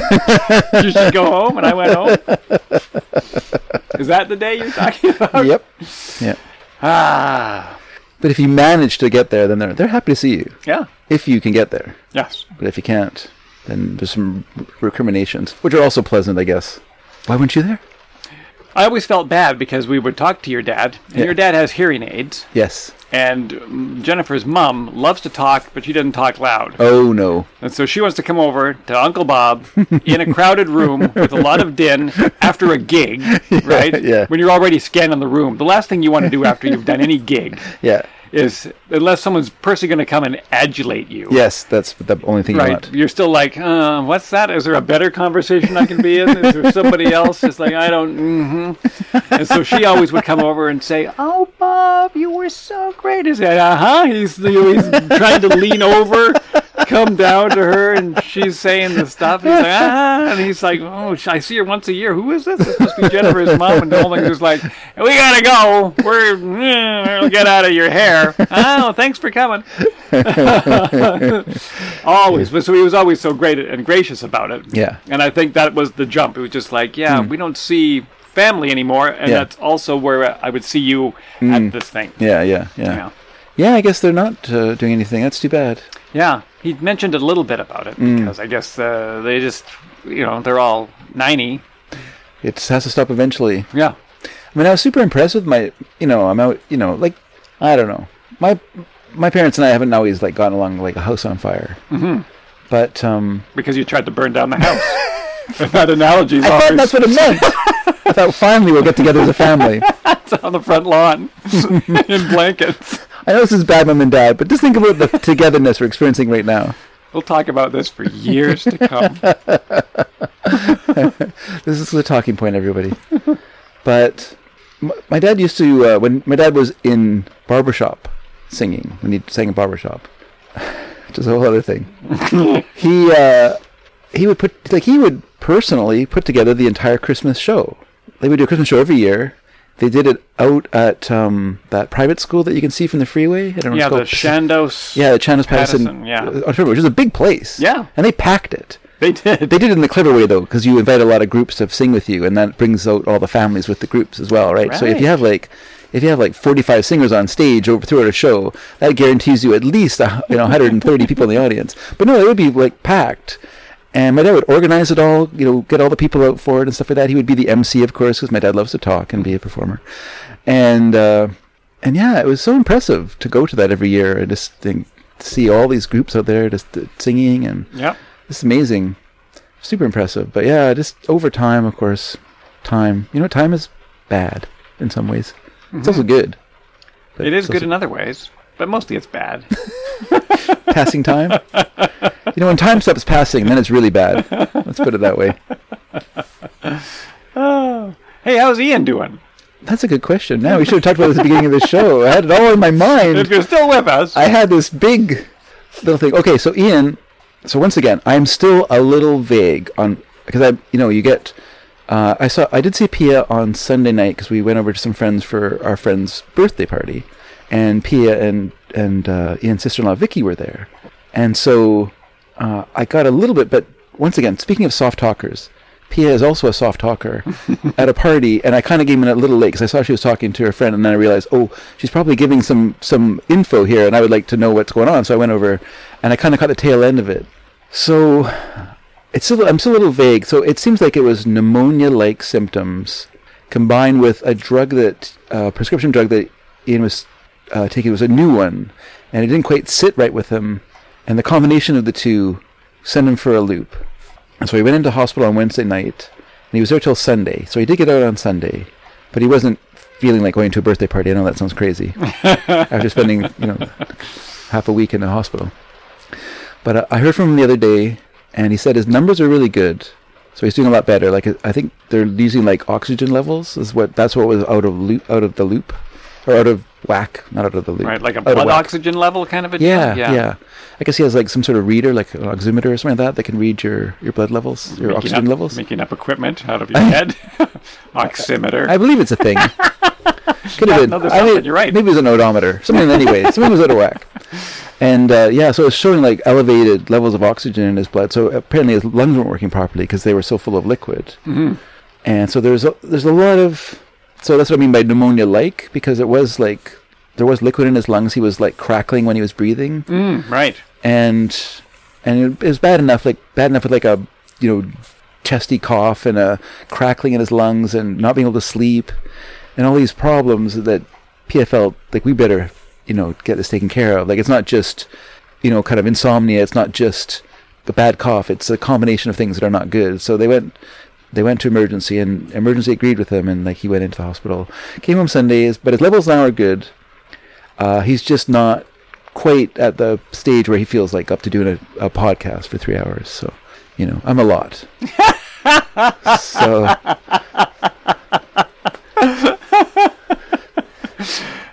Speaker 2: you should go home." And I went home. Is that the day you're talking about?
Speaker 1: yep. Yeah.
Speaker 2: Ah,
Speaker 1: But if you manage to get there, then they're, they're happy to see you.
Speaker 2: yeah.
Speaker 1: If you can get there.
Speaker 2: Yes.
Speaker 1: But if you can't, then there's some recriminations, which are also pleasant, I guess. Why weren't you there?
Speaker 2: I always felt bad because we would talk to your dad, and
Speaker 1: Yeah.
Speaker 2: your dad has hearing aids,
Speaker 1: Yes.
Speaker 2: and mm, Jennifer's mom loves to talk, but she doesn't talk loud.
Speaker 1: Oh, no.
Speaker 2: And so she wants to come over to Uncle Bob in a crowded room with a lot of din after a gig, right?
Speaker 1: yeah.
Speaker 2: When you're already scanning the room. The last thing you want to do after you've done any gig
Speaker 1: Yeah.
Speaker 2: is, unless someone's personally going to come and adulate you.
Speaker 1: Yes, that's the only thing you
Speaker 2: Right.
Speaker 1: want.
Speaker 2: You're still like, uh, what's that? Is there a better conversation I can be in? Is there somebody else? It's like, I don't, mm-hmm. And so she always would come over and say, oh, Bob, you were so great. I said, uh-huh. He's, he's trying to lean over, come down to her, and she's saying the stuff. He's like, uh-huh. And he's like, oh, sh- I see her once a year. Who is this? This must be Jennifer's mom. And the whole thing was like, we got to go. We're, mm, get out of your hair. Oh, thanks for coming. Always, but so he was always so great and gracious about it.
Speaker 1: Yeah.
Speaker 2: and I think that was the jump. It was just like, yeah, we don't see family anymore, and
Speaker 1: Hmm. Yeah.
Speaker 2: that's also where I would see you at this thing.
Speaker 1: Yeah, yeah, yeah.
Speaker 2: Yeah.
Speaker 1: Yeah, I guess they're not uh, doing anything. That's too bad.
Speaker 2: yeah, he mentioned a little bit about it
Speaker 1: Hmm.
Speaker 2: because I guess uh, they just, you know, they're all ninety.
Speaker 1: It has to stop eventually.
Speaker 2: Yeah,
Speaker 1: I mean, I was super impressed with my, you know, I'm out, you know, like, I don't know, my my parents and I haven't always like gotten along like a house on fire, mm-hmm. but um,
Speaker 2: because you tried to burn down the house. that analogy is
Speaker 1: I thought
Speaker 2: always
Speaker 1: that's what it meant. I thought finally we'll get together as a family.
Speaker 2: on the front lawn in blankets.
Speaker 1: I know this is bad, mom and dad, but just think about the togetherness we're experiencing right now.
Speaker 2: We'll talk about this for years to come.
Speaker 1: This is the talking point, everybody. but m- my dad used to uh, when my dad was in barbershop singing when he sang in barbershop, which is a whole other thing. he uh, he would put like he would personally put together the entire Christmas show. They would do a Christmas show every year. They did it out at um, that private school that you can see from the freeway. I don't know.
Speaker 2: Yeah, the
Speaker 1: what it's called.
Speaker 2: Shandos.
Speaker 1: yeah, the Chandos Patterson, Uh,
Speaker 2: Patterson, yeah.
Speaker 1: Auditorium, which is a big place.
Speaker 2: Yeah.
Speaker 1: and they packed it.
Speaker 2: they did.
Speaker 1: They did it in the clever way though, because you invite a lot of groups to sing with you, and that brings out all the families with the groups as well, right? So if you
Speaker 2: Right.
Speaker 1: have like, if you have like forty-five singers on stage over throughout a show, that guarantees you at least a, hu- you know one hundred and thirty people in the audience. But no, it would be like packed. And my dad would organize it all, you know, get all the people out for it and stuff like that. He would be the MC, of course, because my dad loves to talk and be a performer. And uh, and yeah, it was so impressive to go to that every year and just think, see all these groups out there just uh, singing and
Speaker 2: Yep.
Speaker 1: it's amazing. Super impressive. But yeah, just over time, of course, time. You know, time is bad in some ways. It's also good. But
Speaker 2: Mm-hmm. It is
Speaker 1: it's
Speaker 2: good
Speaker 1: also
Speaker 2: in other ways, but mostly it's bad.
Speaker 1: Passing time. you know, when time stops passing, then it's really bad. Let's put it that way.
Speaker 2: hey, how's Ian doing?
Speaker 1: That's a good question. Now we should have talked about this at the beginning of the show. I had it all in my
Speaker 2: If
Speaker 1: mind.
Speaker 2: you're still with us,
Speaker 1: I had this big little thing. Okay, so Ian. So once again, I'm still a little vague on because I, you know, you get. Uh, I saw. I did see Pia on Sunday night because we went over to some friends for our friend's birthday party, and Pia and and uh, Ian's sister-in-law Vicky were there, and so uh, I got a little bit. But once again, speaking of soft talkers, Pia is also a soft talker at a party, and I kind of came in a little late because I saw she was talking to her friend, and then I realized, oh, she's probably giving some some info here, and I would like to know what's going on. So I went over, and I kind of caught the tail end of it. So it's still, I'm still a little vague. So it seems like it was pneumonia-like symptoms combined with a drug that uh, prescription drug that Ian was uh, taking was a new one, and it didn't quite sit right with him, and the combination of the two sent him for a loop. And so he went into hospital on Wednesday night, and he was there till Sunday. So he did get out on Sunday, but he wasn't feeling like going to a birthday party. I know that sounds crazy after spending you know half a week in the hospital. But uh, I heard from him the other day, and he said his numbers are really good. So he's doing a lot better. Like I think they're using like oxygen levels is what that's what was out of loop, out of the loop, or out of whack, not out of the loop.
Speaker 2: Right, like a
Speaker 1: Out of
Speaker 2: blood
Speaker 1: whack.
Speaker 2: oxygen level kind of a
Speaker 1: Yeah,
Speaker 2: deal?
Speaker 1: yeah, I guess he has like some sort of reader, like an oximeter or something like that, that can read your, your blood levels, your
Speaker 2: Making
Speaker 1: oxygen
Speaker 2: up,
Speaker 1: levels.
Speaker 2: Making up equipment out of your head. Oximeter.
Speaker 1: I believe it's a thing. Could have been.
Speaker 2: no, there's
Speaker 1: I
Speaker 2: something,
Speaker 1: mean,
Speaker 2: you're right.
Speaker 1: Maybe it was an odometer. Something anyway. Something was out of whack. And uh, yeah, so it was showing like elevated levels of oxygen in his blood. So apparently his lungs weren't working properly because they were so full of liquid.
Speaker 2: Mm-hmm.
Speaker 1: And so there's a, there's a lot of so that's what I mean by pneumonia like because it was like there was liquid in his lungs. He was like crackling when he was breathing
Speaker 2: Mm, right.
Speaker 1: and and it, it was bad enough, like bad enough with like a you know chesty cough and a crackling in his lungs and not being able to sleep and all these problems that Pia felt like we better you know get this taken care of. Like it's not just you know kind of insomnia. It's not just the bad cough. It's a combination of things that are not good. So they went. They went to emergency, and emergency agreed with him, and like he went into the hospital. Came home Sundays, but his levels now are good. Uh, he's just not quite at the stage where he feels like up to doing a, a podcast for three hours. So, you know, I'm a lot. so,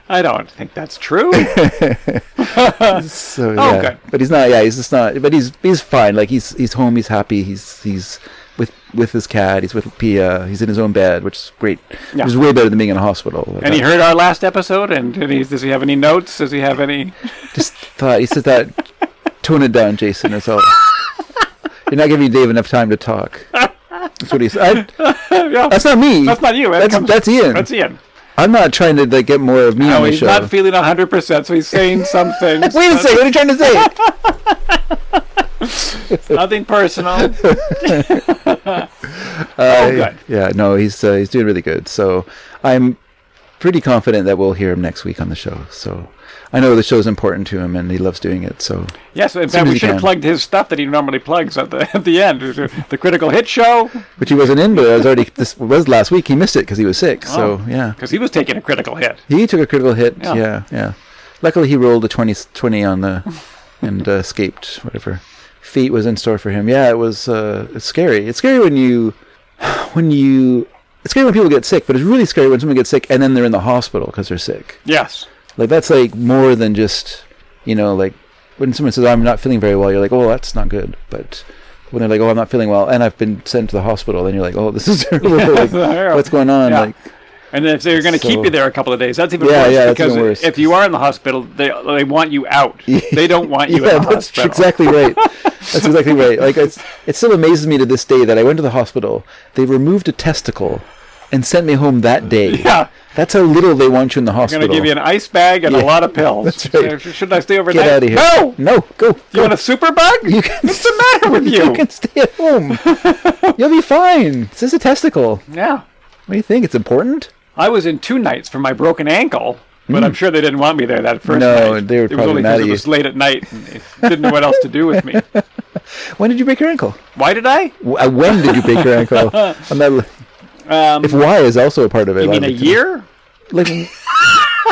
Speaker 2: I don't think that's true.
Speaker 1: so yeah.
Speaker 2: Oh, good.
Speaker 1: But he's not. Yeah, he's just not. But he's he's fine. Like he's he's home. He's happy. He's he's with with his cat. He's with Pia. He's in his own bed, which is great.
Speaker 2: Yeah.
Speaker 1: Which is way better than being in a hospital.
Speaker 2: and he heard our last episode, and, and he, does he have any notes? Does he have any?
Speaker 1: just thought he said that. Tone it down, Jason. It's all. You're not giving Dave enough time to talk. That's what he said. I-
Speaker 2: Yeah,
Speaker 1: That's not me.
Speaker 2: that's not you. That
Speaker 1: That's
Speaker 2: comes-
Speaker 1: that's Ian.
Speaker 2: That's Ian.
Speaker 1: I'm not trying to like get more of me
Speaker 2: No,
Speaker 1: on the
Speaker 2: he's
Speaker 1: show.
Speaker 2: not feeling 100%, so he's saying something.
Speaker 1: Wait a second, what are you trying to say?
Speaker 2: Nothing personal.
Speaker 1: Uh,
Speaker 2: Oh, good.
Speaker 1: Yeah, no, he's uh, he's doing really good. So I'm pretty confident that we'll hear him next week on the show. So I know the show's important to him, and he loves doing it. So
Speaker 2: Yes, in
Speaker 1: soon
Speaker 2: fact,
Speaker 1: as
Speaker 2: we
Speaker 1: you
Speaker 2: should have
Speaker 1: can.
Speaker 2: plugged his stuff that he normally plugs at the, at the end. The Critical Hit Show,
Speaker 1: which he wasn't in, but I was already this was last week. He missed it because he was sick.
Speaker 2: Oh.
Speaker 1: So yeah,
Speaker 2: because he was taking a critical hit.
Speaker 1: he took a critical hit.
Speaker 2: Yeah.
Speaker 1: Yeah, yeah. Luckily, he rolled a 20, 20 on the and uh, escaped. Whatever fate was in store for him. Yeah, it was uh, it's scary. It's scary when you when you. It's scary when people get sick, but it's really scary when someone gets sick and then they're in the hospital because they're sick.
Speaker 2: Yes.
Speaker 1: Like that's like more than just you know like when someone says I'm not feeling very well, you're like oh that's not good. But when they're like oh I'm not feeling well and I've been sent to the hospital, then you're like oh this is terrible. Like, what's going on?
Speaker 2: Yeah.
Speaker 1: Like
Speaker 2: And if they're going to keep
Speaker 1: So-
Speaker 2: you there a couple of days, that's even
Speaker 1: Yeah,
Speaker 2: worse.
Speaker 1: yeah, that's
Speaker 2: because
Speaker 1: even worse.
Speaker 2: if you are in the hospital, they, they want you out. They don't want you
Speaker 1: yeah,
Speaker 2: in the
Speaker 1: that's
Speaker 2: hospital.
Speaker 1: exactly right. That's exactly right. Like it's, it still amazes me to this day that I went to the hospital. They removed a testicle and sent me home that day.
Speaker 2: Yeah.
Speaker 1: That's how little they want you in the
Speaker 2: I'm
Speaker 1: hospital.
Speaker 2: going to give you an ice bag and a
Speaker 1: Yeah,
Speaker 2: lot of pills.
Speaker 1: that's right.
Speaker 2: Sh- Shouldn't I stay overnight?
Speaker 1: Get out of here.
Speaker 2: No!
Speaker 1: no, go.
Speaker 2: You want a super bug?
Speaker 1: You can-
Speaker 2: What's the matter with you?
Speaker 1: You can stay at home. You'll be fine. It's just a testicle.
Speaker 2: Yeah.
Speaker 1: What do you think? It's important?
Speaker 2: I was in two nights for my broken ankle, but I'm sure they didn't want me there that first night.
Speaker 1: Mm. No, they were
Speaker 2: it was
Speaker 1: probably
Speaker 2: only
Speaker 1: mad at
Speaker 2: because it
Speaker 1: you.
Speaker 2: was late at night and they didn't know what else to do with me.
Speaker 1: When did you break your ankle?
Speaker 2: Why did I?
Speaker 1: W- uh, When did you break your ankle? I'm not,
Speaker 2: Um,
Speaker 1: if why is also a part of it,
Speaker 2: you
Speaker 1: I'd
Speaker 2: mean a
Speaker 1: like to-
Speaker 2: year?
Speaker 1: Like,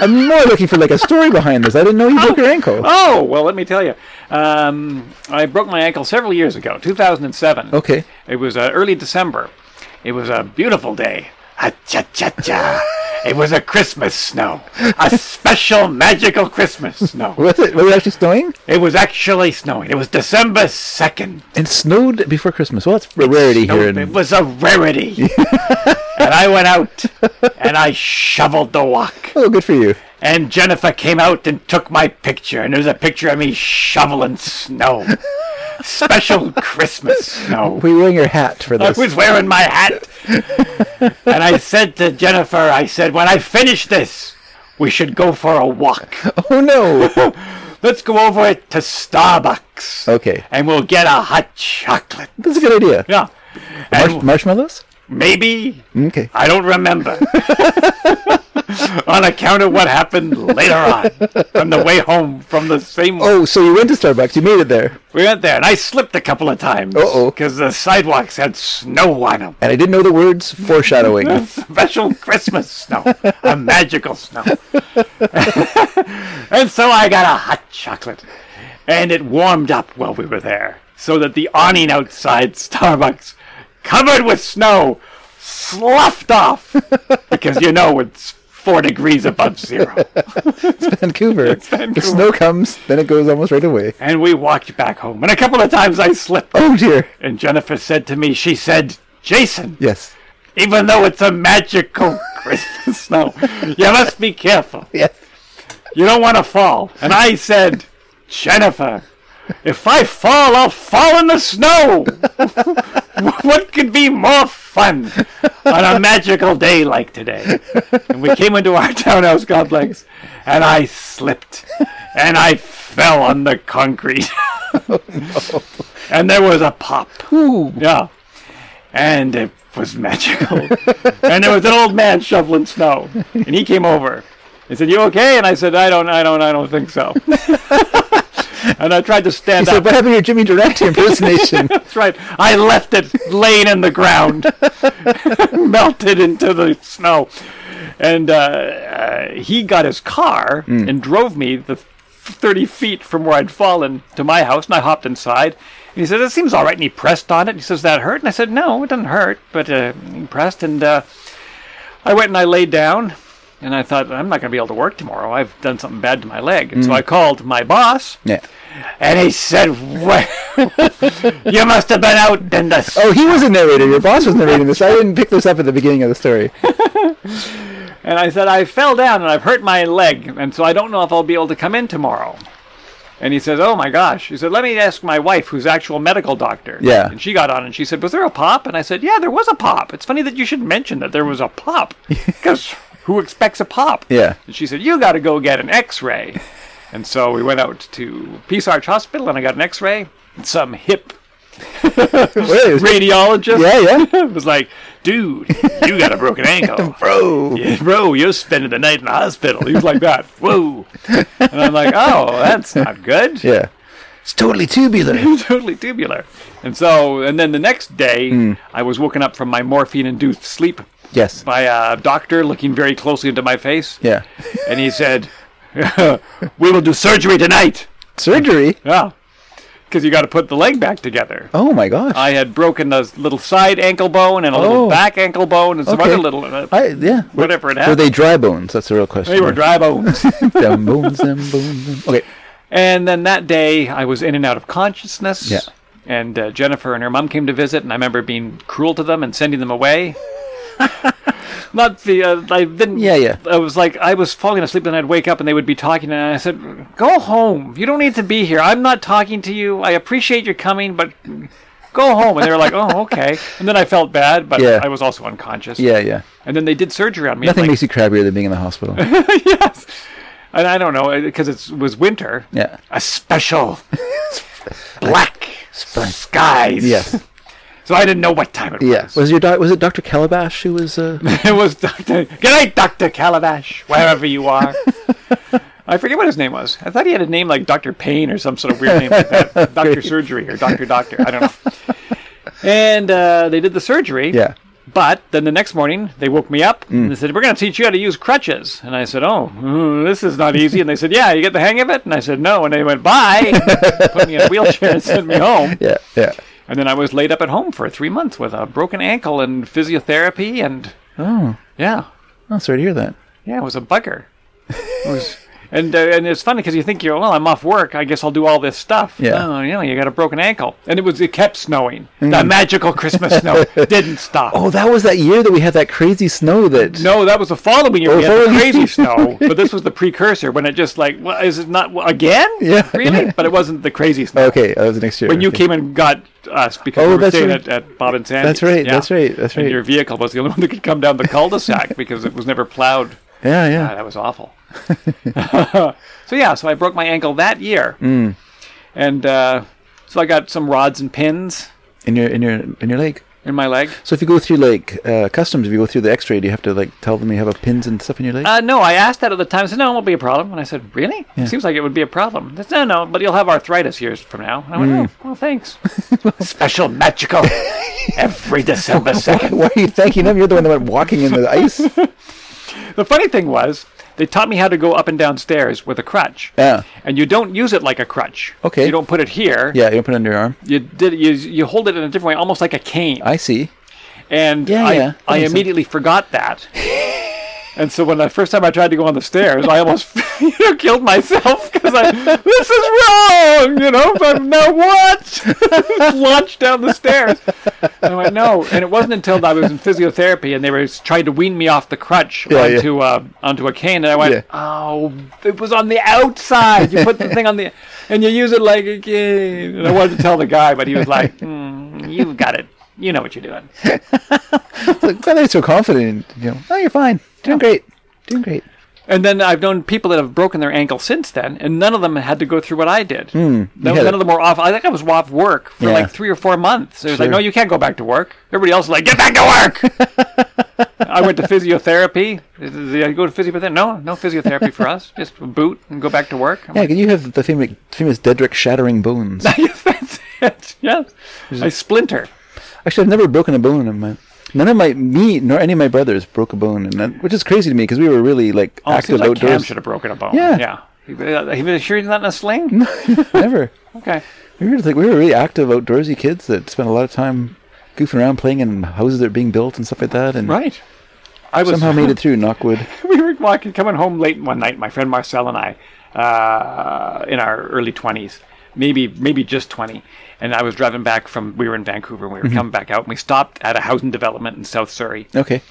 Speaker 1: I'm more looking for like a story behind this. I didn't know you broke your ankle.
Speaker 2: Oh, well, let me tell you. Um, I broke my ankle several years ago, 2007.
Speaker 1: Okay.
Speaker 2: It was uh, early December. It was a beautiful day. Ha cha cha cha. It was a Christmas snow, a special magical Christmas snow.
Speaker 1: Was it? Was it actually snowing?
Speaker 2: It was actually snowing. It was December second.
Speaker 1: It snowed before Christmas. Well, it's a rarity here.
Speaker 2: It
Speaker 1: In,
Speaker 2: was a rarity. and I went out and I shoveled the walk.
Speaker 1: oh, good for you.
Speaker 2: And Jennifer came out and took my picture. And there's a picture of me shoveling snow. Special Christmas snow.
Speaker 1: We wearing your hat for
Speaker 2: I
Speaker 1: this.
Speaker 2: was wearing my hat. and I said to Jennifer, I said, when I finish this, we should go for a walk.
Speaker 1: Oh no.
Speaker 2: Let's go over it to Starbucks.
Speaker 1: okay,
Speaker 2: And we'll get a hot chocolate.
Speaker 1: that's a good idea.
Speaker 2: Yeah.
Speaker 1: Marsh-
Speaker 2: And
Speaker 1: marshmallows.
Speaker 2: maybe
Speaker 1: Okay.
Speaker 2: I don't remember. on account of what happened later on on the way home from the same.
Speaker 1: Oh, so you went to Starbucks. You made it there,
Speaker 2: We went there and I slipped a couple of times.
Speaker 1: Uh-oh.
Speaker 2: Because the sidewalks had snow on them.
Speaker 1: and I didn't know the words foreshadowing.
Speaker 2: A special Christmas snow, a magical snow. and so I got a hot chocolate, and it warmed up while we were there, so that the awning outside Starbucks, covered with snow, sloughed off because you know it's four degrees above zero.
Speaker 1: Vancouver. The
Speaker 2: Vancouver.
Speaker 1: snow comes, then it goes almost right away.
Speaker 2: And we walked back home, and a couple of times I slipped.
Speaker 1: Oh dear.
Speaker 2: And Jennifer said to me, she said, Jason,
Speaker 1: Yes.
Speaker 2: even though it's a magical Christmas snow, you must be careful.
Speaker 1: Yes.
Speaker 2: You don't want to fall. And I said, Jennifer, if I fall, I'll fall in the snow. what could be more fun on a magical day like today? And we came into our townhouse complex, and I slipped, and I fell on the concrete. And there was a pop.
Speaker 1: Ooh.
Speaker 2: Yeah. And it was magical. and there was an old man shoveling snow. And he came over and said, You okay? And I said, I don't, I don't, I don't think so. and I tried to stand
Speaker 1: So
Speaker 2: up.
Speaker 1: what happened to your Jimmy Durante impersonation?
Speaker 2: That's right. I left it laying in the ground, melted into the snow. And uh, uh, he got his car and drove me the 30 feet from where I'd fallen to my house, and I hopped inside. And he said, It seems all right. And he pressed on it. And he says, That hurt? And I said, No, it doesn't hurt. But uh, he pressed, and uh, I went and I laid down. And I thought, I'm not going to be able to work tomorrow. I've done something bad to my leg. And so I called my boss.
Speaker 1: yeah.
Speaker 2: And he said, "Well, you must have been out in the s-"
Speaker 1: Oh, he was a narrator. Your boss was narrating this. I didn't pick this up at the beginning of the story.
Speaker 2: And I said, I fell down and I've hurt my leg, and so I don't know if I'll be able to come in tomorrow. And he says, Oh my gosh. He said, Let me ask my wife, who's actual medical doctor.
Speaker 1: Yeah.
Speaker 2: And she got on and she said, Was there a pop? And I said, Yeah, there was a pop. It's funny that you should mention that there was a pop. Because who expects a pop?
Speaker 1: Yeah.
Speaker 2: And she said, You got to go get an x ray. And so we went out to Peace Arch Hospital and I got an x ray. Some hip
Speaker 1: Well, it was-
Speaker 2: radiologist
Speaker 1: yeah, yeah.
Speaker 2: It was like, dude, you got a broken ankle.
Speaker 1: Bro.
Speaker 2: Yeah, bro, you're spending the night in the hospital. He was like that. Whoa. And I'm like, oh, that's not good.
Speaker 1: Yeah. It's totally tubular.
Speaker 2: totally tubular. And so, and then the next day,
Speaker 1: Hmm.
Speaker 2: I was woken up from my morphine induced sleep
Speaker 1: Yes.
Speaker 2: by a doctor looking very closely into my face.
Speaker 1: Yeah.
Speaker 2: And he said, we will do surgery tonight.
Speaker 1: Surgery.
Speaker 2: Yeah. Because you got to put the leg back together.
Speaker 1: Oh my gosh.
Speaker 2: I had broken a little side ankle bone and a little
Speaker 1: Oh.
Speaker 2: back ankle bone and some
Speaker 1: Okay.
Speaker 2: other little. Uh,
Speaker 1: I yeah. Were,
Speaker 2: whatever it
Speaker 1: were
Speaker 2: happened.
Speaker 1: they dry bones? That's the real question.
Speaker 2: They were dry bones.
Speaker 1: Them bones, them bones. them- Okay.
Speaker 2: and then that day, I was in and out of consciousness.
Speaker 1: Yeah.
Speaker 2: And uh, Jennifer and her mom came to visit, and I remember being cruel to them and sending them away. Not the uh, I didn't.
Speaker 1: Yeah, yeah.
Speaker 2: I was like I was falling asleep, and I'd wake up, and they would be talking, and I said, "Go home. You don't need to be here. I'm not talking to you. I appreciate your coming, but." Go home, and they were like, "Oh, okay." And then I felt bad, but
Speaker 1: Yeah.
Speaker 2: I was also unconscious.
Speaker 1: Yeah, yeah.
Speaker 2: And then they did surgery on me.
Speaker 1: Nothing
Speaker 2: like,
Speaker 1: makes you crabbier than being in the hospital.
Speaker 2: yes. And I don't know because it was winter.
Speaker 1: Yeah.
Speaker 2: A special black skies.
Speaker 1: Yes.
Speaker 2: So I didn't know what time it
Speaker 1: Yeah.
Speaker 2: was.
Speaker 1: Was your doc? Was it Doctor Calabash who was? Uh...
Speaker 2: It was Doctor. Good night, Doctor Calabash, wherever you are. I forget what his name was. I thought he had a name like Doctor Payne or some sort of weird name like that. Doctor Surgery or Doctor Doctor. I don't know. And uh, they did the surgery.
Speaker 1: Yeah.
Speaker 2: But then the next morning, they woke me up
Speaker 1: Mm.
Speaker 2: and they said, We're going to teach you how to use crutches. And I said, Oh, mm, this is not easy. And they said, Yeah, you get the hang of it? And I said, No. And they went, Bye. and put me in a wheelchair and sent me home.
Speaker 1: Yeah. Yeah.
Speaker 2: And then I was laid up at home for three months with a broken ankle and physiotherapy. And
Speaker 1: Oh.
Speaker 2: yeah.
Speaker 1: Oh, sorry to hear that.
Speaker 2: Yeah, it was a bugger. It was, and uh, and it's funny because you think you're well, I'm off work. I guess I'll do all this stuff.
Speaker 1: Yeah.
Speaker 2: Oh, you know, you got a broken ankle, and it was it kept snowing. The
Speaker 1: Mm.
Speaker 2: magical Christmas snow didn't stop.
Speaker 1: Oh, that was that year that we had that crazy snow that.
Speaker 2: No, that was the following year. we had
Speaker 1: following-
Speaker 2: the crazy snow, but this was the precursor when it just like, well, is it not well, again?
Speaker 1: Yeah.
Speaker 2: really. But it wasn't the crazy snow.
Speaker 1: Okay, that was next year.
Speaker 2: When you
Speaker 1: Okay.
Speaker 2: came and got us because
Speaker 1: Oh,
Speaker 2: we were
Speaker 1: that's
Speaker 2: staying
Speaker 1: right.
Speaker 2: at, at Bob and Sandy.
Speaker 1: That's right, that's right, that's right.
Speaker 2: And your vehicle was the only one that could come down the cul-de-sac because it was never plowed.
Speaker 1: Yeah, yeah.
Speaker 2: Ah, that was awful. so yeah, so I broke my ankle that year,
Speaker 1: Mm.
Speaker 2: and uh, so I got some rods and pins
Speaker 1: in your in your in your leg.
Speaker 2: in my leg.
Speaker 1: So if you go through like uh, customs, if you go through the X-ray, do you have to like tell them you have a pins and stuff in your leg?
Speaker 2: Uh, no, I asked that at the time. I said, no, it won't be a problem. And I said, really? Seems like it would be a problem. They said, no, no, but you'll have arthritis years from now. And I went,
Speaker 1: Mm.
Speaker 2: oh, well, thanks. Special magical every December 2nd.
Speaker 1: Why are you thanking them? You're the one that went walking in the ice.
Speaker 2: The funny thing was, they taught me how to go up and down stairs with a crutch.
Speaker 1: Yeah.
Speaker 2: And you don't use it like a crutch.
Speaker 1: Okay.
Speaker 2: You don't put it here.
Speaker 1: Yeah, you open it under your arm.
Speaker 2: You did. You, you hold it in a different way, almost like a cane.
Speaker 1: I see.
Speaker 2: And
Speaker 1: Yeah,
Speaker 2: I,
Speaker 1: yeah. That
Speaker 2: I
Speaker 1: makes sense.
Speaker 2: immediately forgot that. and so when the first time I tried to go on the stairs, I almost you know, killed myself because I this is wrong, you know. But now what? Launched down the stairs. And I went no. And it wasn't until I was in physiotherapy and they were trying to wean me off the crutch
Speaker 1: Yeah, yeah.
Speaker 2: onto Uh, onto a cane, and I went,
Speaker 1: Yeah.
Speaker 2: oh, it was on the outside. You put the thing on the and you use it like a cane. And I wanted to tell the guy, but he was like, mm, you got it. You know what you're doing.
Speaker 1: Like, glad they're so confident. You know, oh, you're fine. Doing great. Doing great.
Speaker 2: And then I've known people that have broken their ankle since then, and none of them had to go through what I did. No-
Speaker 1: Hmm. had
Speaker 2: none
Speaker 1: it.
Speaker 2: of them were off. I think I was off work for
Speaker 1: Yeah.
Speaker 2: like three or four months. It was like,
Speaker 1: Sure.
Speaker 2: no, you can't go back to work. Everybody else was like, get back to work. I went to physiotherapy. Did I go to physiotherapy? No, no physiotherapy for us. Just a boot and go back to work. I'm
Speaker 1: Yeah, 'cause you have the famous famous Dedrick shattering bones.
Speaker 2: like, yes, that's it. Yes. I splinter.
Speaker 1: Actually, I've never broken a bone in my. None of my me nor any of my brothers broke a bone, and that, which is crazy to me because we were really like
Speaker 2: Oh, it
Speaker 1: active
Speaker 2: seems like Cam
Speaker 1: outdoors.
Speaker 2: should have broken a bone.
Speaker 1: Yeah.
Speaker 2: Yeah. He, uh, he was shooting that in a sling?
Speaker 1: never.
Speaker 2: Okay.
Speaker 1: We were like we were really active outdoorsy kids that spent a lot of time goofing around, playing in houses that were being built and stuff like that, and
Speaker 2: Right. I was
Speaker 1: somehow made it through Knockwood.
Speaker 2: we were walking, coming home late one night. My friend Marcel and I, uh, in our early twenties, maybe maybe just twenty, and I was driving back from. We were in Vancouver, and we were coming back out, and we stopped at a housing development in South Surrey,
Speaker 1: Okay.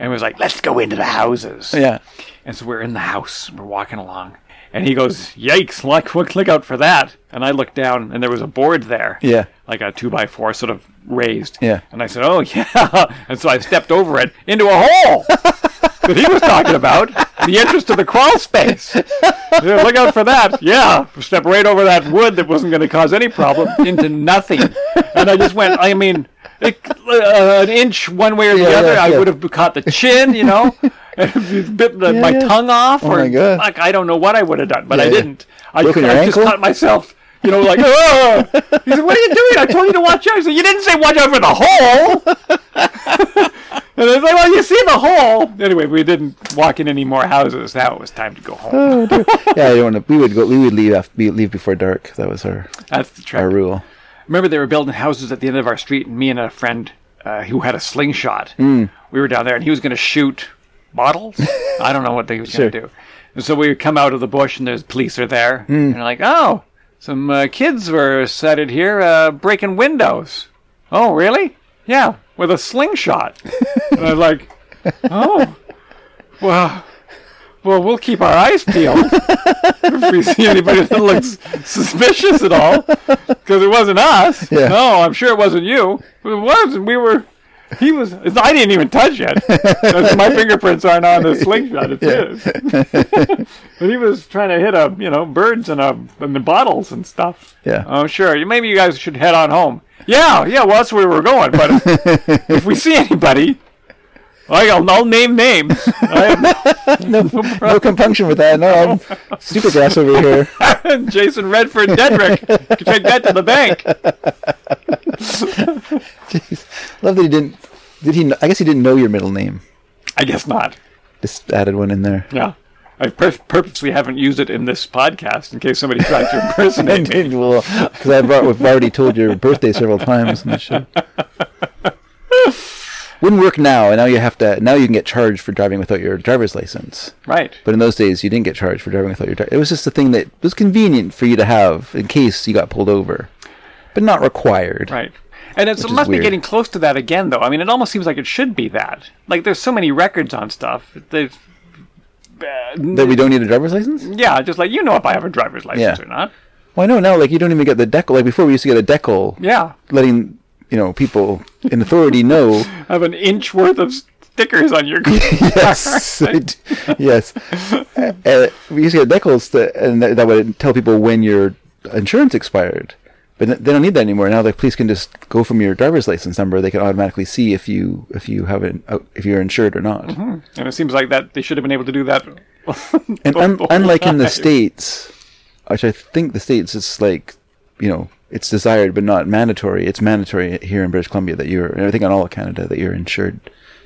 Speaker 2: and was like, "Let's go into the houses."
Speaker 1: Yeah.
Speaker 2: And so we're in the house, we're walking along, and he goes, "Yikes! Look, look, look out for that!" And I looked down, and there was a board there.
Speaker 1: Yeah.
Speaker 2: Like a two by four, sort of raised.
Speaker 1: Yeah.
Speaker 2: And I said, "Oh yeah," and so I stepped over it into a hole that he was talking about, the entrance to the crawl space. Yeah, look out for that. Yeah, step right over that wood that wasn't going to cause any problem into nothing. And I just went. I mean, it, uh, an inch one way or the
Speaker 1: Yeah,
Speaker 2: other,
Speaker 1: yeah,
Speaker 2: I
Speaker 1: yeah.
Speaker 2: would have caught the chin, you know, and bit the, my
Speaker 1: yeah. Oh
Speaker 2: tongue off, or
Speaker 1: my God.
Speaker 2: fuck, I don't know what I would have done, but I
Speaker 1: yeah.
Speaker 2: didn't. I,
Speaker 1: Broken
Speaker 2: I
Speaker 1: your
Speaker 2: just
Speaker 1: ankle?
Speaker 2: caught myself. You know, like, oh! he said, "What are you doing? I told you to watch out." I said, "You didn't say watch out for the hole." And I was like, well, you see the hole. Anyway, we didn't walk in any more houses. Now it was time to go home.
Speaker 1: Yeah, I don't want to. We would go. We would leave. After, we leave before dark. That was our
Speaker 2: That's the
Speaker 1: our
Speaker 2: trick.
Speaker 1: rule.
Speaker 2: Remember, they were building houses at the end of our street, and me and a friend uh, who had a slingshot, we were down there, and he was going to shoot bottles. I don't know what they was going to
Speaker 1: Sure.
Speaker 2: do. And so we come out of the bush, and there's police are there, and they're like, oh, some uh, kids were sighted here uh, breaking windows. Oh, really? Yeah, with a slingshot. and I was like, oh, well, well, we'll keep our eyes peeled if we see anybody that looks suspicious at all, because it wasn't us.
Speaker 1: Yeah.
Speaker 2: No, I'm sure it wasn't you. It was. We were. He was. I didn't even touch it. That's- My fingerprints aren't on the slingshot. It's his. but he was trying to hit a, you know, birds and a and the bottles and stuff.
Speaker 1: Yeah.
Speaker 2: Oh, sure. You- Maybe you guys should head on home. Yeah, yeah, well, that's where we're going. But if, if we see anybody, I- I'll, I'll name names. I have
Speaker 1: No compunction with that. No, I'm super grass over here.
Speaker 2: and Jason Redford Dedrick could take that to the bank.
Speaker 1: Jeez. Love that he didn't. Did he? kn- I guess he didn't know your middle name.
Speaker 2: I guess not.
Speaker 1: Just added one in there.
Speaker 2: Yeah. I pur- purposely haven't used it in this podcast in case somebody tries to impersonate me.
Speaker 1: well, because I've al- we've already told your birthday several times. And I should- wouldn't work now. And now you have to. Now you can get charged for driving without your driver's license.
Speaker 2: Right.
Speaker 1: But in those days, you didn't get charged for driving without your. Dri- it was just a thing that was convenient for you to have in case you got pulled over, but not required.
Speaker 2: Right. And it's, it
Speaker 1: is
Speaker 2: must be
Speaker 1: weird.
Speaker 2: getting close to that again, though. I mean, it almost seems like it should be that. Like, there's so many records on stuff. They've, uh,
Speaker 1: That we don't need a driver's license.
Speaker 2: yeah, just like, you know if I have a driver's license
Speaker 1: Yeah.
Speaker 2: or not.
Speaker 1: Well, I know now. Like you don't even get the decal. Like before, we used to get a decal.
Speaker 2: Yeah.
Speaker 1: Letting you know people in authority know.
Speaker 2: I have an inch worth of stickers on your car.
Speaker 1: yes, I d- yes. Uh, we used to get decals that, and that, that would tell people when your insurance expired. But they don't need that anymore. Now the police can just go from your driver's license number. They can automatically see if you if you have an, uh, if you're insured or not.
Speaker 2: And it seems like that they should have been able to do that.
Speaker 1: And un-
Speaker 2: before.
Speaker 1: unlike in the states, which I think the states, it's like you know it's desired but not mandatory. It's mandatory here in British Columbia that you're, and I think on all of Canada that you're insured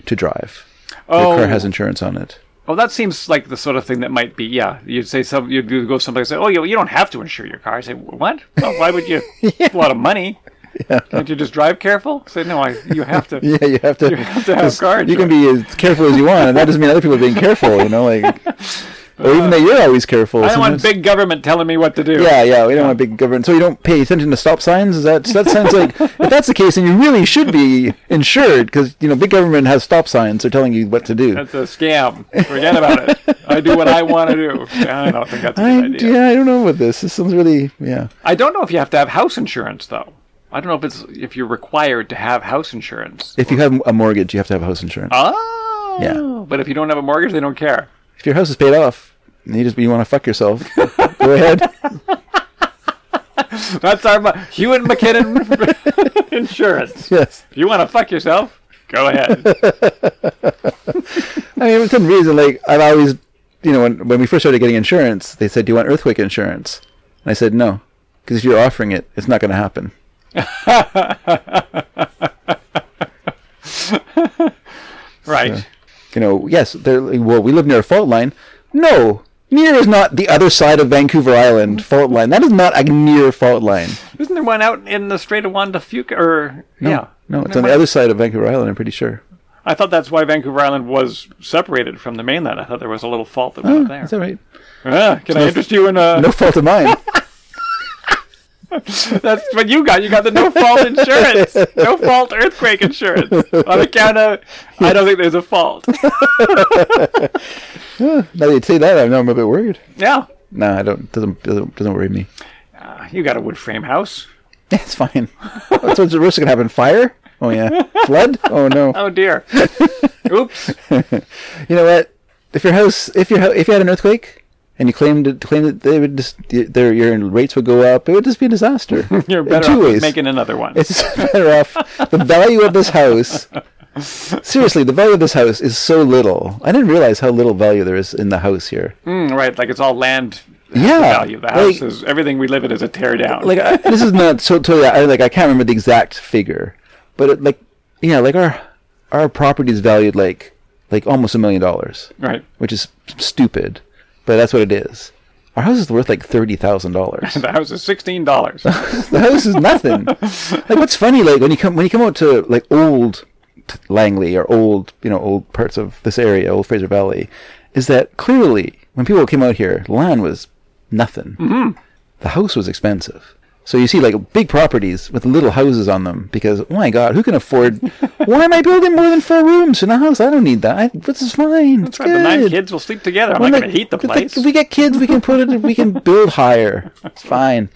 Speaker 1: to drive.
Speaker 2: Oh.
Speaker 1: Your car has insurance on it.
Speaker 2: Well, that seems like the sort of thing that might be. Yeah, you'd say some. You'd go someplace and say, "Oh, you, you don't have to insure your car." I say, "What? Well, why would you? It's A lot of money. Can't you just drive careful?" I say, "No, I. You have to.
Speaker 1: Yeah, you have to.
Speaker 2: have to have
Speaker 1: 'cause
Speaker 2: car
Speaker 1: You can be as careful as you want, and that doesn't mean other people are being careful. You know, like, or even that you're always careful.
Speaker 2: I don't want
Speaker 1: sometimes.
Speaker 2: big government telling me what to do."
Speaker 1: Yeah, yeah, we don't want big government. So you don't pay attention to stop signs. Is that that sounds like if that's the case, then you really should be insured because you know big government has stop signs. They're telling you what to do.
Speaker 2: That's a scam. Forget about it. I do what I want to do. I don't think that's a
Speaker 1: I,
Speaker 2: good idea.
Speaker 1: yeah, I don't know about this. This sounds really yeah.
Speaker 2: I don't know if you have to have house insurance though. I don't know if it's if you're required to have house insurance.
Speaker 1: If you have a mortgage, you have to have house insurance.
Speaker 2: Oh.
Speaker 1: Yeah.
Speaker 2: But if you don't have a mortgage, they don't care.
Speaker 1: if your house is paid off, and you just you want to fuck yourself. go ahead.
Speaker 2: That's our mo- Hugh and McKinnon insurance.
Speaker 1: Yes.
Speaker 2: If you want to fuck yourself, go ahead.
Speaker 1: I mean, for some reason, like I've always, you know, when when we first started getting insurance, they said, "Do you want earthquake insurance?" And I said, "No," because if you're offering it, it's not going to happen.
Speaker 2: Right.
Speaker 1: You know, yes, they're like, well, we live near a fault line. No, near is not the other side of Vancouver Island fault line. That is not a near fault line.
Speaker 2: Isn't there one out in the Strait of Juan de Fuca? Or yeah,
Speaker 1: No, it's on the other side of Vancouver Island. I'm pretty sure.
Speaker 2: I thought that's why Vancouver Island was separated from the mainland. I thought there was a little fault that went up there.
Speaker 1: Is that right?
Speaker 2: Ah, can I interest you in a?
Speaker 1: No fault of mine.
Speaker 2: That's what you got. You got the no fault insurance, no fault earthquake insurance on account of. I don't think there's a fault.
Speaker 1: now that you say that, I'm now I'm a bit worried.
Speaker 2: Yeah,
Speaker 1: No, I don't. Doesn't doesn't, doesn't worry me.
Speaker 2: Ah, you got a wood frame house.
Speaker 1: It's fine. What's what's the worst that can happen? Fire? Oh yeah. Flood? Oh no.
Speaker 2: Oh dear. Oops.
Speaker 1: You know what? If your house, if your hou- if you had an earthquake and you claimed it, claimed that they would just their your rates would go up, it would just be a disaster.
Speaker 2: You're
Speaker 1: In
Speaker 2: better
Speaker 1: two
Speaker 2: off
Speaker 1: ways.
Speaker 2: making another one.
Speaker 1: It's better off. The value of this house. Seriously, the value of this house is so little. I didn't realize how little value there is in the house here.
Speaker 2: Mm, right, like it's all land
Speaker 1: Yeah,
Speaker 2: value. The house
Speaker 1: like-
Speaker 2: is everything we live in is a tear down.
Speaker 1: like I, this is not so totally I, like I can't remember the exact figure, but it, like yeah, like our our property is valued like like almost a million dollars,
Speaker 2: right.
Speaker 1: which is stupid, but that's what it is. Our house is worth like thirty thousand dollars.
Speaker 2: The house is sixteen dollars.
Speaker 1: the house is nothing. like what's funny, like when you come when you come out to like old t- Langley or old you know old parts of this area, old Fraser Valley, is that clearly when people came out here, land was nothing. The house was expensive. So you see like big properties with little houses on them because oh my god, who can afford? why am I building more than four rooms in a house? I don't need that. I, this is fine. That's it's
Speaker 2: the nine
Speaker 1: good.
Speaker 2: kids will sleep together. I'm
Speaker 1: We're
Speaker 2: not going to heat the
Speaker 1: it's like,
Speaker 2: place.
Speaker 1: if we get kids, we can put it. We can build higher. It's fine.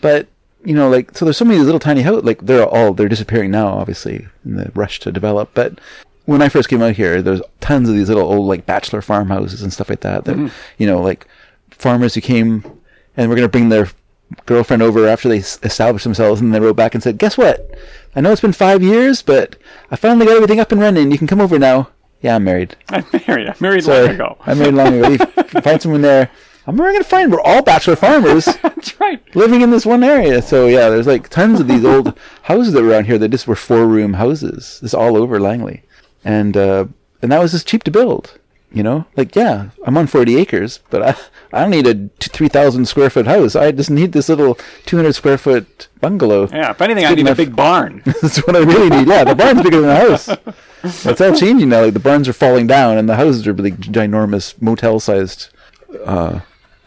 Speaker 1: But you know, like, so there's so many little tiny houses. Like, they're all they're disappearing now, obviously, in the rush to develop. But when I first came out here, there's tons of these little old like bachelor farmhouses and stuff like that. That
Speaker 2: Mm-hmm.
Speaker 1: you know, like farmers who came and were going to bring their girlfriend over after they s- established themselves, and they wrote back and said, "Guess what? I know it's been five years, but I finally got everything up and running. You can come over now." Yeah, I'm married.
Speaker 2: I'm married. I'm married
Speaker 1: Sorry.
Speaker 2: long ago.
Speaker 1: I married long ago. You find someone there. I'm never gonna find. We're all bachelor farmers
Speaker 2: That's right.
Speaker 1: living in this one area. So yeah, there's like tons of these old houses that were around here that just were four room houses. This all over Langley, and uh, and that was just cheap to build. You know, like yeah, I'm on 40 acres, but I I don't need a t- 3,000 square foot house. I just need this little 200 square foot bungalow.
Speaker 2: Yeah. If anything, I need a
Speaker 1: enough.
Speaker 2: big barn.
Speaker 1: That's what I really need. Yeah, the barn's bigger than the house. It's all changing now. Like the barns are falling down, and the houses are like ginormous motel-sized, uh,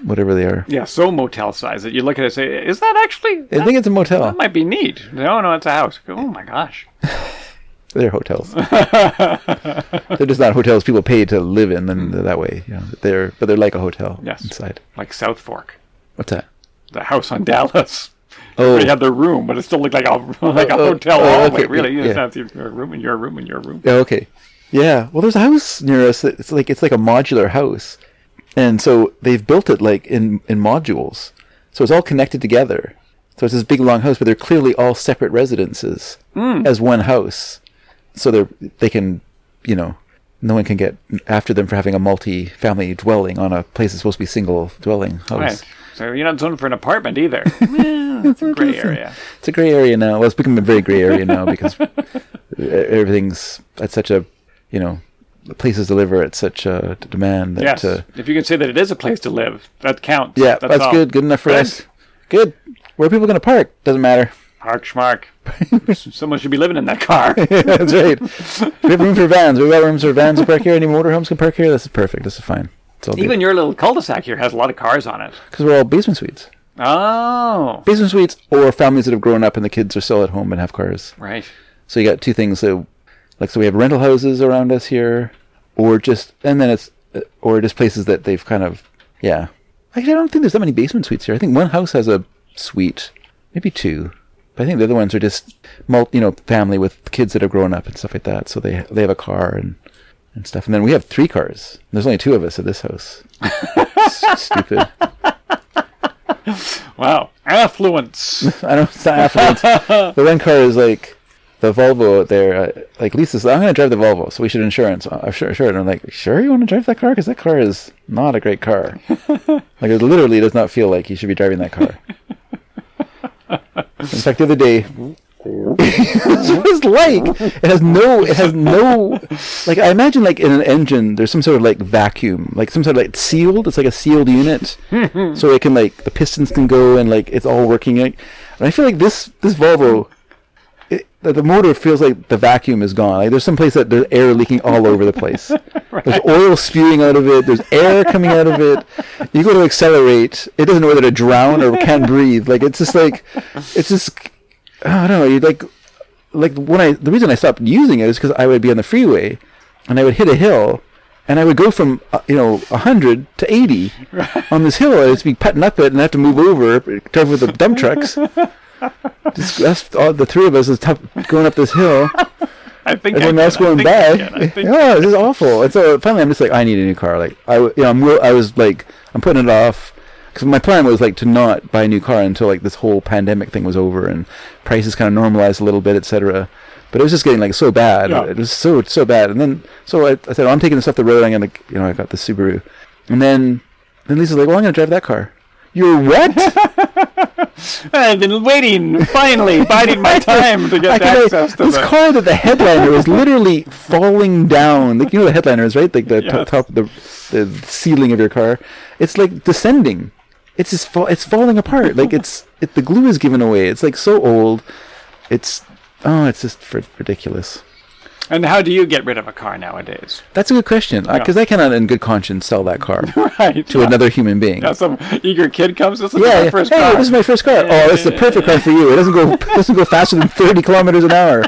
Speaker 1: whatever they are.
Speaker 2: Yeah, so motel size that you look at it and say, is that actually?
Speaker 1: I
Speaker 2: That,
Speaker 1: think it's a motel.
Speaker 2: that might be neat. No, no, it's a house. Oh my gosh.
Speaker 1: They're hotels. they're just not hotels people pay to live in, and they're that way, you know, they're but they're like a hotel
Speaker 2: Yes.
Speaker 1: inside.
Speaker 2: Like South Fork,
Speaker 1: What's that?
Speaker 2: the house on Dallas.
Speaker 1: Oh,
Speaker 2: They had their room, but it still looked like a, like a
Speaker 1: oh,
Speaker 2: hotel
Speaker 1: oh,
Speaker 2: hallway,
Speaker 1: okay,
Speaker 2: really.
Speaker 1: yeah.
Speaker 2: It's not your room and your room and your room.
Speaker 1: Yeah, Oh, okay. Yeah. Well, there's a house near us that it's like it's like a modular house, and so they've built it like in in modules, so it's all connected together. So it's this big long house, but they're clearly all separate residences as one house. So they're they can, you know, no one can get after them for having a multi-family dwelling on a place that's supposed to be single dwelling house.
Speaker 2: Right. So you're not zoned for an apartment either. Well, it's a gray area.
Speaker 1: It's a gray area now. Well, it's become a very gray area now because e- everything's at such a, you know, the places deliver at such a d- demand that.
Speaker 2: Yes.
Speaker 1: Uh,
Speaker 2: if you can say that it is a place to live, that counts.
Speaker 1: yeah, that's,
Speaker 2: all.
Speaker 1: good. Good enough for
Speaker 2: Good.
Speaker 1: us. Good. Where are people going to park? Doesn't matter.
Speaker 2: Hark schmark. Someone should be living in that car.
Speaker 1: that's right. We have room for vans. We've got rooms for vans to park here. Any motorhomes can park here. This is perfect. This is fine. It's all
Speaker 2: Even your little cul-de-sac here has a lot of cars on it.
Speaker 1: because we're all basement suites.
Speaker 2: Oh,
Speaker 1: Basement suites or families that have grown up and the kids are still at home and have cars.
Speaker 2: right.
Speaker 1: So you got two things. So, like, so we have rental houses around us here, or just, and then it's, uh, or just places that they've kind of, yeah. Actually, I don't think there's that many basement suites here. I think one house has a suite, maybe two. But I think the other ones are just, mul- you know, family with kids that have grown up and stuff like that. So they they have a car and and stuff. And then we have three cars. There's only two of us at this house. Stupid.
Speaker 2: Wow. Affluence.
Speaker 1: I don't. It's not affluent. the one car is like the Volvo out there. Uh, like Lisa said, I'm going to drive the Volvo, so we should insurance. Uh, I'm sure, sure. And I'm like, sure, you want to drive that car? Because that car is not a great car. like it literally does not feel like you should be driving that car. In fact, the other day, this was like it has no, it has no. Like I imagine, like in an engine, there's some sort of like vacuum, like some sort of like sealed. It's like a sealed unit, so it can like the pistons can go and like it's all working. Like, and I feel like this this Volvo, it, the the motor feels like the vacuum is gone. Like there's some place that there's air leaking all over the place. There's oil spewing out of it. There's air coming out of it. You go to accelerate, it doesn't know whether to drown or can't breathe. Like it's just like it's just I don't know. You like like when I the reason I stopped using it is because I would be on the freeway and I would hit a hill and I would go from uh, you know hundred to eighty on this hill and I'd just be putting up it and I have to move over drive with the dump trucks. Just, that's all the three of us is tough, going up this hill.
Speaker 2: I think.
Speaker 1: Everyone
Speaker 2: I
Speaker 1: else
Speaker 2: can, I
Speaker 1: going
Speaker 2: think I
Speaker 1: back.
Speaker 2: can, I think-
Speaker 1: Yeah, this is awful. And so finally, I'm just like, I need a new car. Like I, w- you know, I'm real, I was like, I'm putting it off because my plan was like to not buy a new car until like this whole pandemic thing was over and prices kind of normalized a little bit, etc. But it was just getting like so bad.
Speaker 2: Yeah.
Speaker 1: It was so so bad. And then so I, I said, "Oh, I'm taking this off the road. I'm gonna, you know, I got the Subaru. And then then Lisa's like, well, I'm gonna drive that car. You're what?
Speaker 2: I've been waiting, finally, biding my time to
Speaker 1: I
Speaker 2: get
Speaker 1: can-
Speaker 2: access to
Speaker 1: this
Speaker 2: the.
Speaker 1: car that the headliner was literally falling down. Like you know, the headliner is right, like the to-
Speaker 2: Yes.
Speaker 1: top, the the ceiling of your car. It's like descending. It's just fall. It's falling apart. Like it's it, the glue is given away. It's like so old. It's oh, it's just fr- ridiculous.
Speaker 2: and how do you get rid of a car nowadays?
Speaker 1: That's a good question because I cannot, in good conscience, sell that car
Speaker 2: Right.
Speaker 1: to another human being.
Speaker 2: Now some eager kid comes. This is
Speaker 1: yeah,
Speaker 2: my
Speaker 1: yeah.
Speaker 2: first
Speaker 1: hey,
Speaker 2: car.
Speaker 1: this is my first car. oh, it's the perfect car for you. It doesn't go doesn't go faster than thirty kilometers an hour.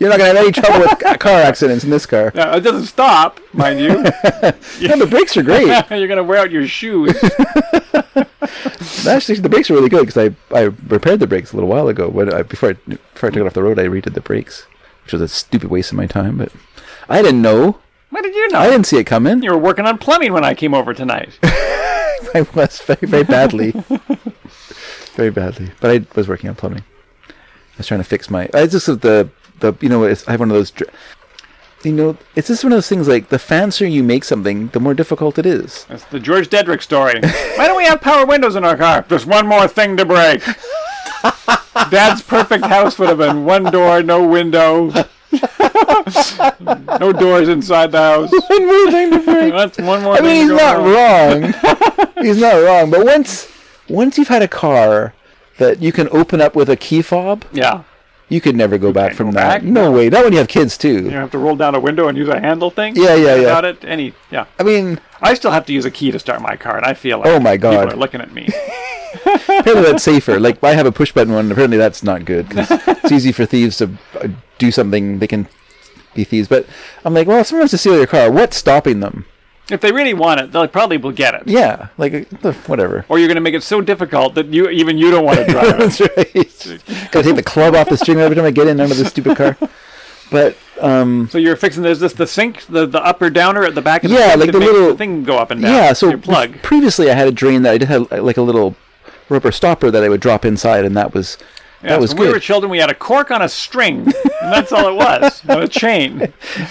Speaker 1: You're not gonna have any trouble with ca- car accidents in this car.
Speaker 2: Now, it doesn't stop, mind you.
Speaker 1: Yeah, the brakes are great.
Speaker 2: You're gonna wear out your shoes.
Speaker 1: Actually, the brakes are really good because I, I repaired the brakes a little while ago. When I, before I before I took it off the road, I redid the brakes, which was a stupid waste of my time. But I didn't know.
Speaker 2: What did you know?
Speaker 1: I didn't see it coming.
Speaker 2: You were working on plumbing when I came over tonight.
Speaker 1: I was very, very badly. very badly. But I was working on plumbing. I was trying to fix my. I just the the you know it's, I have one of those. dr- You know, it's just one of those things like the fancier you make something, the more difficult it is.
Speaker 2: That's the George Dedrick story. Why don't we have power windows in our car? Just one more thing to break. Dad's perfect house would have been one door, no window, no doors inside the house.
Speaker 1: One more thing to break.
Speaker 2: That's one more
Speaker 1: I
Speaker 2: thing.
Speaker 1: mean, he's
Speaker 2: to go
Speaker 1: not
Speaker 2: wrong.
Speaker 1: wrong. he's not wrong. But once once you've had a car that you can open up with a key fob,
Speaker 2: Yeah,
Speaker 1: You could never go back
Speaker 2: can't
Speaker 1: from
Speaker 2: go
Speaker 1: that.
Speaker 2: back.
Speaker 1: No way. Not when you have kids too.
Speaker 2: You have to roll down a window and use a handle thing.
Speaker 1: Yeah, yeah, yeah.
Speaker 2: About it. Any. Yeah.
Speaker 1: I mean,
Speaker 2: I still have to use a key to start my car, and I feel like
Speaker 1: Oh my God.
Speaker 2: people are looking at me.
Speaker 1: apparently that's safer. Like I have a push button one. and Apparently that's not good 'cause it's easy for thieves to uh, do something. They can be thieves, but I'm like, well, if someone wants to steal your car, what's stopping them?
Speaker 2: if they really want it, they probably will get it.
Speaker 1: Yeah, like uh, whatever.
Speaker 2: Or you're going to make it so difficult that you even you don't want to drive it.
Speaker 1: That's right. Gotta take the club off the string every time I get in under this stupid car. But um,
Speaker 2: So you're fixing there's this the sink, the the upper downer at the back of the
Speaker 1: Yeah,
Speaker 2: sink
Speaker 1: like
Speaker 2: that
Speaker 1: the
Speaker 2: makes
Speaker 1: little-
Speaker 2: thing go up and down.
Speaker 1: yeah, so
Speaker 2: your plug.
Speaker 1: previously I had a drain that I did have uh, like a little rubber stopper that I would drop inside, and that was
Speaker 2: Yeah,
Speaker 1: that was
Speaker 2: when
Speaker 1: good.
Speaker 2: we were children, we had a cork on a string, and that's all it was, on a chain,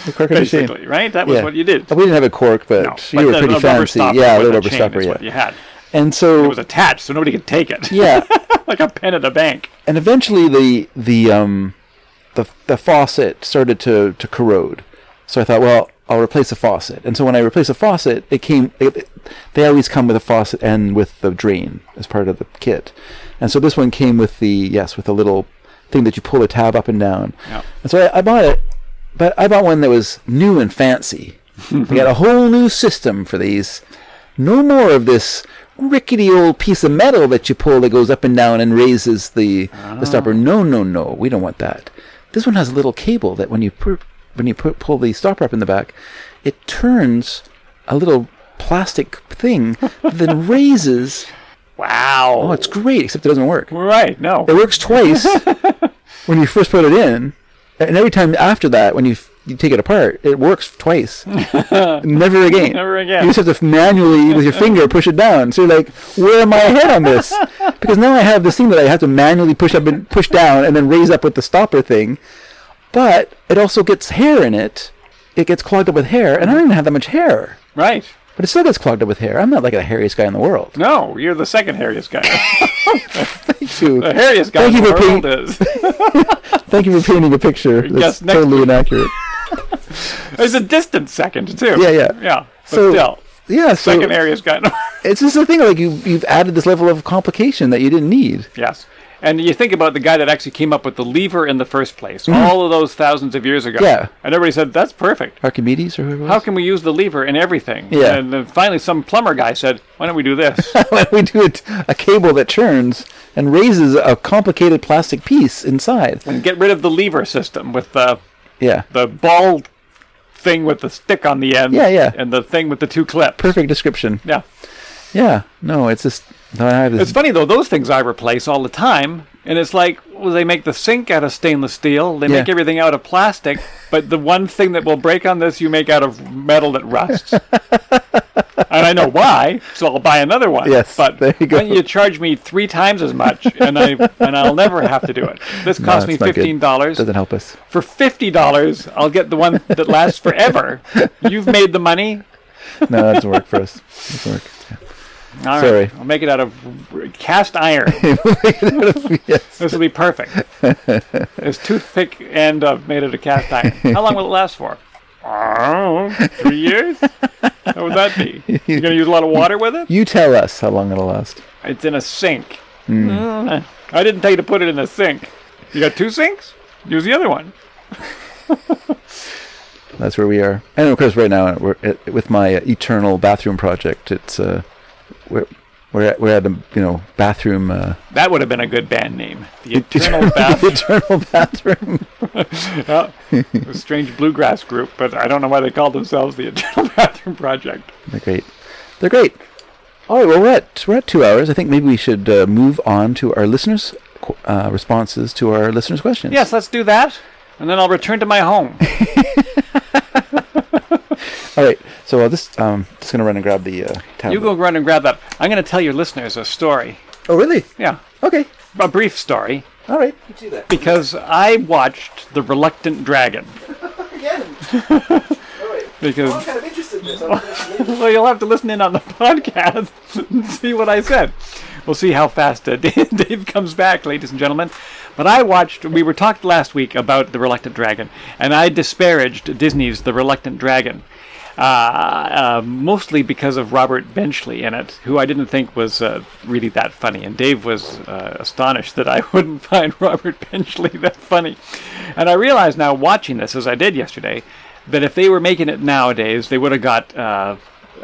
Speaker 1: The cork on the chain.
Speaker 2: basically, right? That was
Speaker 1: Yeah.
Speaker 2: what you did.
Speaker 1: We didn't have a cork, but
Speaker 2: But
Speaker 1: you were
Speaker 2: the-
Speaker 1: pretty
Speaker 2: the rubber
Speaker 1: fancy.
Speaker 2: stopper
Speaker 1: Yeah,
Speaker 2: with
Speaker 1: the
Speaker 2: a
Speaker 1: rubber
Speaker 2: chain
Speaker 1: stopper.
Speaker 2: is
Speaker 1: Yeah,
Speaker 2: what you had.
Speaker 1: and
Speaker 2: It
Speaker 1: so
Speaker 2: was attached, so nobody could take it.
Speaker 1: yeah,
Speaker 2: like a pen at a bank.
Speaker 1: and eventually the the um the the faucet started to to corrode. So I thought, well, I'll replace a faucet. And so when I replace a faucet, it came. It, it- they always come with a faucet and with the drain as part of the kit. And so this one came with the yes, with a little thing that you pull a tab up and down.
Speaker 2: Yeah.
Speaker 1: And so I, I bought it, but I bought one that was new and fancy. we got a whole new system for these. No more of this rickety old piece of metal that you pull that goes up and down and raises the, the stopper. No, no, no. We don't want that. This one has a little cable that when you pu- when you pu- pull the stopper up in the back, it turns a little plastic thing that then raises.
Speaker 2: Wow.
Speaker 1: Oh, it's great, except it doesn't work.
Speaker 2: right. No.
Speaker 1: It works twice when you first put it in, and every time after that, when you f- you take it apart, it works twice. Never again.
Speaker 2: Never again.
Speaker 1: You just have to f- manually with your finger push it down. So you're like, where am I ahead on this? Because now I have this thing that I have to manually push up and push down, and then raise up with the stopper thing. But it also gets hair in it. It gets clogged up with hair, and I don't even have that much hair.
Speaker 2: Right.
Speaker 1: But it still gets clogged up with hair. I'm not like the hairiest guy in the world.
Speaker 2: No, you're the second hairiest guy.
Speaker 1: Shoot.
Speaker 2: the hairiest guy
Speaker 1: Thank
Speaker 2: in
Speaker 1: you
Speaker 2: the
Speaker 1: for
Speaker 2: world
Speaker 1: being-
Speaker 2: is.
Speaker 1: Thank you for painting a picture. That's
Speaker 2: Guess next
Speaker 1: totally inaccurate.
Speaker 2: It's a distant second too.
Speaker 1: Yeah, yeah.
Speaker 2: yeah. But
Speaker 1: So-
Speaker 2: still,
Speaker 1: Yeah, so
Speaker 2: second hairiest guy.
Speaker 1: it's just a thing like you you've added this level of complication that you didn't need.
Speaker 2: yes. And you think about the guy that actually came up with the lever in the first place, all of those thousands of years ago.
Speaker 1: Mm-hmm. Yeah.
Speaker 2: And everybody said, that's perfect.
Speaker 1: Archimedes or whoever. it
Speaker 2: How
Speaker 1: was?
Speaker 2: can we use the lever in everything?
Speaker 1: Yeah.
Speaker 2: And then finally, some plumber guy said, why don't we do this?
Speaker 1: When we do it, a cable that turns and raises a complicated plastic piece inside.
Speaker 2: and get rid of the lever system with the,
Speaker 1: Yeah,
Speaker 2: the ball thing with the stick on the end.
Speaker 1: Yeah, yeah.
Speaker 2: And the thing with the two clips.
Speaker 1: perfect description.
Speaker 2: Yeah.
Speaker 1: Yeah, no, it's just no, I have this.
Speaker 2: It's funny though; those things I replace all the time, and it's like well, they make the sink out of stainless steel, they make
Speaker 1: Yeah.
Speaker 2: everything out of plastic, but the one thing that will break on this, you make out of metal that rusts. and I know why, so I'll buy another one.
Speaker 1: Yes,
Speaker 2: but
Speaker 1: there you go.
Speaker 2: when you charge me three times as much, and I and I'll never have to do it. This cost me
Speaker 1: it's not good.
Speaker 2: fifteen dollars.
Speaker 1: doesn't help us.
Speaker 2: For fifty dollars, I'll get the one that lasts forever. You've made the money.
Speaker 1: No, that doesn't work for us. Doesn't work.
Speaker 2: All right,
Speaker 1: Sorry.
Speaker 2: I'll make it out of r- cast iron. This will be perfect. it's toothpick and uh, made out of cast iron. How long will it last for? Oh, three years? How would that be? You're going to use a lot of water with it?
Speaker 1: You tell us how long it'll last.
Speaker 2: It's in a sink. Mm. I didn't tell you to put it in a sink. You got two sinks? Use the other one.
Speaker 1: That's where we are. And of course, right now we're it, with my uh, eternal bathroom project. It's uh, we're we're at, we're at a you know bathroom uh,
Speaker 2: That would have been a good band name. The Eternal Bath.
Speaker 1: eternal bathroom.
Speaker 2: Uh, a strange bluegrass group, but I don't know why they called themselves the Eternal Bathroom Project.
Speaker 1: They're great. They're great. All right. Well, we're at we're at two hours. I think maybe we should uh, move on to our listeners' qu- uh, responses to our listeners' questions.
Speaker 2: Yes, let's do that, and then I'll return to my home.
Speaker 1: All right. So I'll just um just gonna run and grab the uh, tablet.
Speaker 2: You go run and grab that. I'm going to tell your listeners a story.
Speaker 1: Oh, really?
Speaker 2: Yeah,
Speaker 1: Okay.
Speaker 2: a brief story
Speaker 1: All right. You do that
Speaker 2: because I watched The Reluctant Dragon.
Speaker 1: again.
Speaker 2: Because
Speaker 1: of interested in this.
Speaker 2: well, you'll have to listen in on the podcast and see what I said. We'll see how fast uh, Dave Dave comes back, ladies and gentlemen. But I watched. We were talked last week about The Reluctant Dragon, and I disparaged Disney's The Reluctant Dragon. uh, mostly because of Robert Benchley in it, who I didn't think was uh, really that funny. And Dave was uh, astonished that I wouldn't find Robert Benchley that funny. And I realize now, watching this as I did yesterday, that if they were making it nowadays, they would have got uh,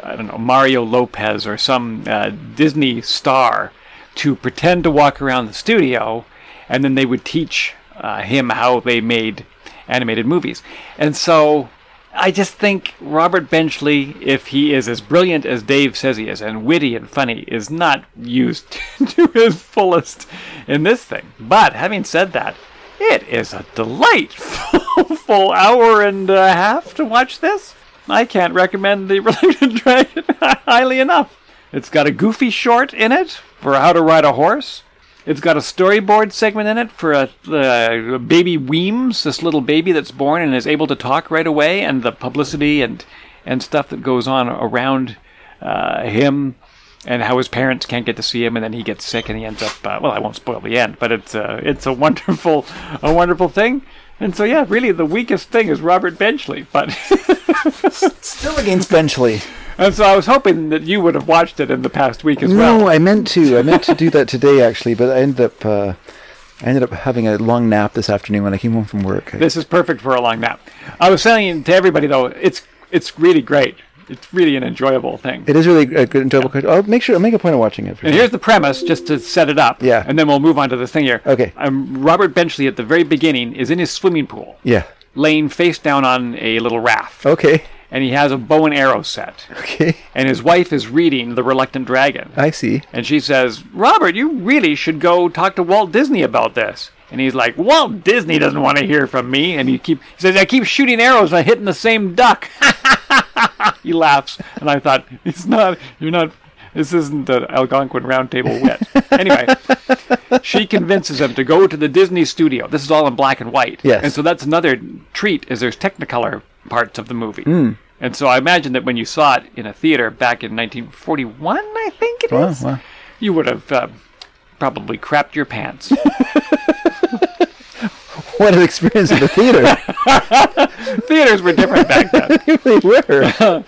Speaker 2: I don't know Mario Lopez or some uh, Disney star to pretend to walk around the studio, and then they would teach uh, him how they made animated movies. And so I just think Robert Benchley, if he is as brilliant as Dave says he is and witty and funny, is not used to his fullest in this thing. But having said that, it is a delightful full hour and a half to watch this. I can't recommend The Reluctant Dragon highly enough. It's got a goofy short in it for how to ride a horse. It's got a storyboard segment in it for a, uh, baby Weems, this little baby that's born and is able to talk right away, and the publicity and and stuff that goes on around uh, him, and how his parents can't get to see him, and then he gets sick and he ends up. Uh, well, I won't spoil the end, but it's uh, it's a wonderful a wonderful thing. And so yeah, really the weakest thing is Robert Benchley, but
Speaker 1: Still against Benchley.
Speaker 2: and so I was hoping that you would have watched it in the past week as well.
Speaker 1: No, I meant to. I meant to do that today actually, but I ended up uh, I ended up having a long nap this afternoon when I came home from work.
Speaker 2: This is perfect for a long nap. I was saying to everybody though, it's it's really great. It's really an enjoyable thing.
Speaker 1: it is really a good enjoyable question. I'll make sure I'll make a point of watching it. For
Speaker 2: And
Speaker 1: sure.
Speaker 2: here's the premise, just to set it up.
Speaker 1: Yeah.
Speaker 2: And then we'll move on to the thing here.
Speaker 1: Okay.
Speaker 2: Um, Robert Benchley at the very beginning is in his swimming pool,
Speaker 1: Yeah.
Speaker 2: laying face down on a little raft,
Speaker 1: Okay.
Speaker 2: and he has a bow and arrow set.
Speaker 1: Okay.
Speaker 2: And his wife is reading The Reluctant Dragon.
Speaker 1: I see.
Speaker 2: And she says, Robert, you really should go talk to Walt Disney about this. And he's like, Walt Disney doesn't want to hear from me. And he keep he says, I keep shooting arrows and I hitting the same duck. he laughs, and I thought, it's not, you're not, this isn't the Algonquin Roundtable wit. anyway, she convinces him to go to the Disney studio. This is all in black and white.
Speaker 1: Yes.
Speaker 2: And so that's another treat is there's Technicolor parts of the movie.
Speaker 1: Hmm.
Speaker 2: Mm. And so I imagine that when you saw it in a theater back in 1941, I think it is,
Speaker 1: Wow, wow.
Speaker 2: you would have uh, probably crapped your pants.
Speaker 1: What an experience in the theater.
Speaker 2: Theaters were different back then.
Speaker 1: they were.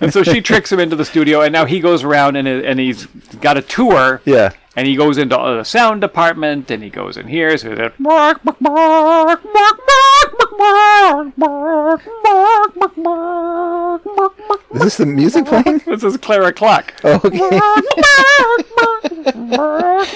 Speaker 2: And so she tricks him into the studio, and now he goes around and, and he's got a tour.
Speaker 1: Yeah.
Speaker 2: And he goes into the sound department, and he goes in here. So he's like, "Bark, bark, bark, bark, bark, bark, bark, bark, bark, bark, bark, bark."
Speaker 1: Is this the music playing?
Speaker 2: This is Clara Clark.
Speaker 1: Okay.
Speaker 2: Clarence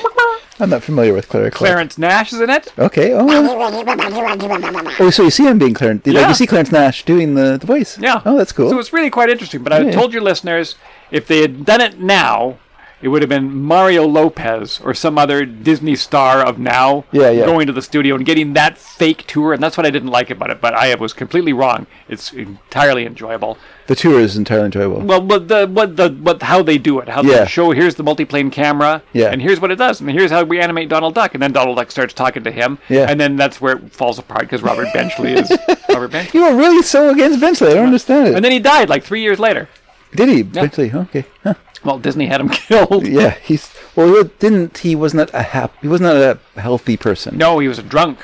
Speaker 1: I'm not familiar with Clara Clark.
Speaker 2: Nash is in it.
Speaker 1: Okay. Oh. well. Oh, so you see him being Clarence? Like,
Speaker 2: Yeah.
Speaker 1: you see Clarence Nash doing the, the voice?
Speaker 2: Yeah.
Speaker 1: Oh, that's cool.
Speaker 2: So it's really quite interesting. But I
Speaker 1: Yeah.
Speaker 2: told your listeners if they had done it now, it would have been Mario Lopez or some other Disney star of now
Speaker 1: Yeah, yeah.
Speaker 2: going to the studio and getting that fake tour. And that's what I didn't like about it. But I was completely wrong. It's entirely enjoyable.
Speaker 1: the tour is entirely enjoyable.
Speaker 2: Well, but the what the what how they do it, how
Speaker 1: Yeah.
Speaker 2: they show here's the multiplane camera,
Speaker 1: Yeah.
Speaker 2: and here's what it does, and here's how we animate Donald Duck, and then Donald Duck starts talking to him,
Speaker 1: Yeah.
Speaker 2: and then that's where it falls apart because Robert Benchley is Robert Benchley,
Speaker 1: you were really so against Benchley. I don't understand it.
Speaker 2: and then he died like three years later.
Speaker 1: Did he? Benchley? Okay. Huh.
Speaker 2: Well, Disney had him killed.
Speaker 1: Yeah. He's well. it Didn't he? Was not a hap. He was not a healthy person.
Speaker 2: No, he was a drunk.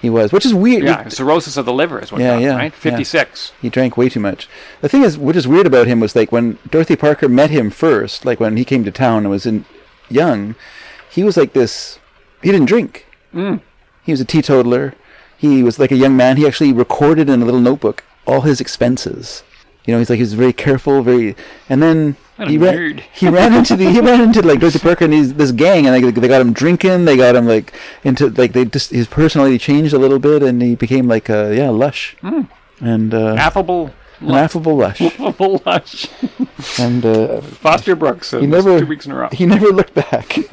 Speaker 1: He was, which is weird.
Speaker 2: Yeah, cirrhosis of the liver is what.
Speaker 1: Yeah,
Speaker 2: got him,
Speaker 1: yeah,
Speaker 2: Right,
Speaker 1: yeah.
Speaker 2: fifty-six.
Speaker 1: He drank way too much. The thing is, what is weird about him was like when Dorothy Parker met him first, like when he came to town and was in young, he was like this. He didn't drink.
Speaker 2: Mm.
Speaker 1: He was a teetotaler. He was like a young man. He actually recorded in a little notebook all his expenses. You know, he's like he was very careful, very. And then
Speaker 2: What a
Speaker 1: he
Speaker 2: nerd.
Speaker 1: ran, he ran into the he ran into like Dorothy Parker and his, this gang, and they, they got him drinking. They got him like into like they just his personality changed a little bit, and he became like uh, yeah lush
Speaker 2: Mm.
Speaker 1: and uh,
Speaker 2: Affable,
Speaker 1: an affable lush.
Speaker 2: lovable lush.
Speaker 1: and uh,
Speaker 2: Foster Brooks. He
Speaker 1: never-
Speaker 2: two weeks in a row.
Speaker 1: he never looked back.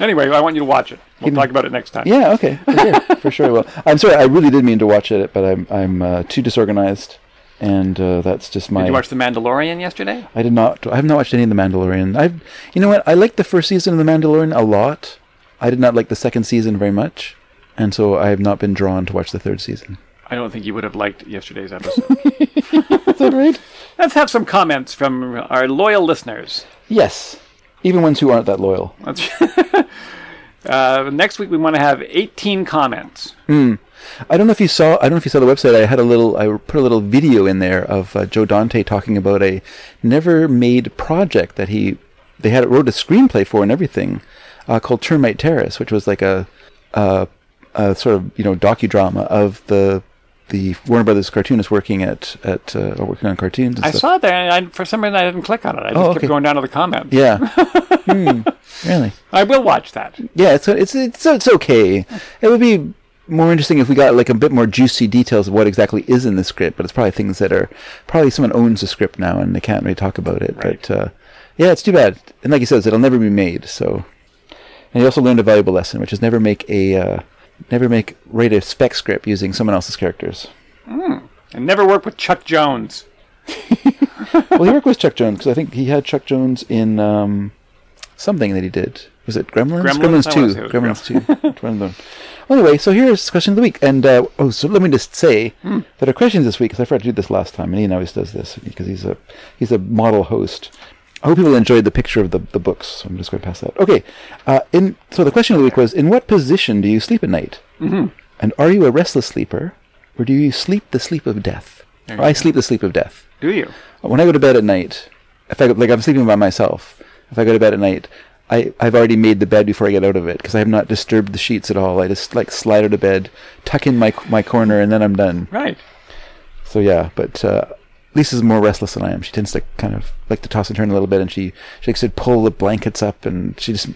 Speaker 2: Anyway, I want you to watch it. We'll talk about it next time.
Speaker 1: yeah, okay, for sure, for sure. I will. I'm sorry, I really did mean to watch it, but I'm I'm uh, too disorganized, and uh, that's just my.
Speaker 2: Did you watch The Mandalorian yesterday?
Speaker 1: I did not. I have not watched any of The Mandalorian. I've, you know what? I liked the first season of The Mandalorian a lot. I did not like the second season very much, and so I have not been drawn to watch the third season.
Speaker 2: I don't think you would have liked yesterday's episode.
Speaker 1: Is that right?
Speaker 2: Let's have some comments from our loyal listeners.
Speaker 1: Yes, even ones who aren't that loyal.
Speaker 2: Let's- Uh, next week we want to have 18 comments.
Speaker 1: I don't know if you saw. I don't know if you saw the website. I had a little. I put a little video in there of uh, Joe Dante talking about a never made project that he they had wrote a screenplay for and everything uh, called Termite Terrace, which was like a, a a sort of you know docudrama of the the Warner Brothers cartoonist working at at uh, or working on cartoons. And
Speaker 2: I
Speaker 1: stuff.
Speaker 2: saw it there, and I, for some reason I didn't click on it. I just
Speaker 1: Oh,
Speaker 2: kept
Speaker 1: okay.
Speaker 2: going down to the comments.
Speaker 1: Yeah. Hmm. Really.
Speaker 2: I will watch that.
Speaker 1: Yeah, it's it's it's it's okay. It would be more interesting if we got like a bit more juicy details of what exactly is in the script, but it's probably things that are probably someone owns the script now and they can't really talk about it.
Speaker 2: Right.
Speaker 1: But uh, yeah, it's too bad. And like he says, it'll never be made. So, and he also learned a valuable lesson, which is never make a uh, never make write a spec script using someone else's characters.
Speaker 2: And never work with Chuck Jones.
Speaker 1: well, he worked with Chuck Jones because I think he had Chuck Jones in um, something that he did. Was it Gremlins?
Speaker 2: Gremlins? I wanna
Speaker 1: two.
Speaker 2: say it was
Speaker 1: Gremlins two. Gremlins. Well, anyway, so here's question of the week, and uh, oh, so let me just say
Speaker 2: Hmm.
Speaker 1: that our questions this week because I forgot to do this last time, and Ian always does this because he's a he's a model host. I hope people enjoyed the picture of the, the books. So I'm just going to pass that. Okay. Uh, in so the question of the week was: In what position do you sleep at night?
Speaker 2: Mm-hmm.
Speaker 1: And are you a restless sleeper, or do you sleep the sleep of death?
Speaker 2: you
Speaker 1: I sleep the sleep of death
Speaker 2: Do you?
Speaker 1: when I go to bed at night, if I like I'm sleeping by myself, if I go to bed at night, I I've already made the bed before I get out of it because I have not disturbed the sheets at all. I just like slide out of bed, tuck in my my corner, and then I'm done.
Speaker 2: Right.
Speaker 1: So yeah, but uh, Lisa's more restless than I am. She tends to kind of like to toss and turn a little bit, and she she likes to pull the blankets up, and she just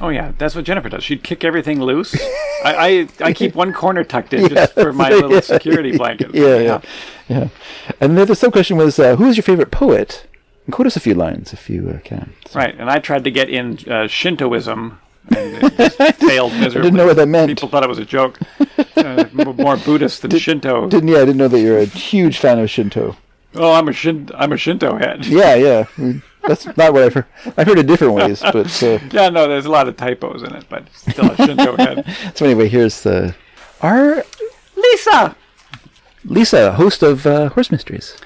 Speaker 2: Oh yeah, that's what Jennifer does. She'd kick everything loose. I, I I keep one corner tucked in just for my little security blanket.
Speaker 1: yeah yeah yeah. And the other sub question was, uh, who is your favorite poet? And quote us a few lines if you uh, can. So
Speaker 2: Right. And I tried to get in uh, Shintoism and it just failed miserably.
Speaker 1: I didn't know what that meant.
Speaker 2: People thought it was a joke. Uh, m- more Buddhist than Shinto.
Speaker 1: Didn't yeah, I didn't know that you're a huge fan of Shinto.
Speaker 2: oh, I'm a Shin- I'm a Shinto head.
Speaker 1: Yeah, yeah. Mm. That's not what I've heard. I've heard it different ways, but uh,
Speaker 2: Yeah, no, there's a lot of typos in it, but still a Shinto head.
Speaker 1: so anyway, here's the our
Speaker 2: Lisa!
Speaker 1: Lisa, host of uh, Horse Mysteries,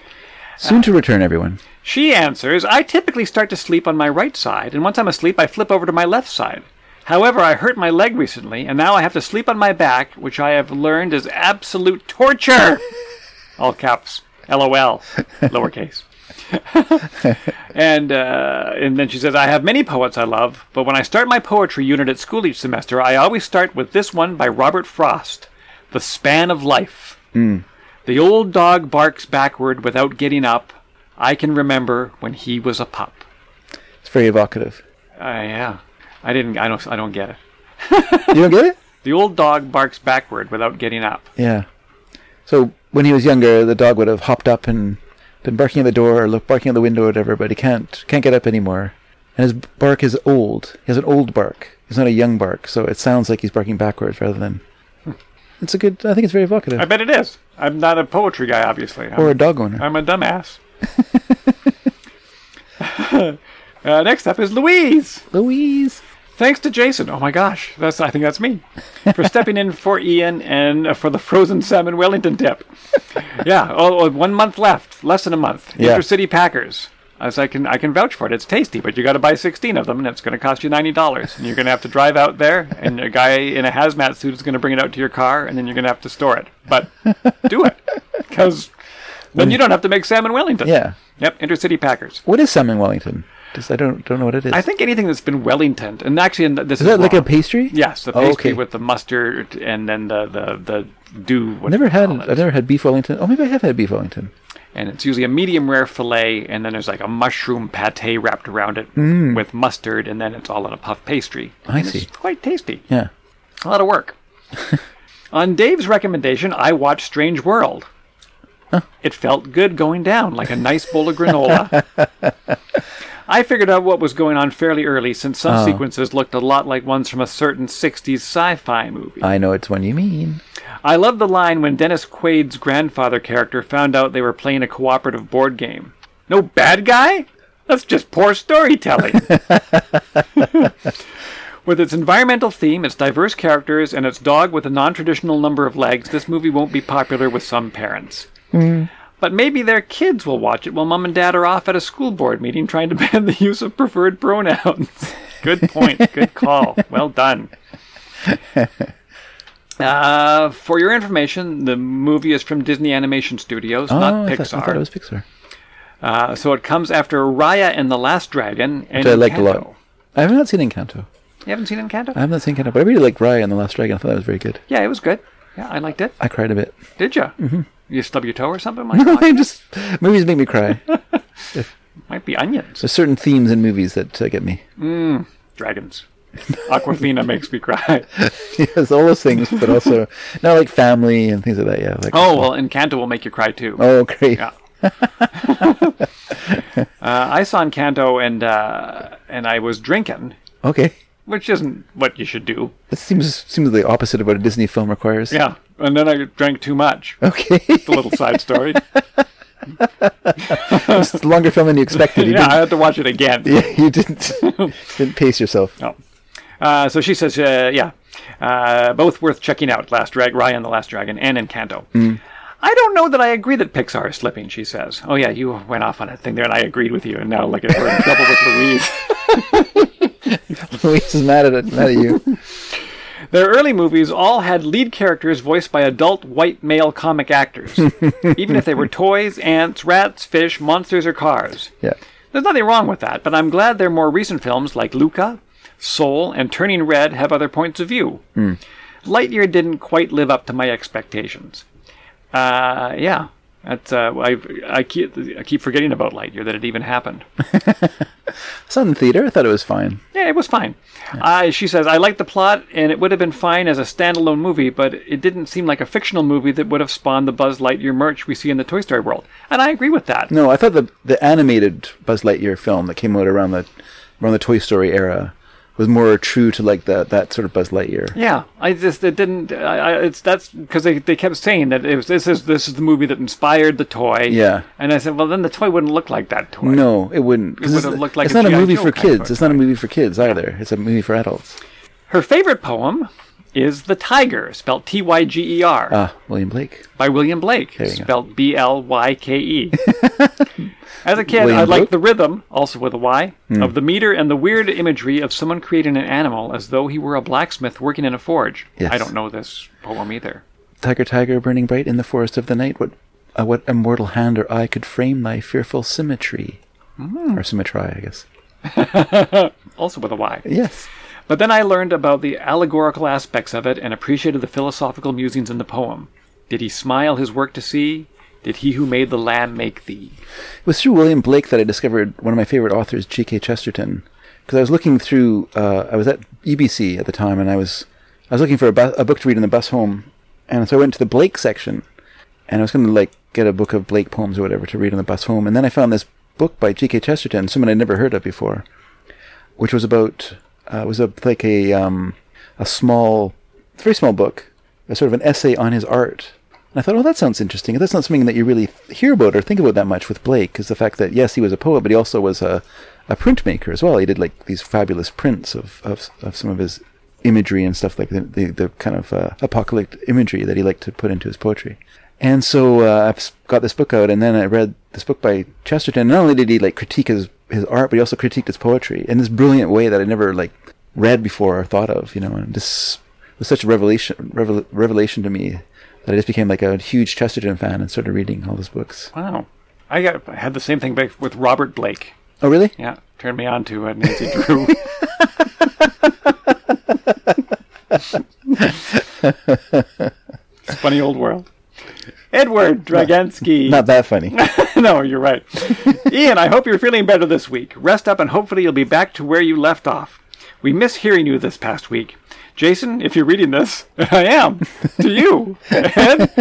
Speaker 1: soon to return. Everyone,
Speaker 2: She answers I typically start to sleep on my right side, and once I'm asleep, I flip over to my left side. However, I hurt my leg recently, and now I have to sleep on my back, which I have learned is absolute torture! All caps. LOL. Lowercase. and uh, and then she says, I have many poets I love, but when I start my poetry unit at school each semester, I always start with this one by Robert Frost, "The Span of Life." The old dog barks backward without getting up. I can remember when he was a pup.
Speaker 1: it's very evocative.
Speaker 2: Uh, yeah, I didn't. I don't. I don't get it.
Speaker 1: You don't get it?
Speaker 2: The old dog barks backward without getting up.
Speaker 1: Yeah. So when he was younger, the dog would have hopped up and been barking at the door or look barking at the window or whatever, but he can't can't get up anymore. And his bark is old. He has an old bark. It's not a young bark, so it sounds like he's barking backwards rather than. It's a good. I think it's very evocative.
Speaker 2: I bet it is. I'm not a poetry guy, obviously. I'm,
Speaker 1: or a dog owner.
Speaker 2: I'm a dumbass. uh, next up is Louise.
Speaker 1: Louise.
Speaker 2: Thanks to Jason. Oh my gosh, that's I think that's me for stepping in for Ian and uh, for the frozen salmon Wellington tip. yeah, oh, oh, one month left, less than a month.
Speaker 1: Yeah.
Speaker 2: Intercity Packers. As I can I can vouch for it. It's tasty, but you got to buy 16 of them, and it's going to cost you $90. And you're going to have to drive out there, and a guy in a hazmat suit is going to bring it out to your car, and then you're going to have to store it. But do it, because then you don't have to make salmon Wellington.
Speaker 1: Yeah.
Speaker 2: Yep. Intercity Packers.
Speaker 1: What is salmon Wellington? Just, I don't don't know what it is.
Speaker 2: I think anything that's been Wellington, and actually, and this
Speaker 1: is that like
Speaker 2: wrong.
Speaker 1: a pastry?
Speaker 2: Yes, the
Speaker 1: Oh,
Speaker 2: pastry
Speaker 1: okay.
Speaker 2: with the mustard and then the the the dew.
Speaker 1: I've never had. I've never had beef Wellington. Oh, maybe I have had beef Wellington.
Speaker 2: And it's usually a medium rare fillet, and then there's like a mushroom pate wrapped around it with mustard, and then it's all in a puff pastry.
Speaker 1: Mm. I
Speaker 2: And
Speaker 1: see.
Speaker 2: It's quite tasty.
Speaker 1: Yeah.
Speaker 2: A lot of work. On Dave's recommendation, I watched Strange World. It felt good going down, like a nice bowl of granola. I figured out what was going on fairly early, since
Speaker 1: Oh.
Speaker 2: some sequences looked a lot like ones from a certain 60s sci fi movie.
Speaker 1: I know it's one you mean.
Speaker 2: I love the line when Dennis Quaid's grandfather character found out they were playing a cooperative board game. No bad guy? That's just poor storytelling. with its environmental theme, its diverse characters, and its dog with a non traditional number of legs, this movie won't be popular with some parents.
Speaker 1: Mm.
Speaker 2: But maybe their kids will watch it while mom and dad are off at a school board meeting trying to ban the use of preferred pronouns. Good point. Good call. Well done. Uh, for your information, the movie is from Disney Animation Studios, not
Speaker 1: Ah, Oh, I
Speaker 2: Pixar.
Speaker 1: thought, I thought it was Pixar.
Speaker 2: uh, so it comes after Raya and the Last Dragon. And
Speaker 1: Which I liked a
Speaker 2: Encanto.
Speaker 1: lot. Uh, I have not seen Encanto.
Speaker 2: You haven't seen Encanto?
Speaker 1: I have not seen Encanto, but I really liked Raya and the Last Dragon. I thought that was very good.
Speaker 2: yeah, it was good. Yeah, I liked it.
Speaker 1: I cried a bit.
Speaker 2: Did you? Mm-hmm. You stub your toe or something? Might,
Speaker 1: I just movies make me cry.
Speaker 2: might be onions.
Speaker 1: There's certain themes in movies that uh, get me.
Speaker 2: Dragons. Aquafina makes me cry.
Speaker 1: yes, all those things, but also not like family and things like that. Yeah. Like,
Speaker 2: Oh, well, Encanto will make you cry too.
Speaker 1: oh, great.
Speaker 2: Yeah. Uh, I saw Encanto and, uh, and I was drinking,
Speaker 1: Okay.
Speaker 2: which isn't what you should do.
Speaker 1: That seems seems the opposite of what a Disney film requires.
Speaker 2: Yeah. And then I drank too much.
Speaker 1: Okay.
Speaker 2: The little side story.
Speaker 1: it's a longer film than you expected. You
Speaker 2: yeah, I had to watch it again.
Speaker 1: didn't. You didn't. didn't pace yourself.
Speaker 2: No. Uh, so she says, uh, yeah, uh, both worth checking out. Last Drag, Ryan the Last Dragon, and Encanto. I don't know that I agree that Pixar is slipping. She says, "Oh yeah, you went off on a thing there, and I agreed with you, and now look at we're in trouble with Louise."
Speaker 1: Luis is mad at it, mad at you.
Speaker 2: Their early movies all had lead characters voiced by adult white male comic actors, even if they were toys, ants, rats, fish, monsters, or cars.
Speaker 1: Yeah.
Speaker 2: There's nothing wrong with that, but I'm glad their more recent films like Luca, Soul, and Turning Red have other points of view. Lightyear didn't quite live up to my expectations. Uh, yeah, that's uh, I, I keep I keep forgetting about Lightyear that it even happened.
Speaker 1: I saw it in the theater. I thought it was fine.
Speaker 2: Yeah, it was fine. Uh, she says I liked the plot, and it would have been fine as a standalone movie, but it didn't seem like a fictional movie that would have spawned the Buzz Lightyear merch we see in the Toy Story world. And I agree with that.
Speaker 1: No, I thought the the animated Buzz Lightyear film that came out around the around the Toy Story era was more true to like that that sort of Buzz Lightyear.
Speaker 2: Yeah, I just it didn't. I, I, it's that's because they, they kept saying that it was this is this is the movie that inspired the toy.
Speaker 1: Yeah.
Speaker 2: and I said, well, then the toy wouldn't look like that toy.
Speaker 1: No, it wouldn't. 'cause
Speaker 2: It
Speaker 1: it's-
Speaker 2: would've looked like
Speaker 1: it's
Speaker 2: a
Speaker 1: not a
Speaker 2: G.I.
Speaker 1: movie
Speaker 2: Joe
Speaker 1: for
Speaker 2: kind of
Speaker 1: kids. It's not a movie for kids either. It's a movie for adults.
Speaker 2: Her favorite poem is "The Tiger," spelled T Y G E R,
Speaker 1: Ah, William Blake.
Speaker 2: by William Blake,
Speaker 1: you go.
Speaker 2: spelled B L Y K E. As a kid,
Speaker 1: William
Speaker 2: I liked
Speaker 1: Blake? Hmm.
Speaker 2: the rhythm, also with a Y, of the meter and the weird imagery of someone creating an animal as though he were a blacksmith working in a forge.
Speaker 1: Yes.
Speaker 2: I don't know this poem either.
Speaker 1: Tiger, tiger, burning bright in the forest of the night, what uh, what immortal hand or eye could frame thy fearful symmetry?
Speaker 2: Hmm.
Speaker 1: Or symmetry, I guess.
Speaker 2: Also with a Y.
Speaker 1: Yes.
Speaker 2: But then I learned about the allegorical aspects of it and appreciated the philosophical musings in the poem. Did he smile his work to see? Did he who made the lamb make thee?
Speaker 1: It was through William Blake that I discovered one of my favorite authors, G.K. Chesterton, because I was looking through. Uh, I was at UBC at the time, and I was I was looking for a, bu- a book to read on the bus home, and so I went to the Blake section, and I was going to like get a book of Blake poems or whatever to read on the bus home, and then I found this book by G.K. Chesterton, someone I'd never heard of before, which was about uh, it was a, like a um, a small, very small book, a sort of an essay on his art. And I thought, oh, that sounds interesting. That's not something that you really hear about or think about that much with Blake, is the fact that yes, he was a poet, but he also was a, a printmaker as well. He did like these fabulous prints of of, of some of his imagery and stuff like the the, the kind of uh, apocalyptic imagery that he liked to put into his poetry. And so uh, I got this book out, and then I read this book by Chesterton. Not only did he like critique his his art, but he also critiqued his poetry in this brilliant way that I never like read before or thought of. You know, and this was such a revelation revel- revelation to me that I just became like a huge Chesterton fan and started reading all his books.
Speaker 2: Wow. I, got, I had the same thing back with Robert Blake.
Speaker 1: Oh, really?
Speaker 2: Yeah, turned me on to uh, Nancy Drew. it's a funny old world. Edward Dragansky.
Speaker 1: Not that funny.
Speaker 2: no, you're right. Ian, I hope you're feeling better this week. Rest up and hopefully you'll be back to where you left off. We miss hearing you this past week. Jason, if you're reading this, I am. To you, Ed.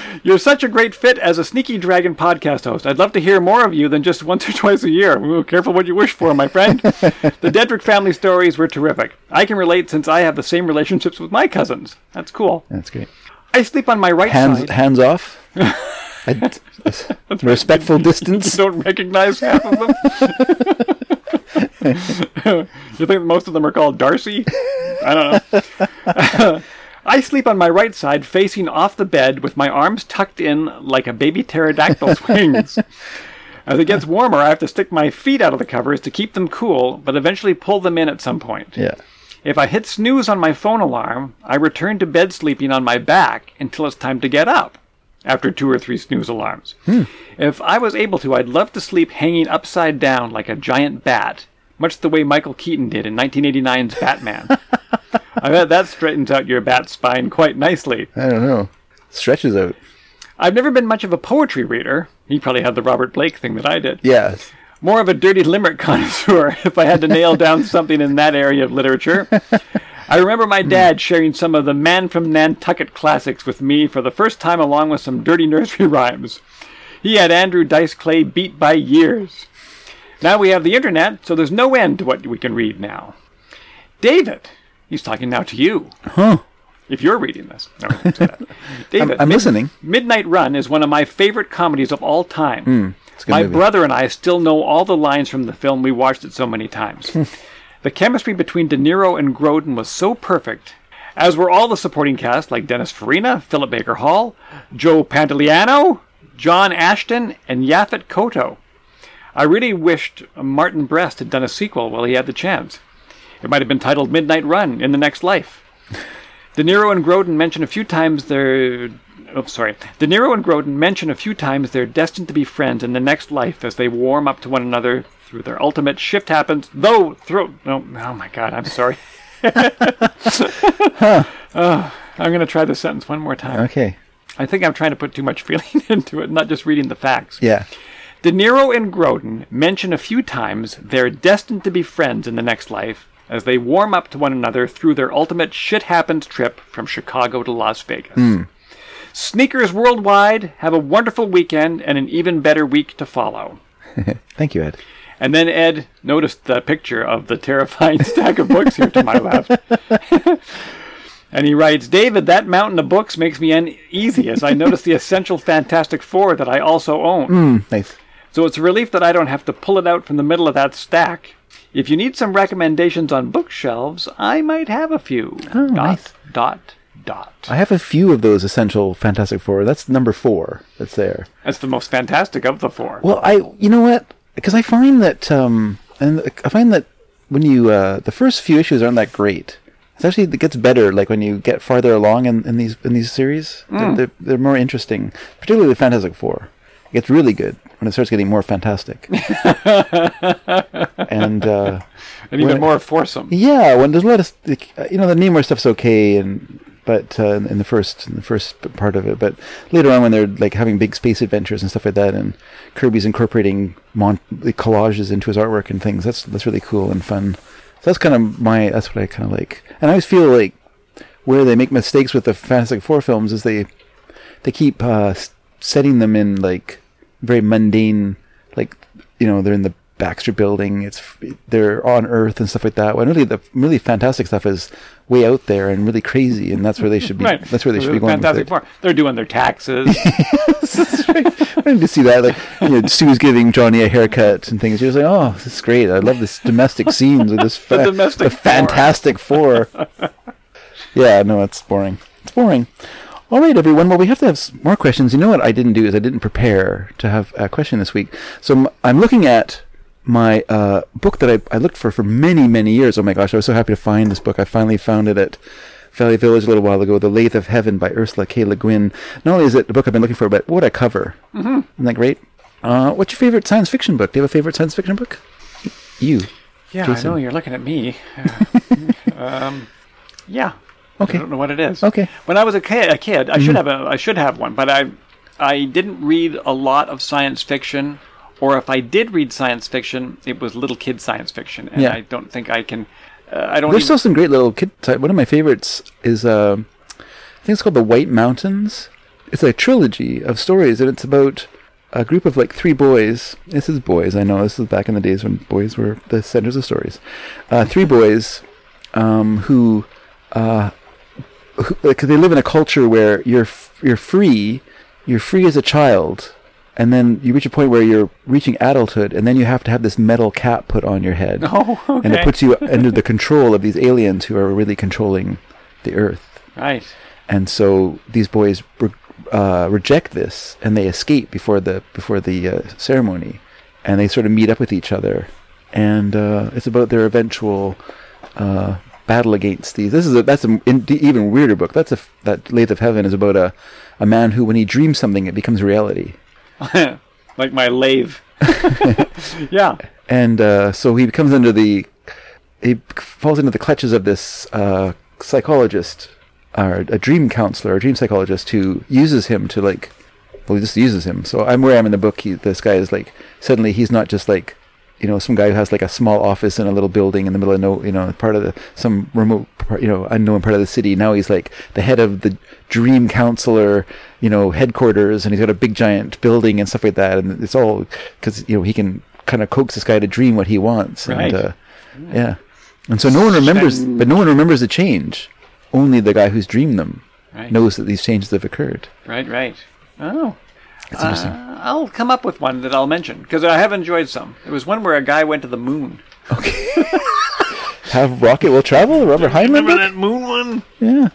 Speaker 2: you're such a great fit as a Sneaky Dragon podcast host. I'd love to hear more of you than just once or twice a year. Ooh, careful what you wish for, my friend. the Dedrick family stories were terrific. I can relate since I have the same relationships with my cousins. That's cool.
Speaker 1: That's great.
Speaker 2: I sleep on my right
Speaker 1: Hands
Speaker 2: side.
Speaker 1: hands off. I d- respectful distance.
Speaker 2: don't recognize half of them. you think most of them are called Darcy? I don't know. I sleep on my right side, facing off the bed, with my arms tucked in like a baby pterodactyl's wings. As it gets warmer, I have to stick my feet out of the covers to keep them cool, but eventually pull them in at some point.
Speaker 1: Yeah.
Speaker 2: If I hit snooze on my phone alarm, I return to bed sleeping on my back until it's time to get up after two or three snooze alarms. If I was able to, I'd love to sleep hanging upside down like a giant bat, much the way Michael Keaton did in 1989's Batman. I bet that straightens out your bat spine quite nicely.
Speaker 1: I don't know. Stretches out.
Speaker 2: I've never been much of a poetry reader. He probably had the Robert Blake thing that I did
Speaker 1: Yeah.
Speaker 2: more of a dirty limerick connoisseur if I had to nail down something in that area of literature. I remember my
Speaker 1: Hmm.
Speaker 2: dad sharing some of the Man from Nantucket classics with me for the first time, along with some dirty nursery rhymes. He had Andrew Dice Clay beat by years. Now we have the internet, so there's no end to what we can read now. David, he's talking now to you.
Speaker 1: Huh.
Speaker 2: If you're reading this, No, I won't say that. David,
Speaker 1: I'm listening.
Speaker 2: Midnight Run is one of my favorite comedies of all time.
Speaker 1: Hmm, It's a good
Speaker 2: My
Speaker 1: movie.
Speaker 2: brother and I still know all the lines from the film. We watched it so many times. the chemistry between De Niro and Grodin was so perfect, as were all the supporting cast like Dennis Farina, Philip Baker Hall, Joe Pantoliano, John Ashton, and Yaphet Kotto. I really wished Martin Brest had done a sequel while he had the chance. It might have been titled Midnight Run in the Next Life. De Niro and Grodin mention a few times their. Oh, sorry. De Niro and Grodin mention a few times they're destined to be friends in the next life as they warm up to one another through their ultimate shift happens. Though, through. No, oh my God, I'm sorry. Oh, I'm going to try this sentence one more time.
Speaker 1: Okay.
Speaker 2: I think I'm trying to put too much feeling into it, not just reading the facts.
Speaker 1: Yeah.
Speaker 2: De Niro and Grodin mention a few times they're destined to be friends in the next life as they warm up to one another through their ultimate shit happens trip from Chicago to Las Vegas. Sneakers worldwide, have a wonderful weekend and an even better week to follow.
Speaker 1: Thank you, Ed.
Speaker 2: And then Ed noticed the picture of the terrifying stack of books here to my left. and he writes, David, that mountain of books makes me uneasy as I notice the essential Fantastic Four that I also own.
Speaker 1: Nice.
Speaker 2: So it's a relief that I don't have to pull it out from the middle of that stack. If you need some recommendations on bookshelves, I might have a few. dot,
Speaker 1: Oh, nice.
Speaker 2: dot, dot.
Speaker 1: I have a few of those essential Fantastic Four. That's number four. That's there.
Speaker 2: That's the most fantastic of the four.
Speaker 1: Well, I you know what? Because I find that um, and I find that when you uh, the first few issues aren't that great. It's actually it gets better like when you get farther along in, in these in these series. They're, they're, they're more interesting, particularly the Fantastic Four. It gets really good when it starts getting more fantastic. and uh,
Speaker 2: and even
Speaker 1: when-
Speaker 2: more foursome.
Speaker 1: yeah, when there's a lot of like, uh, you know the Namor stuff's okay, and but uh, in the first in the first p- part of it, but later on when they're like having big space adventures and stuff like that, and Kirby's incorporating mon- the collages into his artwork and things, that's that's really cool and fun. So that's kind of my that's what I kind of like, and I always feel like where they make mistakes with the Fantastic Four films is they they keep uh, s- setting them in like very mundane, like you know they're in the Baxter Building, it's f- they're on Earth and stuff like that. When really the really fantastic stuff is way out there and really crazy, and that's where they should be.
Speaker 2: Right.
Speaker 1: That's where they
Speaker 2: So
Speaker 1: should be
Speaker 2: the
Speaker 1: going
Speaker 2: Fantastic
Speaker 1: with it.
Speaker 2: Four. They're doing their taxes.
Speaker 1: I wanted to see that, like you know, Sue's giving Johnny a haircut and things. She was like, "Oh, this is great! I love this domestic scenes with this fa-
Speaker 2: domestic
Speaker 1: the
Speaker 2: four.
Speaker 1: Fantastic Four. yeah, no, it's boring. It's boring. All right, everyone. Well, we have to have s- more questions. You know what I didn't do is I didn't prepare to have a question this week. So m- I'm looking at my uh, book that I, I looked for for many, many years. Oh my gosh, I was so happy to find this book. I finally found it at Valley Village a little while ago, The Lathe of Heaven by Ursula K. Le Guin. Not only is it the book I've been looking for, but what a cover. Mm-hmm. Isn't that great? Uh, what's your favorite science fiction book? Do you have a favorite science fiction book? You.
Speaker 2: yeah,
Speaker 1: Jason.
Speaker 2: I know you're looking at me. um, yeah. I
Speaker 1: Okay.
Speaker 2: don't know what it is.
Speaker 1: Okay.
Speaker 2: When I was a kid, a kid, I should
Speaker 1: Mm.
Speaker 2: have a, I should have one, but I, I didn't read a lot of science fiction, or if I did read science fiction, it was little kid science fiction, and
Speaker 1: Yeah.
Speaker 2: I don't think I can. Uh, I don't.
Speaker 1: There's
Speaker 2: even-
Speaker 1: still some great little kid type. One of my favorites is, uh, I think it's called The White Mountains. It's a trilogy of stories, and it's about a group of like three boys. This is boys, I know. This is back in the days when boys were the centers of stories. Uh, three boys um, who uh, because they live in a culture where you're f- you're free, you're free as a child, and then you reach a point where you're reaching adulthood, and then you have to have this metal cap put on your head,
Speaker 2: Oh,
Speaker 1: and it
Speaker 2: okay.
Speaker 1: puts you under the control of these aliens who are really controlling the earth.
Speaker 2: right.
Speaker 1: And so these boys re- uh, reject this, and they escape before the before the uh, ceremony. and they sort of meet up with each other, and uh, it's about their eventual uh, battle against these. This is a that's an in, even weirder book. That's a f- that Lathe of Heaven is about a a man who, when he dreams something, it becomes reality.
Speaker 2: like my lathe. yeah.
Speaker 1: and uh, so he becomes under the he falls into the clutches of this uh, psychologist or a dream counselor a dream psychologist who uses him to like well he just uses him so i'm where i'm in the book he, this guy is like suddenly he's not just like you know some guy who has like a small office in a little building in the middle of no you know part of the some remote part, you know unknown part of the city now he's like the head of the dream counselor you know headquarters and he's got a big giant building and stuff like that and it's all because you know he can kind of coax this guy to dream what he wants
Speaker 2: Right.
Speaker 1: and uh, yeah and so no one remembers
Speaker 2: Shang-
Speaker 1: but no one remembers the change only the guy who's dreamed them
Speaker 2: Right.
Speaker 1: knows that these changes have occurred
Speaker 2: Right, right. Oh.
Speaker 1: it's interesting
Speaker 2: Uh, I'll come up with one that I'll mention because I have enjoyed some. There was one where a guy went to the moon.
Speaker 1: have rocket will travel robert heinlein book?
Speaker 2: that moon one?
Speaker 1: Yeah.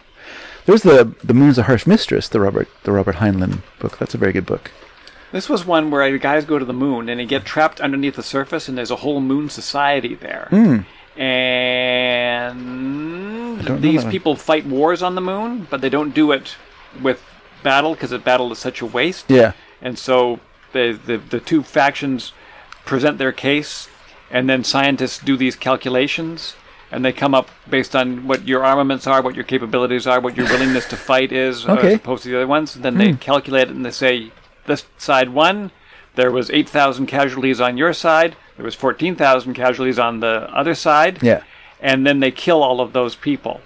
Speaker 1: There's the the moon's a harsh mistress, the Robert the Robert Heinlein book. That's a very good book.
Speaker 2: This was one where the guys go to the moon and they get trapped underneath the surface, and there's a whole moon society there.
Speaker 1: Hmm. don't know
Speaker 2: And these
Speaker 1: that one.
Speaker 2: people fight wars on the moon, but they don't do it with battle because battle is such a waste.
Speaker 1: Yeah.
Speaker 2: And so the, the, the two factions present their case, and then scientists do these calculations, and they come up based on what your armaments are, what your capabilities are, what your willingness to fight is, uh,
Speaker 1: Okay. Hmm.
Speaker 2: as opposed to the other ones. And then they calculate it and they say, this side won. There was 8,000 casualties on your side. There was 14,000 casualties on the other side.
Speaker 1: Yeah. Oh,
Speaker 2: And then they kill all of those people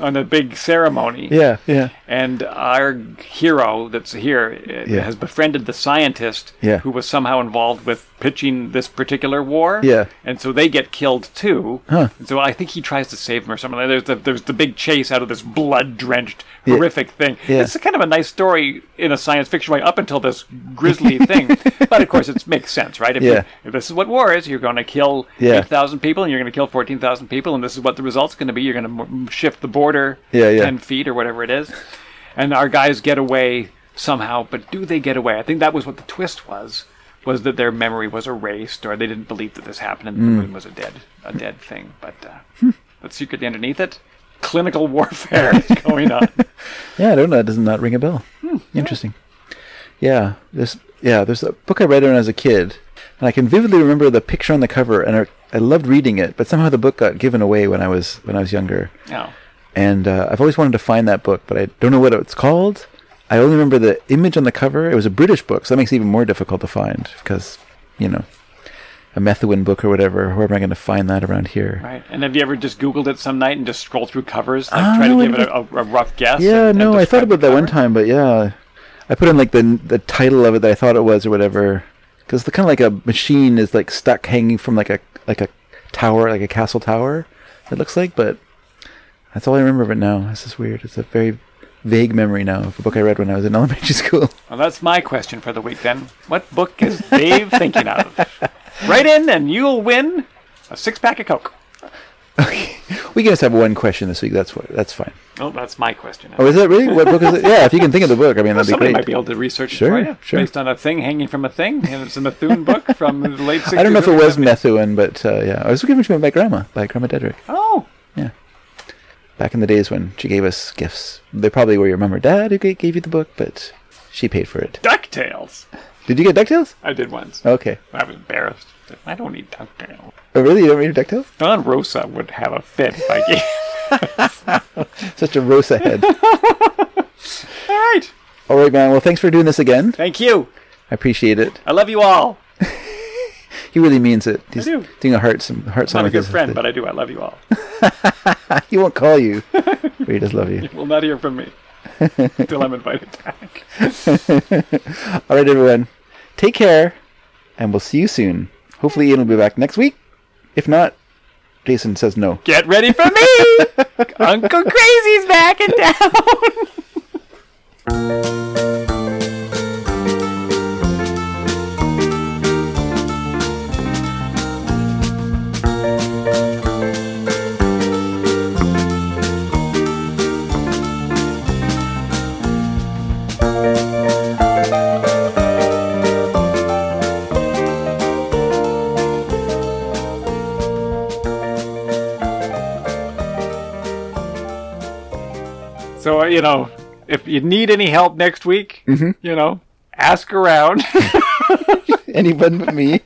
Speaker 2: on a big ceremony.
Speaker 1: Yeah. Yeah.
Speaker 2: And our hero that's here uh,
Speaker 1: Yeah.
Speaker 2: has befriended the scientist
Speaker 1: Yeah.
Speaker 2: who was somehow involved with pitching this particular war.
Speaker 1: Yeah.
Speaker 2: And so they get killed too.
Speaker 1: Huh.
Speaker 2: And so I think he tries to save him or something. There's the, there's the big chase out of this blood drenched, horrific thing.
Speaker 1: Yeah.
Speaker 2: It's kind of a nice story in a science fiction way up until this grisly thing. But of course, it makes sense, right? If, you-
Speaker 1: Yeah.
Speaker 2: if this is what war is, you're going to kill
Speaker 1: Yeah.
Speaker 2: 8,000 people and you're going to kill 14,000 people, and this is what the result's going to be. You're going to m- shift the border
Speaker 1: Yeah, yeah.
Speaker 2: 10 feet or whatever it is. And our guys get away somehow, but do they get away? I think that was what the twist was, was that their memory was erased or they didn't believe that this happened and
Speaker 1: Hmm.
Speaker 2: the moon was a dead, a dead thing. But, uh, but secretly underneath it, clinical warfare is going on.
Speaker 1: Yeah, I don't know. That doesn't not ring a bell. Interesting. Yeah. This. Yeah. There's a book I read when I was a kid, and I can vividly remember the picture on the cover, and I, I loved reading it. But somehow the book got given away when I was when I was younger,
Speaker 2: No.
Speaker 1: and uh, I've always wanted to find that book, but I don't know what it's called. I only remember the image on the cover. It was a British book, so that makes it even more difficult to find because you know. A Methuen book or whatever. Where am I going to find that around here?
Speaker 2: Right. And have you ever just Googled it some night and just scroll through covers, like
Speaker 1: Ah,
Speaker 2: try
Speaker 1: no, I
Speaker 2: to give it a, a, a rough guess?
Speaker 1: Yeah,
Speaker 2: and- and
Speaker 1: no, I
Speaker 2: describe
Speaker 1: thought
Speaker 2: the
Speaker 1: about that one
Speaker 2: cover?
Speaker 1: time, but yeah, I put in like the the title of it that I thought it was or whatever, because the kind of like a machine is like stuck hanging from like a like a tower, like a castle tower. It looks like, but that's all I remember of it now. This is weird. It's a very vague memory now of a book I read when I was in elementary school.
Speaker 2: Well, that's my question for the week then. What book is Dave thinking of? Write in and you'll win a six pack of Coke.
Speaker 1: We can just have one question this week. That's what. That's fine.
Speaker 2: Oh, that's my question.
Speaker 1: Oh, is that really what book is it? Yeah, if you can think of the book, I mean that'd be
Speaker 2: Somebody
Speaker 1: great.
Speaker 2: might be able to research
Speaker 1: Sure,
Speaker 2: it for you
Speaker 1: sure.
Speaker 2: based on a thing hanging from a thing, and it's a Methuen book from the late 60s.
Speaker 1: I don't know if it
Speaker 2: early
Speaker 1: was
Speaker 2: 70s.
Speaker 1: Methuen, but uh, yeah, I was given to me by Grandma, by Grandma Dedrick.
Speaker 2: Oh,
Speaker 1: back in the days when she gave us gifts. They probably were your mom or dad who ga- gave you the book, but she paid for it.
Speaker 2: Ducktales.
Speaker 1: Did you get DuckTales?
Speaker 2: I did once.
Speaker 1: Okay.
Speaker 2: I was embarrassed. I don't need Ducktales.
Speaker 1: Oh, really? You don't read DuckTales?
Speaker 2: Don Rosa would have a fit if I gave.
Speaker 1: Such a Rosa head.
Speaker 2: All right.
Speaker 1: all right, man. Well, thanks for doing this again.
Speaker 2: Thank you.
Speaker 1: I appreciate it.
Speaker 2: I love you all.
Speaker 1: He really means it. He's
Speaker 2: do.
Speaker 1: doing a heart, some heart song.
Speaker 2: I'm not a
Speaker 1: like
Speaker 2: good
Speaker 1: this.
Speaker 2: friend, but I do. I love you all.
Speaker 1: he won't call you. but he does love you.
Speaker 2: Will not hear from me until I'm invited back.
Speaker 1: All right, everyone. Take care, and we'll see you soon. Hopefully, Ian will be back next week. If not, Jason says no.
Speaker 2: Get ready for me! Uncle Crazy's back in town! So uh, you know, if you need any help next week, you know, ask around.
Speaker 1: Anyone but me.